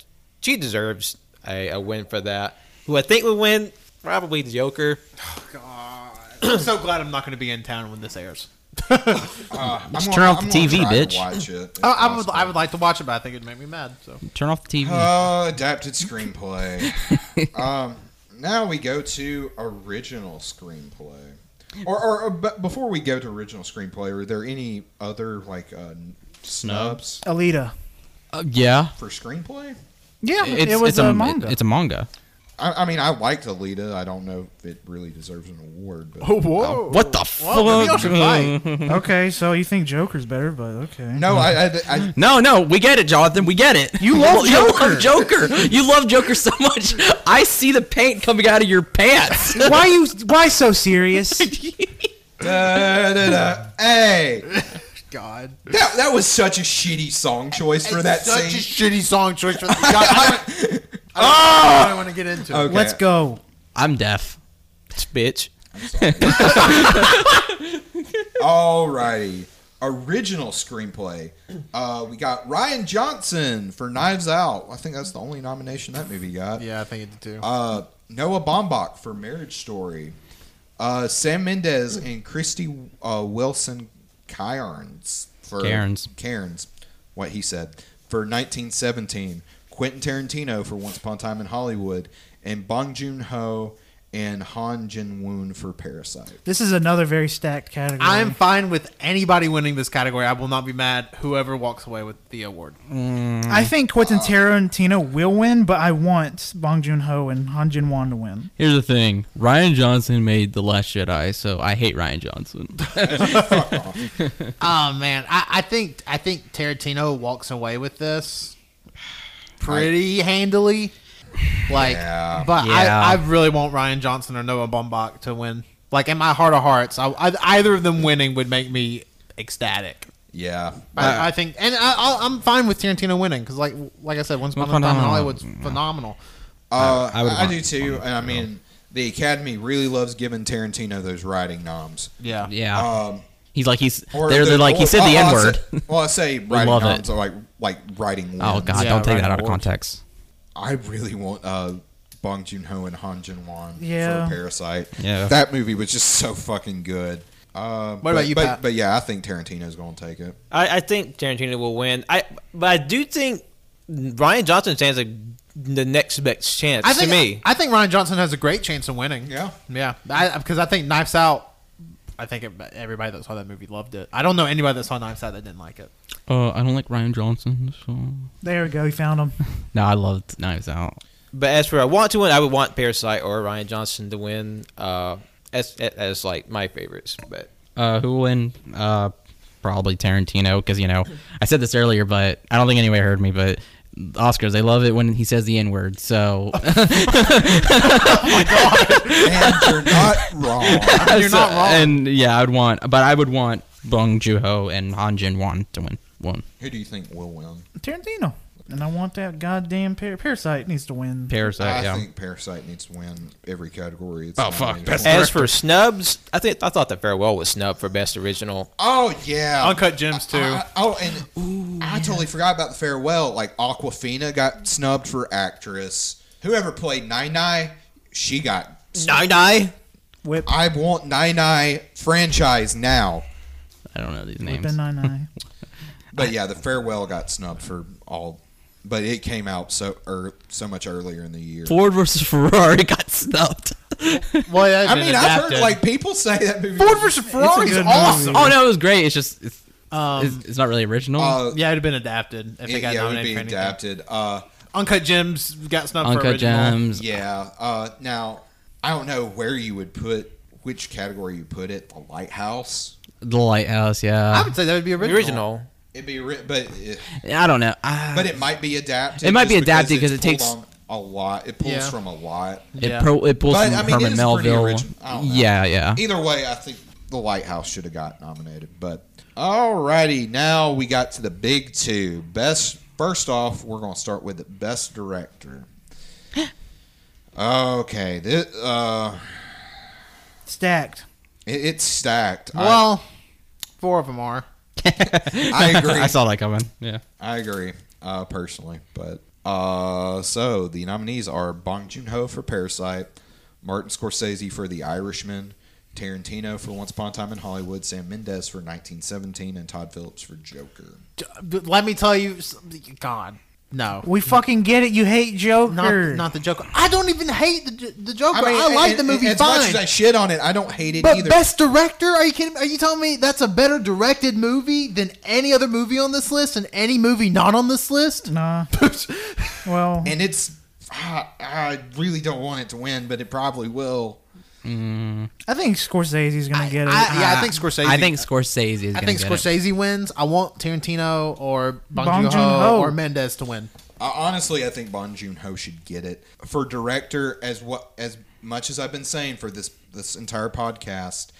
S5: she deserves a, a win for that. Who I think would win probably the Joker.
S1: I'm [clears throat] so glad I'm not going to be in town when this airs.
S2: I'm
S3: Just
S2: gonna-
S3: turn off
S2: I'm
S3: the
S2: gonna
S3: TV,
S2: try to
S3: bitch.
S2: Watch it. if
S1: [laughs] Oh, I would.
S2: possible.
S1: I would like to watch it, but I think it'd make me mad. So
S3: Turn off the TV.
S2: Uh, adapted screenplay.
S3: [laughs]
S2: um, now we go to original screenplay. Or, or, or but before we go to original screenplay, are there any other like uh, snubs
S4: Alita.
S3: Uh, yeah,
S2: for screenplay?
S4: Yeah,
S3: it's,
S4: it was
S3: it's
S4: a,
S3: it-
S4: manga.
S3: it's a manga.
S2: I, I mean, I liked Alita. I don't know if it really deserves an award, but
S1: [laughs] whoa!
S3: What the
S1: maybe y'all should
S3: fuck?
S4: okay, so you think Joker's better, but okay.
S2: no, I, I,
S3: [laughs]
S2: I
S3: No, no, we get it, Jonathan. We get it.
S4: You love
S3: [laughs] you
S4: Joker.
S3: love Joker. You love Joker so much. I see the paint coming out of your pants.
S4: Why you? Why so
S1: [laughs]
S4: serious?
S2: da, da, da. hey,
S1: God,
S2: that that was such a shitty song choice for that
S1: such
S2: scene.
S1: a shitty song choice for the God, I don't, I don't want to get into. it.
S2: [laughs] Okay.
S4: Let's go.
S3: [laughs] I'm deaf.
S5: This bitch.
S2: Alrighty. Original screenplay. Uh, we got Ryan Johnson for Knives Out. I think that's the only nomination that movie got.
S1: Yeah, I think it did too.
S2: Uh, Noah Baumbach for Marriage Story. Uh, Sam Mendes and Christy uh, Wilson Cairns for
S3: Cairns.
S2: Cairns, what he said for 1917. Quentin Tarantino for Once Upon a Time in Hollywood, and Bong Joon Ho and Han Jin Woon for Parasite.
S4: This is another very stacked category.
S1: I am fine with anybody winning this category. I will not be mad. Whoever walks away with the award.
S4: I think Quentin Tarantino will win, but I want Bong Joon Ho and Han Jin Won to win.
S3: Here's the thing: Ryan Johnson made the Last Jedi, so I hate Ryan Johnson.
S1: Oh man, I, I think I think Tarantino walks away with this pretty handily. Like,
S2: Yeah.
S1: but
S3: Yeah.
S1: I, I really want Ryan Johnson or Noah Baumbach to win. Like in my heart of hearts, I, I, either of them winning would make me ecstatic.
S2: Yeah,
S1: I, I think, and I, I'll, I'm fine with Tarantino winning because, like, like I said, once upon a time in
S3: Phenomenal.
S1: Hollywood's phenomenal.
S2: Uh,
S3: I
S2: I,
S3: would want
S2: do too. And I mean, the Academy really loves giving Tarantino those writing noms.
S1: Yeah,
S3: yeah,
S2: Um,
S3: Uh, he's like he's
S2: or
S3: they're,
S2: the-
S3: they're like he
S2: or- oh,
S3: said the
S2: I'll- I'll
S3: N word.
S2: say- Well, I say writing
S3: love
S2: noms
S3: it.
S2: are like like writing. Wins.
S3: [laughs] Oh God,
S1: Yeah,
S3: don't take
S1: Ryan
S3: that out of
S1: Awards.
S3: context.
S2: I really want uh, Bong Joon Ho and Han Jin Won
S4: Yeah.
S2: for Parasite.
S3: Yeah.
S2: that movie was just so fucking good. Um,
S1: What
S2: but,
S1: about you,
S2: but,
S1: Pat?
S2: but yeah, I think Tarantino's going to take it. [laughs]
S5: I, I think Tarantino will win. I but I do think Ryan Johnson stands like the next best chance
S1: I think
S5: to me.
S1: I, think Ryan Johnson has a great chance of winning.
S2: Yeah.
S1: yeah, because I, think Knives Out. I think it, everybody that saw that movie loved it. I don't know anybody that saw Knives Out that didn't like it.
S3: Uh, I don't like Ryan Johnson. So
S4: There we go. He found him.
S3: no, I loved Knives Out.
S5: but as for I want to win, I would want Parasite or Ryan Johnson to win. Uh, as as like my favorites, but
S3: Uh, who will win? Uh, probably Tarantino, because you know I said this earlier, but I don't think anybody heard me. But Oscars, they love it when he says the N word. So
S2: And you're not
S3: [laughs]
S2: wrong.
S1: [laughs] You're not wrong.
S3: And yeah, I'd want, but I would want Bong Joon-ho and Han Jin Won to win. One
S2: Who do you think will win?
S4: Tarantino. And I want that goddamn par- Parasite needs to win.
S3: Parasite.
S2: I
S3: uh, yeah.
S2: think Parasite needs to win every category. It's
S3: Oh, fuck.
S2: nominated
S3: Best
S2: for.
S5: as for snubs, I think I thought the farewell was snub for best original.
S2: Oh yeah,
S1: Uncut Gems too.
S2: I- oh, and I totally forgot about the farewell. Like Aquafina got snubbed for actress. Whoever played Nai Nai, she got.
S5: Nine nine.
S4: Whip.
S2: I want Nai Nai franchise now.
S3: I don't know these
S4: Whip
S3: names.
S4: and nine nine.
S2: But yeah, the farewell got snubbed for all. But it came out so er, so much earlier in the
S1: [laughs]
S2: year.
S3: Ford versus Ferrari [laughs] got snubbed.
S1: Well, that's
S2: I
S1: been
S2: mean, I've heard
S1: adapted.
S2: like people say that movie.
S1: Ford versus Ferrari is
S4: good
S1: awesome.
S4: movie.
S3: Oh no, it was great. It's just it's,
S1: Um,
S3: it's, it's not really original.
S2: Uh,
S1: Yeah, it'd have been adapted if they
S2: it,
S1: got
S2: yeah, it would
S1: nominated
S2: be
S1: for anything.
S2: adapted. Uh,
S1: Uncut Gems got snubbed for
S3: Uncut
S1: original.
S3: Gems.
S2: yeah. Uh, now, I don't know where you would put which category you put it. The Lighthouse.
S3: The Lighthouse. Yeah.
S1: I would say that would be original.
S5: original.
S2: It'd be, ri- but it,
S3: I don't know. Ah,
S2: but it might be adapted.
S3: It might be
S2: just
S3: adapted 'cause
S2: it's
S3: it takes-
S2: pulled on a lot. It pulls
S1: Yeah.
S2: from a lot.
S3: it,
S1: Yeah.
S3: pro- it pulls
S2: But,
S3: from
S2: I mean, it
S3: Herman
S2: is pretty
S3: Melville.
S2: original. I don't know.
S3: Yeah, yeah.
S2: Either way, I think the Lighthouse should have got nominated. But alrighty, now we got to the big two. Best first off, we're gonna start with the
S1: [gasps]
S2: best director. Okay, this, uh,
S4: Stacked.
S2: it, it's stacked. I-
S1: Well, four of them are.
S2: I
S1: [laughs]
S2: agree.
S3: [laughs] I saw that coming. Yeah.
S2: I agree, uh, personally. But uh, so the nominees are Bong Joon Ho for Parasite, Martin Scorsese for The Irishman, Tarantino for Once Upon a Time in Hollywood, Sam Mendes for 1917, and Todd Phillips for Joker.
S1: D- but Let me tell you, something- God, no,
S4: We fucking get it. You hate
S1: not
S4: Joker.
S1: not the Joker. I don't even hate the, J- the Joker. I, like the
S2: and-
S1: movie
S2: and as much
S1: fine.
S2: as I shit on it, I don't hate it
S1: but
S2: either.
S1: best director? Are you kidding? Are you telling me that's a better directed movie than any other movie on this list and any movie not on this
S3: [laughs]
S1: list?
S4: nah. well,
S2: and it's. ah, I really don't want it to win, but it probably will.
S4: I think Scorsese's gonna get it.
S1: I- yeah, I think Scorsese.
S3: I think Scorsese is.
S1: I
S3: gonna
S1: think
S3: Ah, get it.
S1: Scorsese wins. I want Tarantino or
S4: Bong
S1: Bong Joon
S4: Joon-ho.
S1: Ho or Mendez to
S3: [laughs]
S1: win.
S2: Uh, honestly, I think Bon Joon Ho should get it for director. As what as much as I've been saying for this this entire podcast,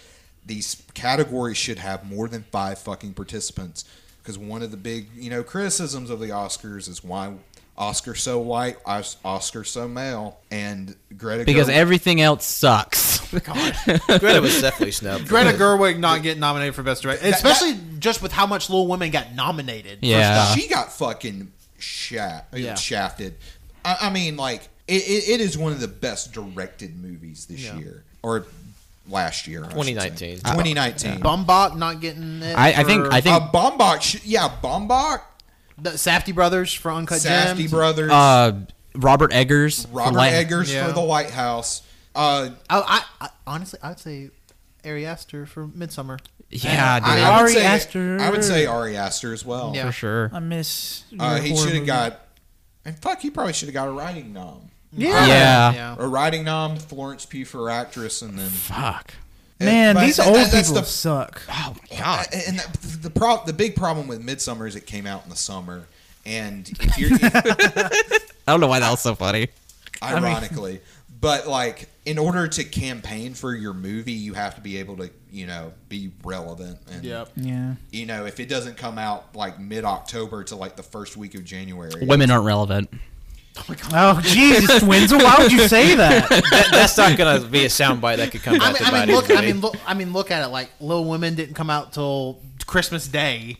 S2: these categories should have more than five fucking participants. Because one of the big you know criticisms of the Oscars is why Oscar so white, Os- Oscar so male, and Greta
S3: Because
S2: Gerwig-
S3: everything else sucks.
S2: [laughs]
S1: [laughs]
S5: Greta was definitely snubbed.
S1: Greta Gerwig not getting nominated for best director,
S2: That-
S1: especially just with how much Little Women got nominated. for
S3: Yeah.
S1: stuff.
S2: she got fucking sha- uh,
S1: Yeah.
S2: shafted. I, I mean, like it, it, it is one of the best directed movies this
S1: Yeah.
S2: year or last year, I should say.
S5: 2019.
S2: 2019.
S1: Bumbach not getting it.
S3: I, I think.
S1: for-
S3: I think.
S2: uh, Bombach, sh- yeah, Bombach,
S1: the Safety brothers for Uncut
S2: Safety
S1: Gems.
S2: Brothers,
S3: Uh, Robert Eggers. for
S2: Robert
S3: Light-
S2: Eggers
S1: Yeah.
S2: for The Lighthouse. Uh,
S1: Oh, I, I, I honestly, I'd say Ari Aster for Midsummer.
S3: Yeah, dude.
S2: I, I would
S4: Ari
S2: say,
S4: Aster.
S2: I would say Ari Aster as well.
S1: Yeah.
S3: for sure.
S4: I miss.
S2: Uh,
S4: your
S2: he
S4: horror
S2: should have
S4: movie.
S2: got, and fuck, he probably should have got a writing nom.
S4: Yeah.
S3: Yeah.
S2: A writing nom, Florence Pugh for actress, and then
S3: Fuck.
S4: Man,
S2: But
S4: these
S2: that-
S4: old
S2: that's
S4: people
S2: the-
S4: suck.
S3: Oh my god.
S2: Uh, and that, the pro- the big problem with Midsummer is it came out in the summer, and if you're, [laughs] if-
S3: I don't know why that was so funny.
S2: ironically, but like in order to campaign for your movie, you have to be able to you know be relevant and
S1: Yep.
S4: Yeah.
S2: you know if it doesn't come out like mid October to like the first week of January,
S3: Women aren't relevant.
S4: Oh
S2: [laughs]
S4: Jesus, Wenzel, why would you say that?
S5: That, that's not gonna be a soundbite that could come
S1: I
S5: out
S1: mean,
S5: to
S1: I
S5: bite
S1: mean, look, I
S5: everybody.
S1: mean, look, I mean, look at it. Like Little Women didn't come out till Christmas Day.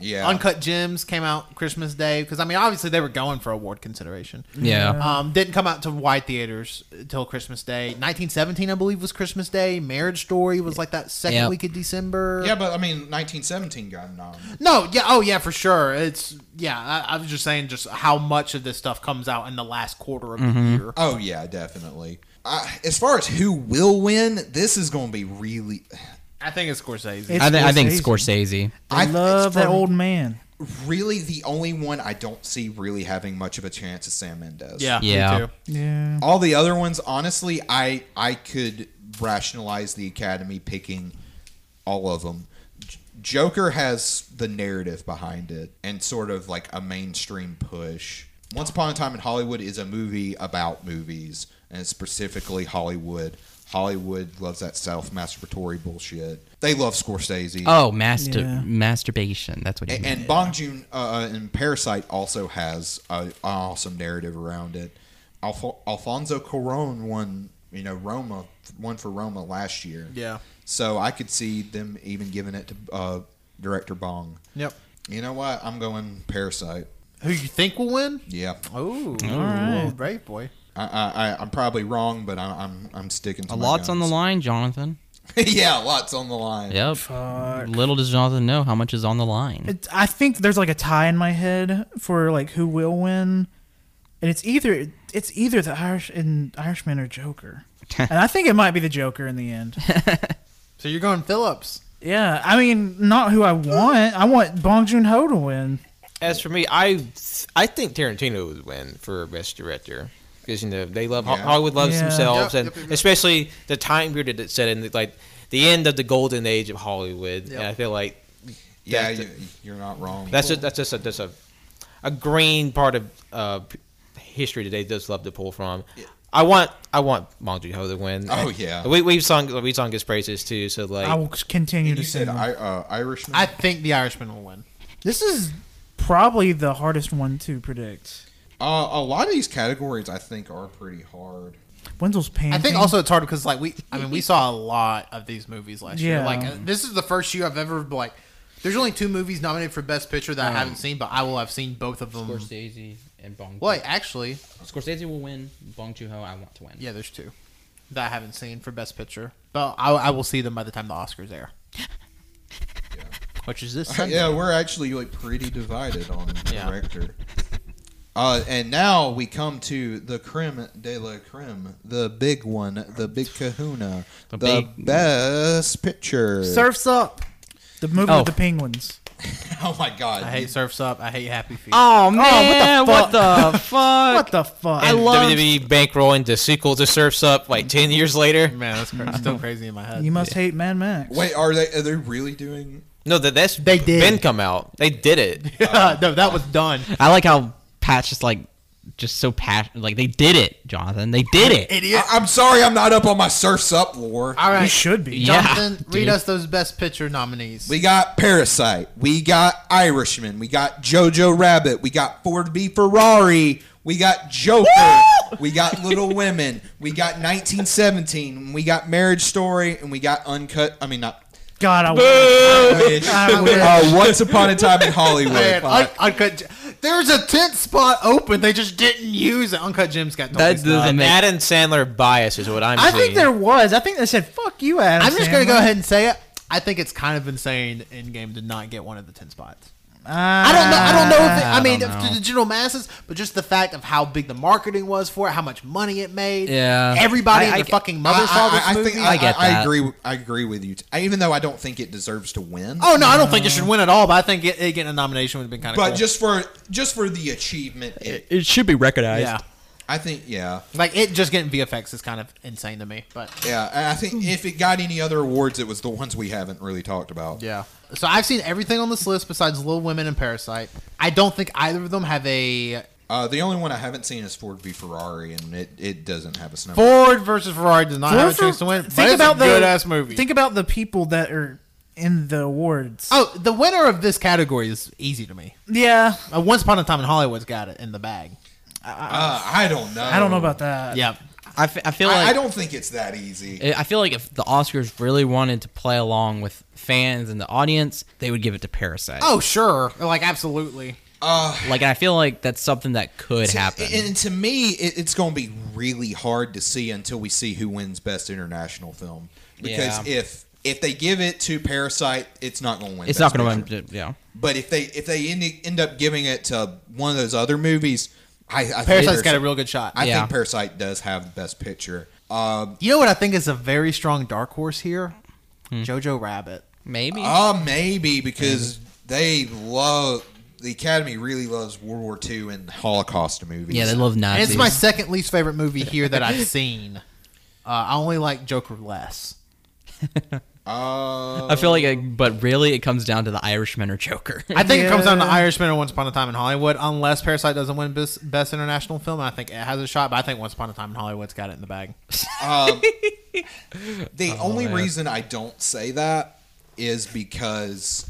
S2: yeah,
S1: Uncut Gems came out Christmas Day because I mean, obviously they were going for award consideration.
S3: Yeah.
S1: Um, didn't come out to wide theaters till Christmas Day. 1917, I believe, was Christmas Day. Marriage Story was like that second
S3: Yeah.
S1: week of December.
S2: yeah, but I mean 1917 got nominated.
S1: No, yeah, oh yeah, for sure. It's yeah. I, I was just saying, just how much of this stuff comes out in the last quarter of the
S3: Mm-hmm.
S1: year.
S2: Oh yeah, definitely. I, as far as who will win, this is going to be really.
S1: I think it's Scorsese.
S4: It's
S3: I, th- I think
S4: Scorsese.
S3: Scorsese.
S4: I love that old man.
S2: really the only one I don't see really having much of a chance is Sam Mendes.
S1: yeah, me
S3: Yeah.
S1: too.
S4: Yeah.
S2: All the other ones, honestly, I I could rationalize the Academy picking all of them. J- Joker has the narrative behind it and sort of like a mainstream push. Once Upon a Time in Hollywood is a movie about movies, and it's specifically Hollywood. Hollywood loves that self masturbatory bullshit. They love Scorsese.
S3: Oh, master
S4: Yeah.
S3: masturbation. That's what he
S2: and,
S3: meant.
S2: and Bong Joon uh, and Parasite also has a, an awesome narrative around it. Alfo- Alfonso Cuarón won, you know, Roma won for Roma last year.
S1: Yeah.
S2: So I could see them even giving it to uh, director Bong.
S1: Yep.
S2: You know what? I'm going Parasite.
S1: Who you think will win?
S2: Yeah,
S1: Oh, brave boy.
S2: I, I, I, I'm probably wrong, but I, I'm I'm sticking to
S3: a
S2: my
S3: lot's on the
S2: guns.
S3: line, Jonathan.
S2: [laughs] yeah, lots on the line.
S3: Yep. Little does Jonathan know how much is on the line.
S4: It's, I think there's like a tie in my head for like who will win, and it's either it's either the Irish in Irishman
S3: [laughs]
S4: or Joker, and I think it might be the Joker in the end.
S1: So you're going Phillips.
S4: Yeah, I mean, not who I want. I want Bong Joon Ho to win.
S5: As for me, I I think Tarantino would win for best director because you know they love
S2: Yeah.
S5: Hollywood loves
S4: Yeah.
S5: themselves,
S1: Yep,
S5: and
S1: yep, yep, yep.
S5: especially the time period that set in, like the end of the golden age of Hollywood.
S1: Yep.
S5: And I feel like
S2: Yeah,
S5: That's
S2: you, you're not wrong.
S5: that's just, that's just a, that's a a green part of uh, p- history that they just love to pull from. I want I want Bong Joon Ho to win.
S2: Oh, yeah.
S5: we we've sung we've sung his praises too. So like
S4: I will continue
S2: And
S4: to
S2: you
S4: say
S2: said I, uh, Irishman.
S1: I think the Irishman will win.
S4: this is probably the hardest one to predict.
S2: uh, a lot of these categories, I think, are pretty hard.
S4: Wenzel's painting.
S1: I think also it's hard because like we, I mean, we saw a lot of these movies last year.
S4: Yeah.
S1: Like uh, this is the first year I've ever like. There's only two movies nominated for Best Picture that I haven't seen, but I will have seen both of them.
S3: Scorsese and Bong.
S1: Well, actually,
S3: Scorsese will win. Bong Joon Ho, I want to win.
S1: yeah, there's two that I haven't seen for Best Picture, but I, I will see them by the time the Oscars
S4: [laughs]
S1: air. Which is this? Sunday.
S2: yeah, we're actually like pretty divided on
S1: Yeah.
S2: director. Uh, and now we come to the creme de la creme, the big one, the big kahuna, the,
S3: big-
S2: best picture.
S4: Surfs Up, the movie
S3: Oh.
S4: with the penguins.
S2: [laughs] Oh my god.
S1: I hate Surfs Up. I hate Happy Feet.
S4: Ah.
S3: Oh man, what the
S5: [laughs]
S3: fuck?
S4: What the fuck?
S5: and E
S4: I
S3: love-
S5: WWE bankrolling the sequel to Surfs Up like ten years later.
S1: Mm. Man, that's cra- still crazy in my head.
S4: you must hate Mad Max.
S2: Wait, are they are they really doing
S5: No, that that's
S1: They did.
S5: been come out. They did it.
S1: [laughs] [laughs] no, that was done.
S3: I like how Pat's just like, just so passionate. Like they did it, Jonathan. They did it.
S1: Idiot.
S2: I, am sorry I'm not up on my surfs up lore.
S1: All right,
S4: You should be.
S3: Yeah,
S1: Jonathan, read
S3: dude.
S1: us those Best Picture nominees.
S2: We got Parasite. We got Irishman. We got Jojo Rabbit. We got Ford v Ferrari. We got Joker. We got Little Women. We got 1917. and We got Marriage Story. And we got Uncut. I mean, not.
S4: God, I wish.
S2: Wish.
S4: I wish.
S2: Uh, Once Upon a Time in Hollywood.
S1: Man,
S2: Uh,
S1: un- uncut. Ge- There's a tenth spot open. They just didn't use it. Uncut Jim's got.
S3: That
S1: That
S3: doesn't
S5: An
S3: make-
S5: Adam Sandler bias is what I'm.
S4: I
S5: seeing.
S4: think there was. I think they said, "Fuck you, Adam."
S1: I'm just gonna
S4: Sandler."
S1: go ahead and say it. I think it's kind of insane. In game to not get one of the ten spots.
S4: Ah.
S1: I don't know. I don't know. If it, I
S3: Ah, I
S1: mean,
S3: don't know.
S1: to the general masses, but just the fact of how big the marketing was for it, how much money it made.
S3: Yeah.
S1: Everybody
S3: I-
S1: in
S3: I
S1: the
S3: get-
S1: fucking
S2: I,
S1: mother saw this
S2: I- I
S1: movie.
S2: think I, I,
S3: get
S2: I
S3: that.
S2: agree. I agree with you. I, even though I don't think it deserves to win.
S1: oh no, I don't think it should win at all. But I think it, it getting a nomination would have been kind of.
S2: but
S1: cool.
S2: just for just for the achievement, it,
S3: It should be recognized.
S1: yeah,
S2: I think yeah.
S1: like it just getting VFX is kind of insane to me. But
S2: Yeah, and I think if it got any other awards, it was the ones we haven't really talked about.
S1: Yeah. So I've seen everything on this list besides Little Women and Parasite. I don't think either of them have a
S2: Uh, the only one I haven't seen is Ford v Ferrari, and it, it doesn't have a snow.
S1: Ford versus Ferrari does not have a
S4: Those are-
S1: chance to win. Think about the good ass movie.
S4: Think about the people that are in the awards.
S1: oh, the winner of this category is easy to me.
S4: yeah,
S1: Uh, Once Upon a Time in Hollywood's got it in the bag.
S2: Uh, I don't know.
S4: I don't know about that.
S1: Yeah.
S3: I, f- I feel
S2: I,
S3: like
S2: I don't think it's that easy.
S3: I feel like if the Oscars really wanted to play along with fans and the audience, they would give it to Parasite.
S1: Oh, sure. Like, absolutely.
S3: Like I feel like that's something that could
S2: To-
S3: happen.
S2: And to me, it, it's going to be really hard to see until we see who wins Best International Film. Because
S3: Yeah.
S2: if if they give it to Parasite, it's not going to win.
S3: it's
S2: Best
S3: not going
S2: Picture.
S3: to win. Yeah.
S2: But if they if they end, end up giving it to one of those other movies, I, I think
S1: Parasite's
S2: there's-
S1: got a real good shot.
S2: I
S3: Yeah.
S2: think Parasite does have Best Picture. Um,
S1: you know what I think is a very strong dark horse here? Jojo Rabbit.
S3: Maybe.
S2: Uh, maybe because
S3: Mm-hmm.
S2: they love the Academy really loves World War II and Holocaust movies.
S3: yeah, they love
S1: And
S3: Nazis.
S1: it's my second least favorite movie here that [laughs] I've seen. Uh, I only like Joker less.
S2: Uh,
S3: I feel like, it, but really, it comes down to the Irishman or Joker.
S1: I think it comes down to
S4: Yeah.
S1: Irishman or Once Upon a Time in Hollywood, unless Parasite doesn't win best, best international film. I think it has a shot, but I think Once Upon a Time in Hollywood's got it in the bag.
S2: the only reason I don't say that is because,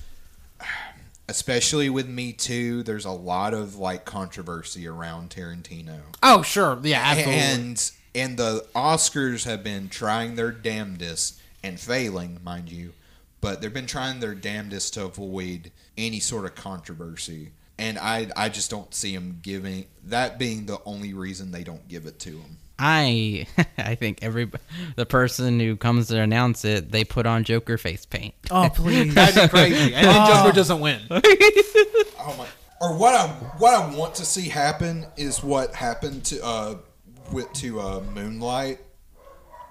S2: especially with Me Too, there's a lot of like controversy around Tarantino,
S1: Oh, sure, yeah, absolutely.
S2: and and the Oscars have been trying their damnedest and failing, mind you, but they've been trying their damnedest to avoid any sort of controversy. And I, I just don't see them giving that being the only reason they don't give it to him.
S3: I, [laughs] I think every the person who comes to announce it, they put on Joker face paint.
S4: Oh please.
S1: That'd be crazy. [laughs] And then Joker doesn't win.
S2: Oh my! Or what I what I want to see happen is what happened to uh, with, to uh, Moonlight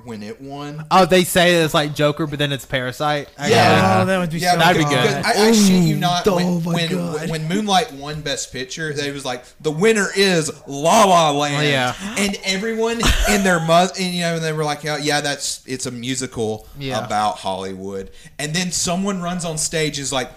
S2: when it won.
S1: Oh, they say it's like Joker, but then it's Parasite.
S2: Yeah.
S4: Oh, that would be so
S1: that'd be
S4: good.
S1: good.
S2: because I, I shit you not.
S1: oh
S2: When, when, when Moonlight won Best Picture, they was like, the winner is La La Land.
S1: Oh, Yeah.
S2: And everyone in their mu- [laughs] and you know, and they were like, yeah, yeah, that's it's a musical
S1: Yeah.
S2: about Hollywood. And then someone runs on stage is like,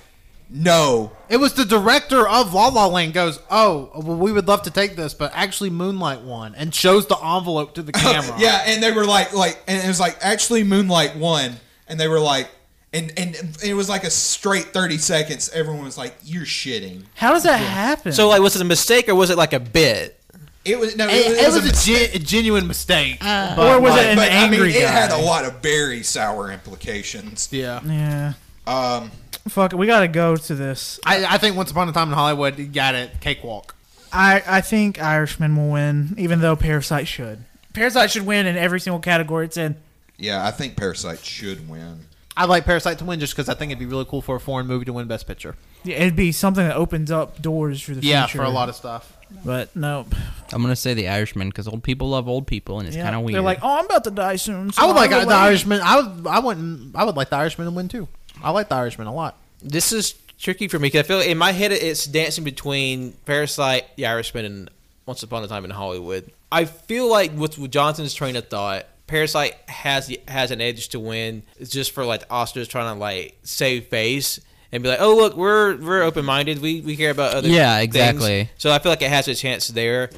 S2: no,
S1: It was the director of La La Land goes, "Oh, well, we would love to take this, but actually Moonlight won," and shows the envelope [laughs] to the camera.
S2: yeah, and they were like, like, and it was like actually Moonlight won, and they were like, and and it was like a straight thirty seconds. Everyone was like, "You're shitting."
S4: How does that happen?
S5: So like, was it a mistake or was it like a bit?
S2: It was no, it,
S1: It,
S2: was,
S1: it Uh, was a,
S2: mis-
S1: gen- a genuine mistake.
S4: or was it
S2: but,
S4: an
S2: but,
S4: angry
S2: I mean,
S4: guy?
S2: it had a lot of very sour implications.
S1: yeah.
S4: yeah.
S2: Um,
S4: Fuck, it, we gotta go to this.
S1: I, I think Once Upon a Time in Hollywood you got it cakewalk.
S4: I, I think Irishman will win, even though Parasite should. Parasite should win in every single category it's in.
S2: yeah, I think Parasite should win.
S1: I'd like Parasite to win just because I think it'd be really cool for a foreign movie to win Best Picture.
S4: Yeah, It'd be something that opens up doors for the
S1: Yeah,
S4: future.
S1: for a lot of stuff.
S4: But no,
S3: I'm gonna say the Irishman because old people love old people, and it's
S4: yeah.
S3: kind of weird.
S4: They're like, oh, I'm about to die soon. so
S1: I would
S4: I'm
S1: like
S4: gonna
S1: the
S4: wait."
S1: Irishman. I would. I wouldn't. I would like the Irishman to win too. I like the Irishman a lot.
S5: This is tricky for me because I feel like in my head it's dancing between Parasite, The Irishman, and Once Upon a Time in Hollywood. I feel like with, with Johnson's train of thought, Parasite has the- has an edge to win It's just for like the Oscars trying to like save face and be like, oh look, we're we're open minded, we we care about other
S3: Yeah,
S5: things."
S3: exactly.
S5: So I feel like it has a chance there,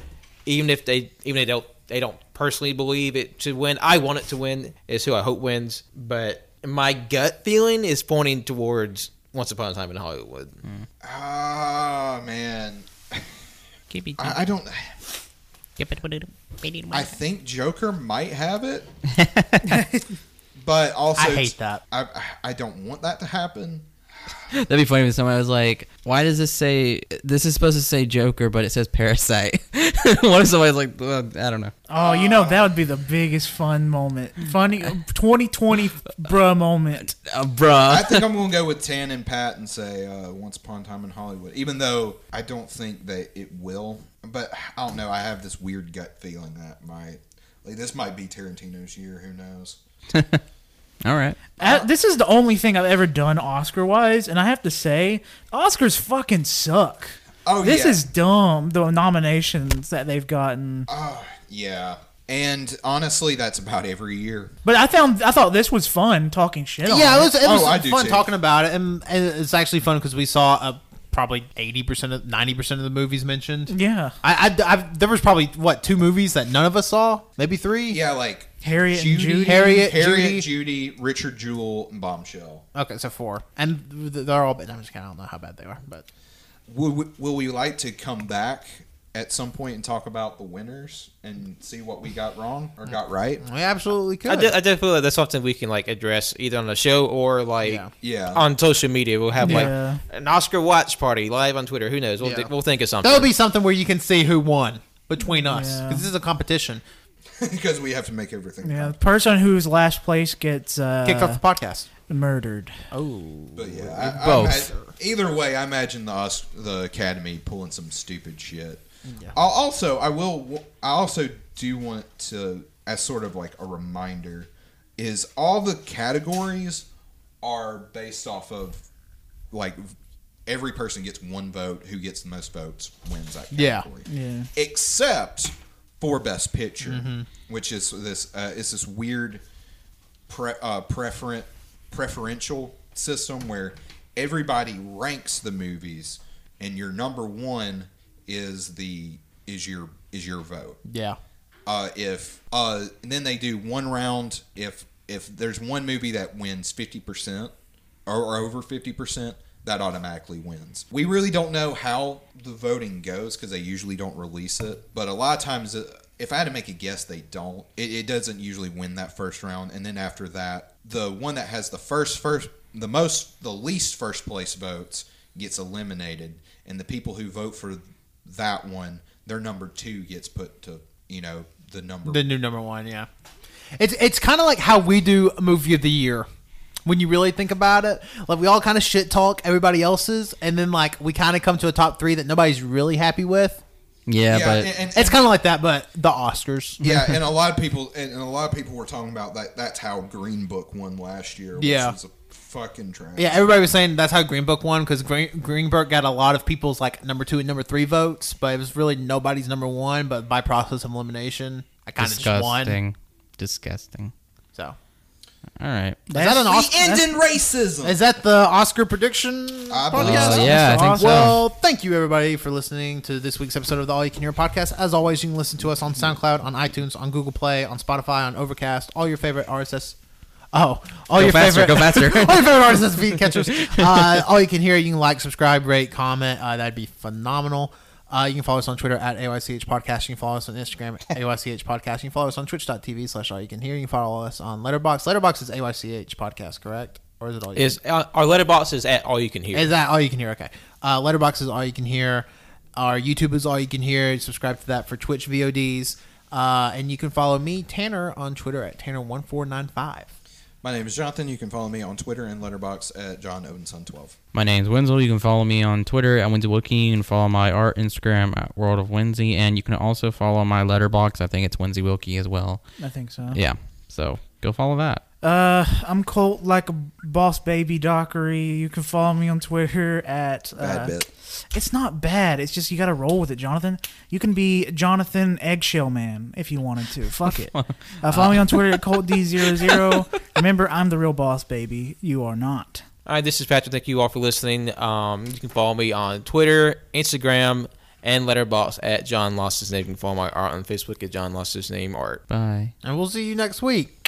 S5: even if they even if they don't they don't personally believe it should win. I want it to win is who I hope wins, but my gut feeling is pointing towards Once Upon a Time in Hollywood.
S2: Ah, man, I, I don't. I think Joker might have
S4: [laughs]
S2: it, but also
S1: I hate that.
S2: I I don't want that to happen.
S3: That'd be funny if somebody was like, "Why does this say this is supposed to say Joker, but it says Parasite?" [laughs] what if somebody's like, well, "I don't know."
S4: Oh, you know that would be the biggest fun moment, funny 2020 bruh moment.
S3: Uh, bruh.
S2: I think I'm going to go with Tan and Pat and say uh, Once Upon a Time in Hollywood, even though I don't think that it will. But I don't know. I have this weird gut feeling that might, like, this might be Tarantino's year. Who knows?
S3: All right.
S4: Uh, this is the only thing I've ever done Oscar wise, and I have to say, Oscars fucking suck.
S2: Oh,
S4: this
S2: yeah.
S4: is dumb. The nominations that they've gotten,
S2: Oh, yeah. And honestly, that's about every year.
S4: but I found I thought this was fun talking shit. on
S1: Yeah, it was, it
S2: Oh,
S1: was
S2: I do
S1: fun
S2: too.
S1: talking about it, and, and it's actually fun because we saw uh, probably eighty percent of ninety percent of the movies mentioned.
S4: Yeah.
S1: I, I, I've, there was probably what two movies that none of us saw, maybe three.
S2: Yeah, like
S4: Harriet and Judy.
S1: Harriet,
S2: Harriet,
S1: Judy.
S2: Judy, Richard Jewell, and Bombshell.
S1: Okay, so four, and th- they're all. bad. I'm just kind of don't know how bad they are, but
S2: Will we, will we like to come back at some point and talk about the winners and see what we got wrong or got right? [laughs]
S1: we absolutely could.
S5: I did, I did feel like that's something we can like address either on the show or like
S1: Yeah.
S2: Yeah.
S5: on social media. We'll have
S4: Yeah.
S5: like an Oscar watch party live on Twitter. Who knows? We'll,
S1: Yeah.
S5: th- we'll think of something.
S1: That'll be something where you can see who won between us
S4: Yeah.
S1: 'cause this is a competition.
S2: because we have to make everything.
S4: Yeah,
S2: count.
S4: the person who's last place gets uh,
S1: Kicked off the podcast.
S4: murdered.
S2: But yeah, I, I
S3: Both.
S2: ima- either way, I imagine the Os- the Academy pulling some stupid shit. I'll also, I will. w- I also do want to, as sort of like a reminder, is all the categories are based off of like every person gets one vote. Who gets the most votes wins that
S1: Yeah.
S2: category
S4: Yeah.
S2: except for Best Picture, which is this uh, is this weird pre- uh, preferent preferential system where everybody ranks the movies, and your number one is the is your is your vote
S1: Yeah.
S2: uh, if uh, and then they do one round if if there's one movie that wins 50% or, or over 50% that automatically wins we really don't know how the voting goes because they usually don't release it but a lot of times uh, if i had to make a guess they don't it, it doesn't usually win that first round and then after that the one that has the first first the most the least first place votes gets eliminated and the people who vote for that one their number two gets put to you know the number
S1: The new number one, yeah. It's it's kind of like how we do a movie of the year. When you really think about it, like we all kind of shit talk everybody else's, and then like we kind of come to a top three that nobody's really happy with,
S3: Yeah,
S2: Yeah,
S3: but
S2: and- and-
S1: It's kind of like that, but the Oscars.
S2: yeah, and a lot of people and, and a lot of people were talking about that. That's how Green Book won last year. Which
S1: Yeah.
S2: was a fucking trash.
S1: Yeah, everybody was saying that's how Green Book won because Green, Green Book got a lot of people's like number two and number three votes, but it was really nobody's number one. But by process of elimination, I kind of just won.
S3: disgusting. Disgusting.
S1: So
S3: All right.
S1: is that an
S2: we
S1: Oscar?
S2: end in racism.
S1: Is that the Oscar prediction?
S2: I
S1: podcast?
S2: believe so.
S3: Uh, yeah, I think so.
S1: Well, thank you everybody for listening to this week's episode of the All You Can Hear podcast. As always, you can listen to us on SoundCloud, on iTunes, on Google Play, on Spotify, on Overcast, all your favorite RSS. Oh, all your
S3: faster,
S1: favorite.
S3: go faster.
S1: [laughs] all your favorite RSS feed
S3: [laughs]
S1: catchers. Uh, all you can hear, you can like, subscribe, rate, comment. Uh, that'd be phenomenal. Uh, you can follow us on Twitter at AYCH Podcast. You can follow us on Instagram
S3: [laughs]
S1: at AYCH Podcast. You can follow us on twitch.tv slash all you can hear. You can follow us on Letterbox. Letterbox is AYCH Podcast, correct? Or is it all you Can Hear?
S5: Is uh, our letterbox is at all you can hear.
S1: Is that all you can hear? Okay. Uh, Letterbox is all you can hear. Our YouTube is all you can hear. Subscribe to that for Twitch VODs. Uh, and you can follow me, Tanner, on Twitter at Tanner1495.
S2: My name is Jonathan. You can follow me on Twitter and Letterbox at John Odinson twelve.
S3: My name's Wenzel. You can follow me on Twitter at Wenzel Wiki. You can follow my art Instagram at World of Wenzel. And you can also follow my letterbox. I think it's Wenzel Wilkie as well.
S4: I think so.
S3: Yeah. So go follow that.
S4: Uh, I'm Colt like a boss baby Dockery. You can follow me on Twitter at uh,
S2: Bad bit.
S4: It's not bad. It's just you got to roll with it, Jonathan. You can be Jonathan Eggshell Man if you wanted to. Fuck it. Uh, follow me on Twitter at ColtD00. Remember, I'm the real boss baby. You are not.
S5: All right, this is Patrick. Thank you all for listening. Um, you can follow me on Twitter, Instagram, and Letterbox at John Lost His Name. You can follow my art on Facebook at John Lost His Name Art.
S3: Bye.
S1: And we'll see you next week.